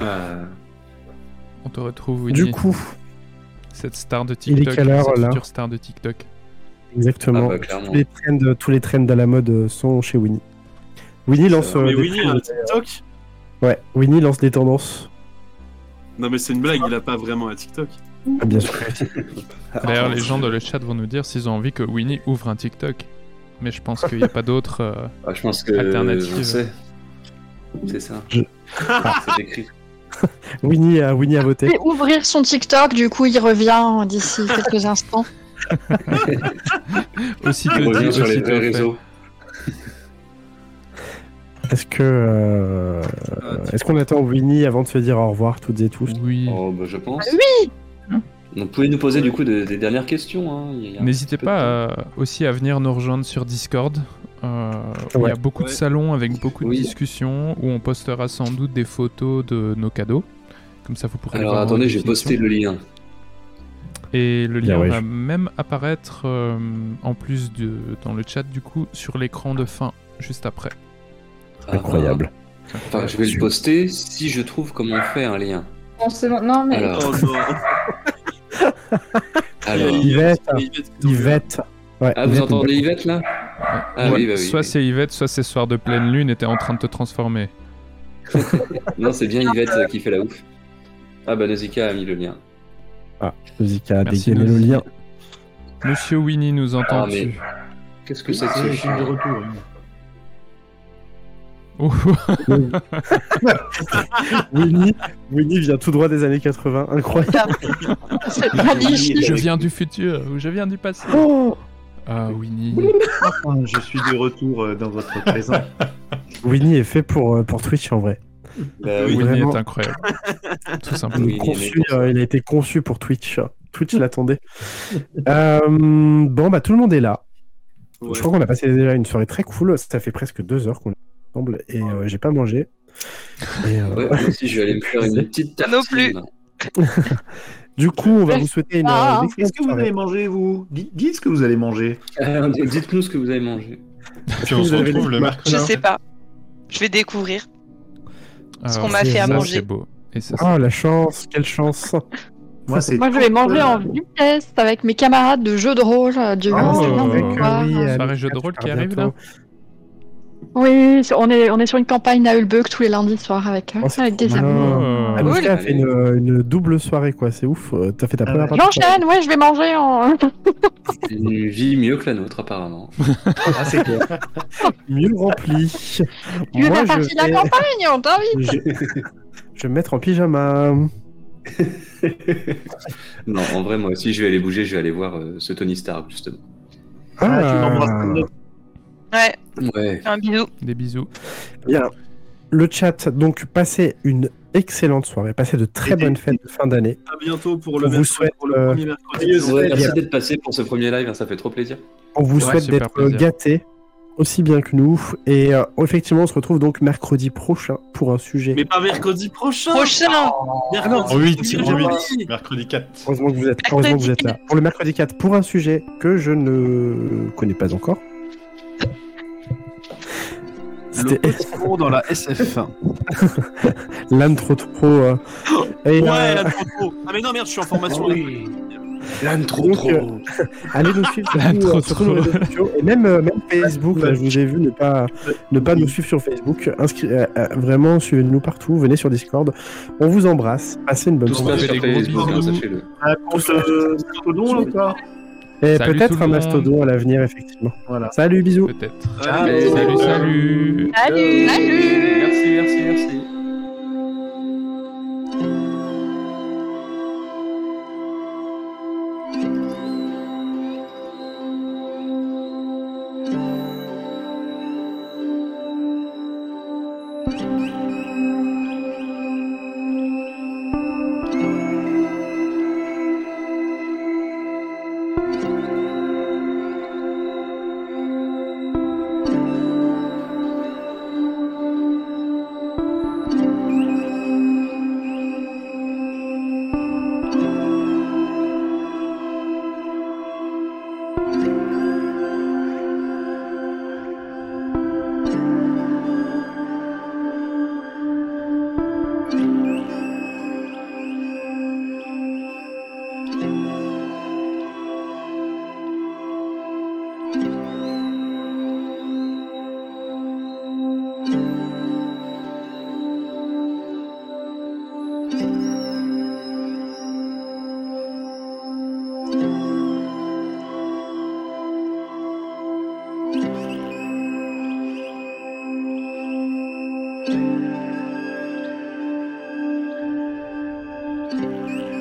S5: Euh, On te retrouve, Winnie.
S4: Du coup,
S5: Cette star de
S4: il est
S5: TikTok,
S4: quelle heure,
S5: cette
S4: là
S5: future star de TikTok.
S4: exactement.
S5: Ah bah, clairement.
S4: tous, les trends, tous les trends à la mode euh, sont chez Winnie. Winnie lance. euh,
S9: Mais
S4: des
S9: Winnie a
S4: trends.
S9: un TikTok
S4: Ouais, Winnie lance des tendances.
S9: Non, mais c'est une blague, il a pas vraiment un TikTok.
S4: Ah, bien sûr. Ah,
S5: D'ailleurs, les gens dans le chat vont nous dire s'ils ont envie que Winnie ouvre un TikTok. Mais je pense qu'il n'y a pas d'autre euh,
S6: Ah, je pense que
S5: alternative.
S6: on sait. C'est ça. c'est écrit.
S7: Ah
S4: Winnie a, Winnie a voté.
S11: Et ouvrir son TikTok, du coup, il revient d'ici quelques instants.
S5: Aussi
S6: Il
S5: te
S6: revient
S5: dit,
S6: Ah, sur les
S5: aussi te
S6: vrais
S5: fait.
S6: réseaux.
S4: Est-ce que. euh, Est-ce qu'on attend Winnie avant de se dire au revoir toutes et tous
S5: Oui.
S6: Oh, bah, je pense.
S4: Ah
S11: Oui
S6: Vous pouvez nous poser du coup des, des dernières questions. hein. Il y a un
S5: N'hésitez
S6: petit peu
S5: pas
S6: de temps.
S5: euh, aussi à venir nous rejoindre sur Discord. euh, où Il y
S6: Ouais.
S5: a beaucoup de
S6: Ouais.
S5: salons avec beaucoup de discussions où on postera sans doute des photos de nos cadeaux. Comme ça, vous pourrez.
S6: Alors
S5: voir vos
S6: attendez, j'ai
S5: définitions.
S6: posté le lien.
S5: Et le
S6: Bien,
S5: lien
S6: ouais,
S5: va
S6: je-
S5: même apparaître euh, en plus de, dans le chat du coup sur l'écran de fin juste après.
S4: Incroyable.
S6: Ah. Enfin, je vais le poster si je trouve comment on fait un lien.
S12: Bon, c'est bon. Non, mais.
S6: Alors.
S4: Oh,
S9: oh
S6: Alors.
S4: Yvette. Yvette. Ouais,
S6: Ah, vous
S4: Yvette,
S6: entendez Yvette là Ah
S5: Ouais,
S6: oui, bah oui. Ah.
S5: soit c'est Yvette, soit c'est soir de pleine lune et t'es en train de te transformer.
S6: Non, c'est bien Yvette euh, qui fait la ouf. Ah bah Nausicaa a mis le lien.
S4: Ah, Nausicaa a
S5: Merci,
S4: dégainé le
S5: Nausicaa.
S4: lien.
S5: Monsieur Winnie nous entend.
S6: Ah, mais Qu'est-ce que c'est que ce
S5: Oui,
S6: chien
S5: je suis de
S13: hein.
S4: Winnie, Winnie vient tout droit des années 80, incroyable.
S5: Je viens du futur ou je viens du passé. Ah, Winnie.
S13: Je suis de retour euh, dans votre présent.
S6: Bah
S4: Winnie est fait pour, euh, pour Twitch en vrai.
S5: Bah oui. Winnie est incroyable.
S4: euh,
S5: Tout simplement.
S4: Il, est conçu, euh, il a été conçu pour Twitch. Twitch l'attendait. Euh, bon, bah tout le monde est là. Je crois qu'on a passé déjà une soirée très cool. Ça fait presque deux heures qu'on est ensemble et euh, j'ai pas mangé. Et, euh,
S6: Ah Ouais, moi aussi je vais aller me faire une petite tartine. Non plus.
S4: du coup, on va vous souhaiter une.
S13: Ah,
S4: une
S13: Qu'est-ce
S4: excellente
S13: que vous
S4: soirée.
S13: allez manger, vous Dites dites ce que vous allez manger.
S6: Euh, Dites-nous ce que vous avez mangé.
S13: Puis on se retrouve le mercredi.
S7: Je sais pas. Je vais découvrir.
S5: Parce
S7: qu'on m'a fait à manger.
S4: Oh, la chance, quelle chance.
S13: Moi, c'est
S11: Moi, je vais manger en vitesse avec mes camarades de jeux de rôle. euh, Du...
S4: Ah, c'est
S5: Oh.
S4: vrai que oui,
S5: Soirée
S4: Amika,
S5: jeu de
S4: tu
S5: rôle qui
S4: pars
S5: arrive,
S4: bientôt.
S5: là
S11: Oui, on est, on est sur une campagne à Hulbeuk tous les lundis soirs avec, euh,
S4: Oh, c'est
S11: avec des
S4: trop Ah, bien.
S11: amis.
S4: Amika
S11: Cool.
S4: a fait une, une double soirée, quoi. C'est ouf. Euh, T'as fait
S13: Ah,
S4: ta première partie.
S11: J'enchaîne, ouais, je vais manger en.
S6: Une vie mieux que la nôtre apparemment.
S4: Ah, c'est clair. Mieux rempli.
S11: Tu veux
S4: Moi,
S11: faire
S4: je
S11: partie de la
S4: vais-
S11: campagne On t'invite
S4: je... je vais me mettre en pyjama.
S6: Non, en vrai, moi aussi je vais aller bouger, je vais aller voir euh, ce Tony Stark justement.
S13: Ah,
S4: Ah.
S7: Ouais,
S6: Ouais.
S7: un bisou.
S5: Des bisous.
S4: Bien. Le chat, donc, passez une excellente soirée. Passez de très bonnes fêtes de fin d'année.
S9: À bientôt pour le,
S4: On vous
S9: mercredi-
S4: souhaite,
S9: pour le
S4: euh,
S9: premier mercredi. de
S6: Ouais,
S9: janvier.
S6: merci d'être passé pour ce premier live, hein, ça fait trop plaisir.
S4: On vous souhaite d'être euh, gâtés aussi bien que nous. Et euh, effectivement, on se retrouve donc mercredi prochain pour un sujet.
S9: Mais pas mercredi prochain Ah,
S7: Prochain
S9: Mercredi
S4: En huit,
S9: prochain,
S4: en huit.
S9: jeudi.
S18: Mercredi 4.
S4: Heureusement que vous êtes, heureusement que vous êtes là. Pour le mercredi 4, pour un sujet que je ne connais pas encore.
S9: Le
S4: C'était
S9: petit cours dans la SF1.
S4: l'âme trop trop. euh, et,
S9: ouais,
S4: euh,
S9: la trop. Ah mais non merde, je suis en formation. là.
S10: L'intro
S4: Donc,
S10: trop.
S4: euh, allez nous suivre
S10: L'intro trop.
S4: surtout, euh, sur tous nos réseaux sociaux et même, euh, même Facebook. Là, je vous ai vu ne pas ne pas nous suivre sur Facebook. Inscri- euh, euh, vraiment, suivez-nous partout. Venez sur Discord. On vous embrasse. Passez une bonne
S14: Tout se passe
S4: soirée.
S14: sur Facebook, hein, sachez-le.
S4: Ah,
S13: Un compte euh, Mastodon, là, ou pas
S4: Et
S13: Salut tout
S4: peut-être
S13: le
S4: un
S13: monde.
S4: mastodon à l'avenir, effectivement. Salut, bisous. Peut-être.
S5: Salut, salut.
S7: Salut Salut
S14: Merci, merci, merci.
S10: Thank you.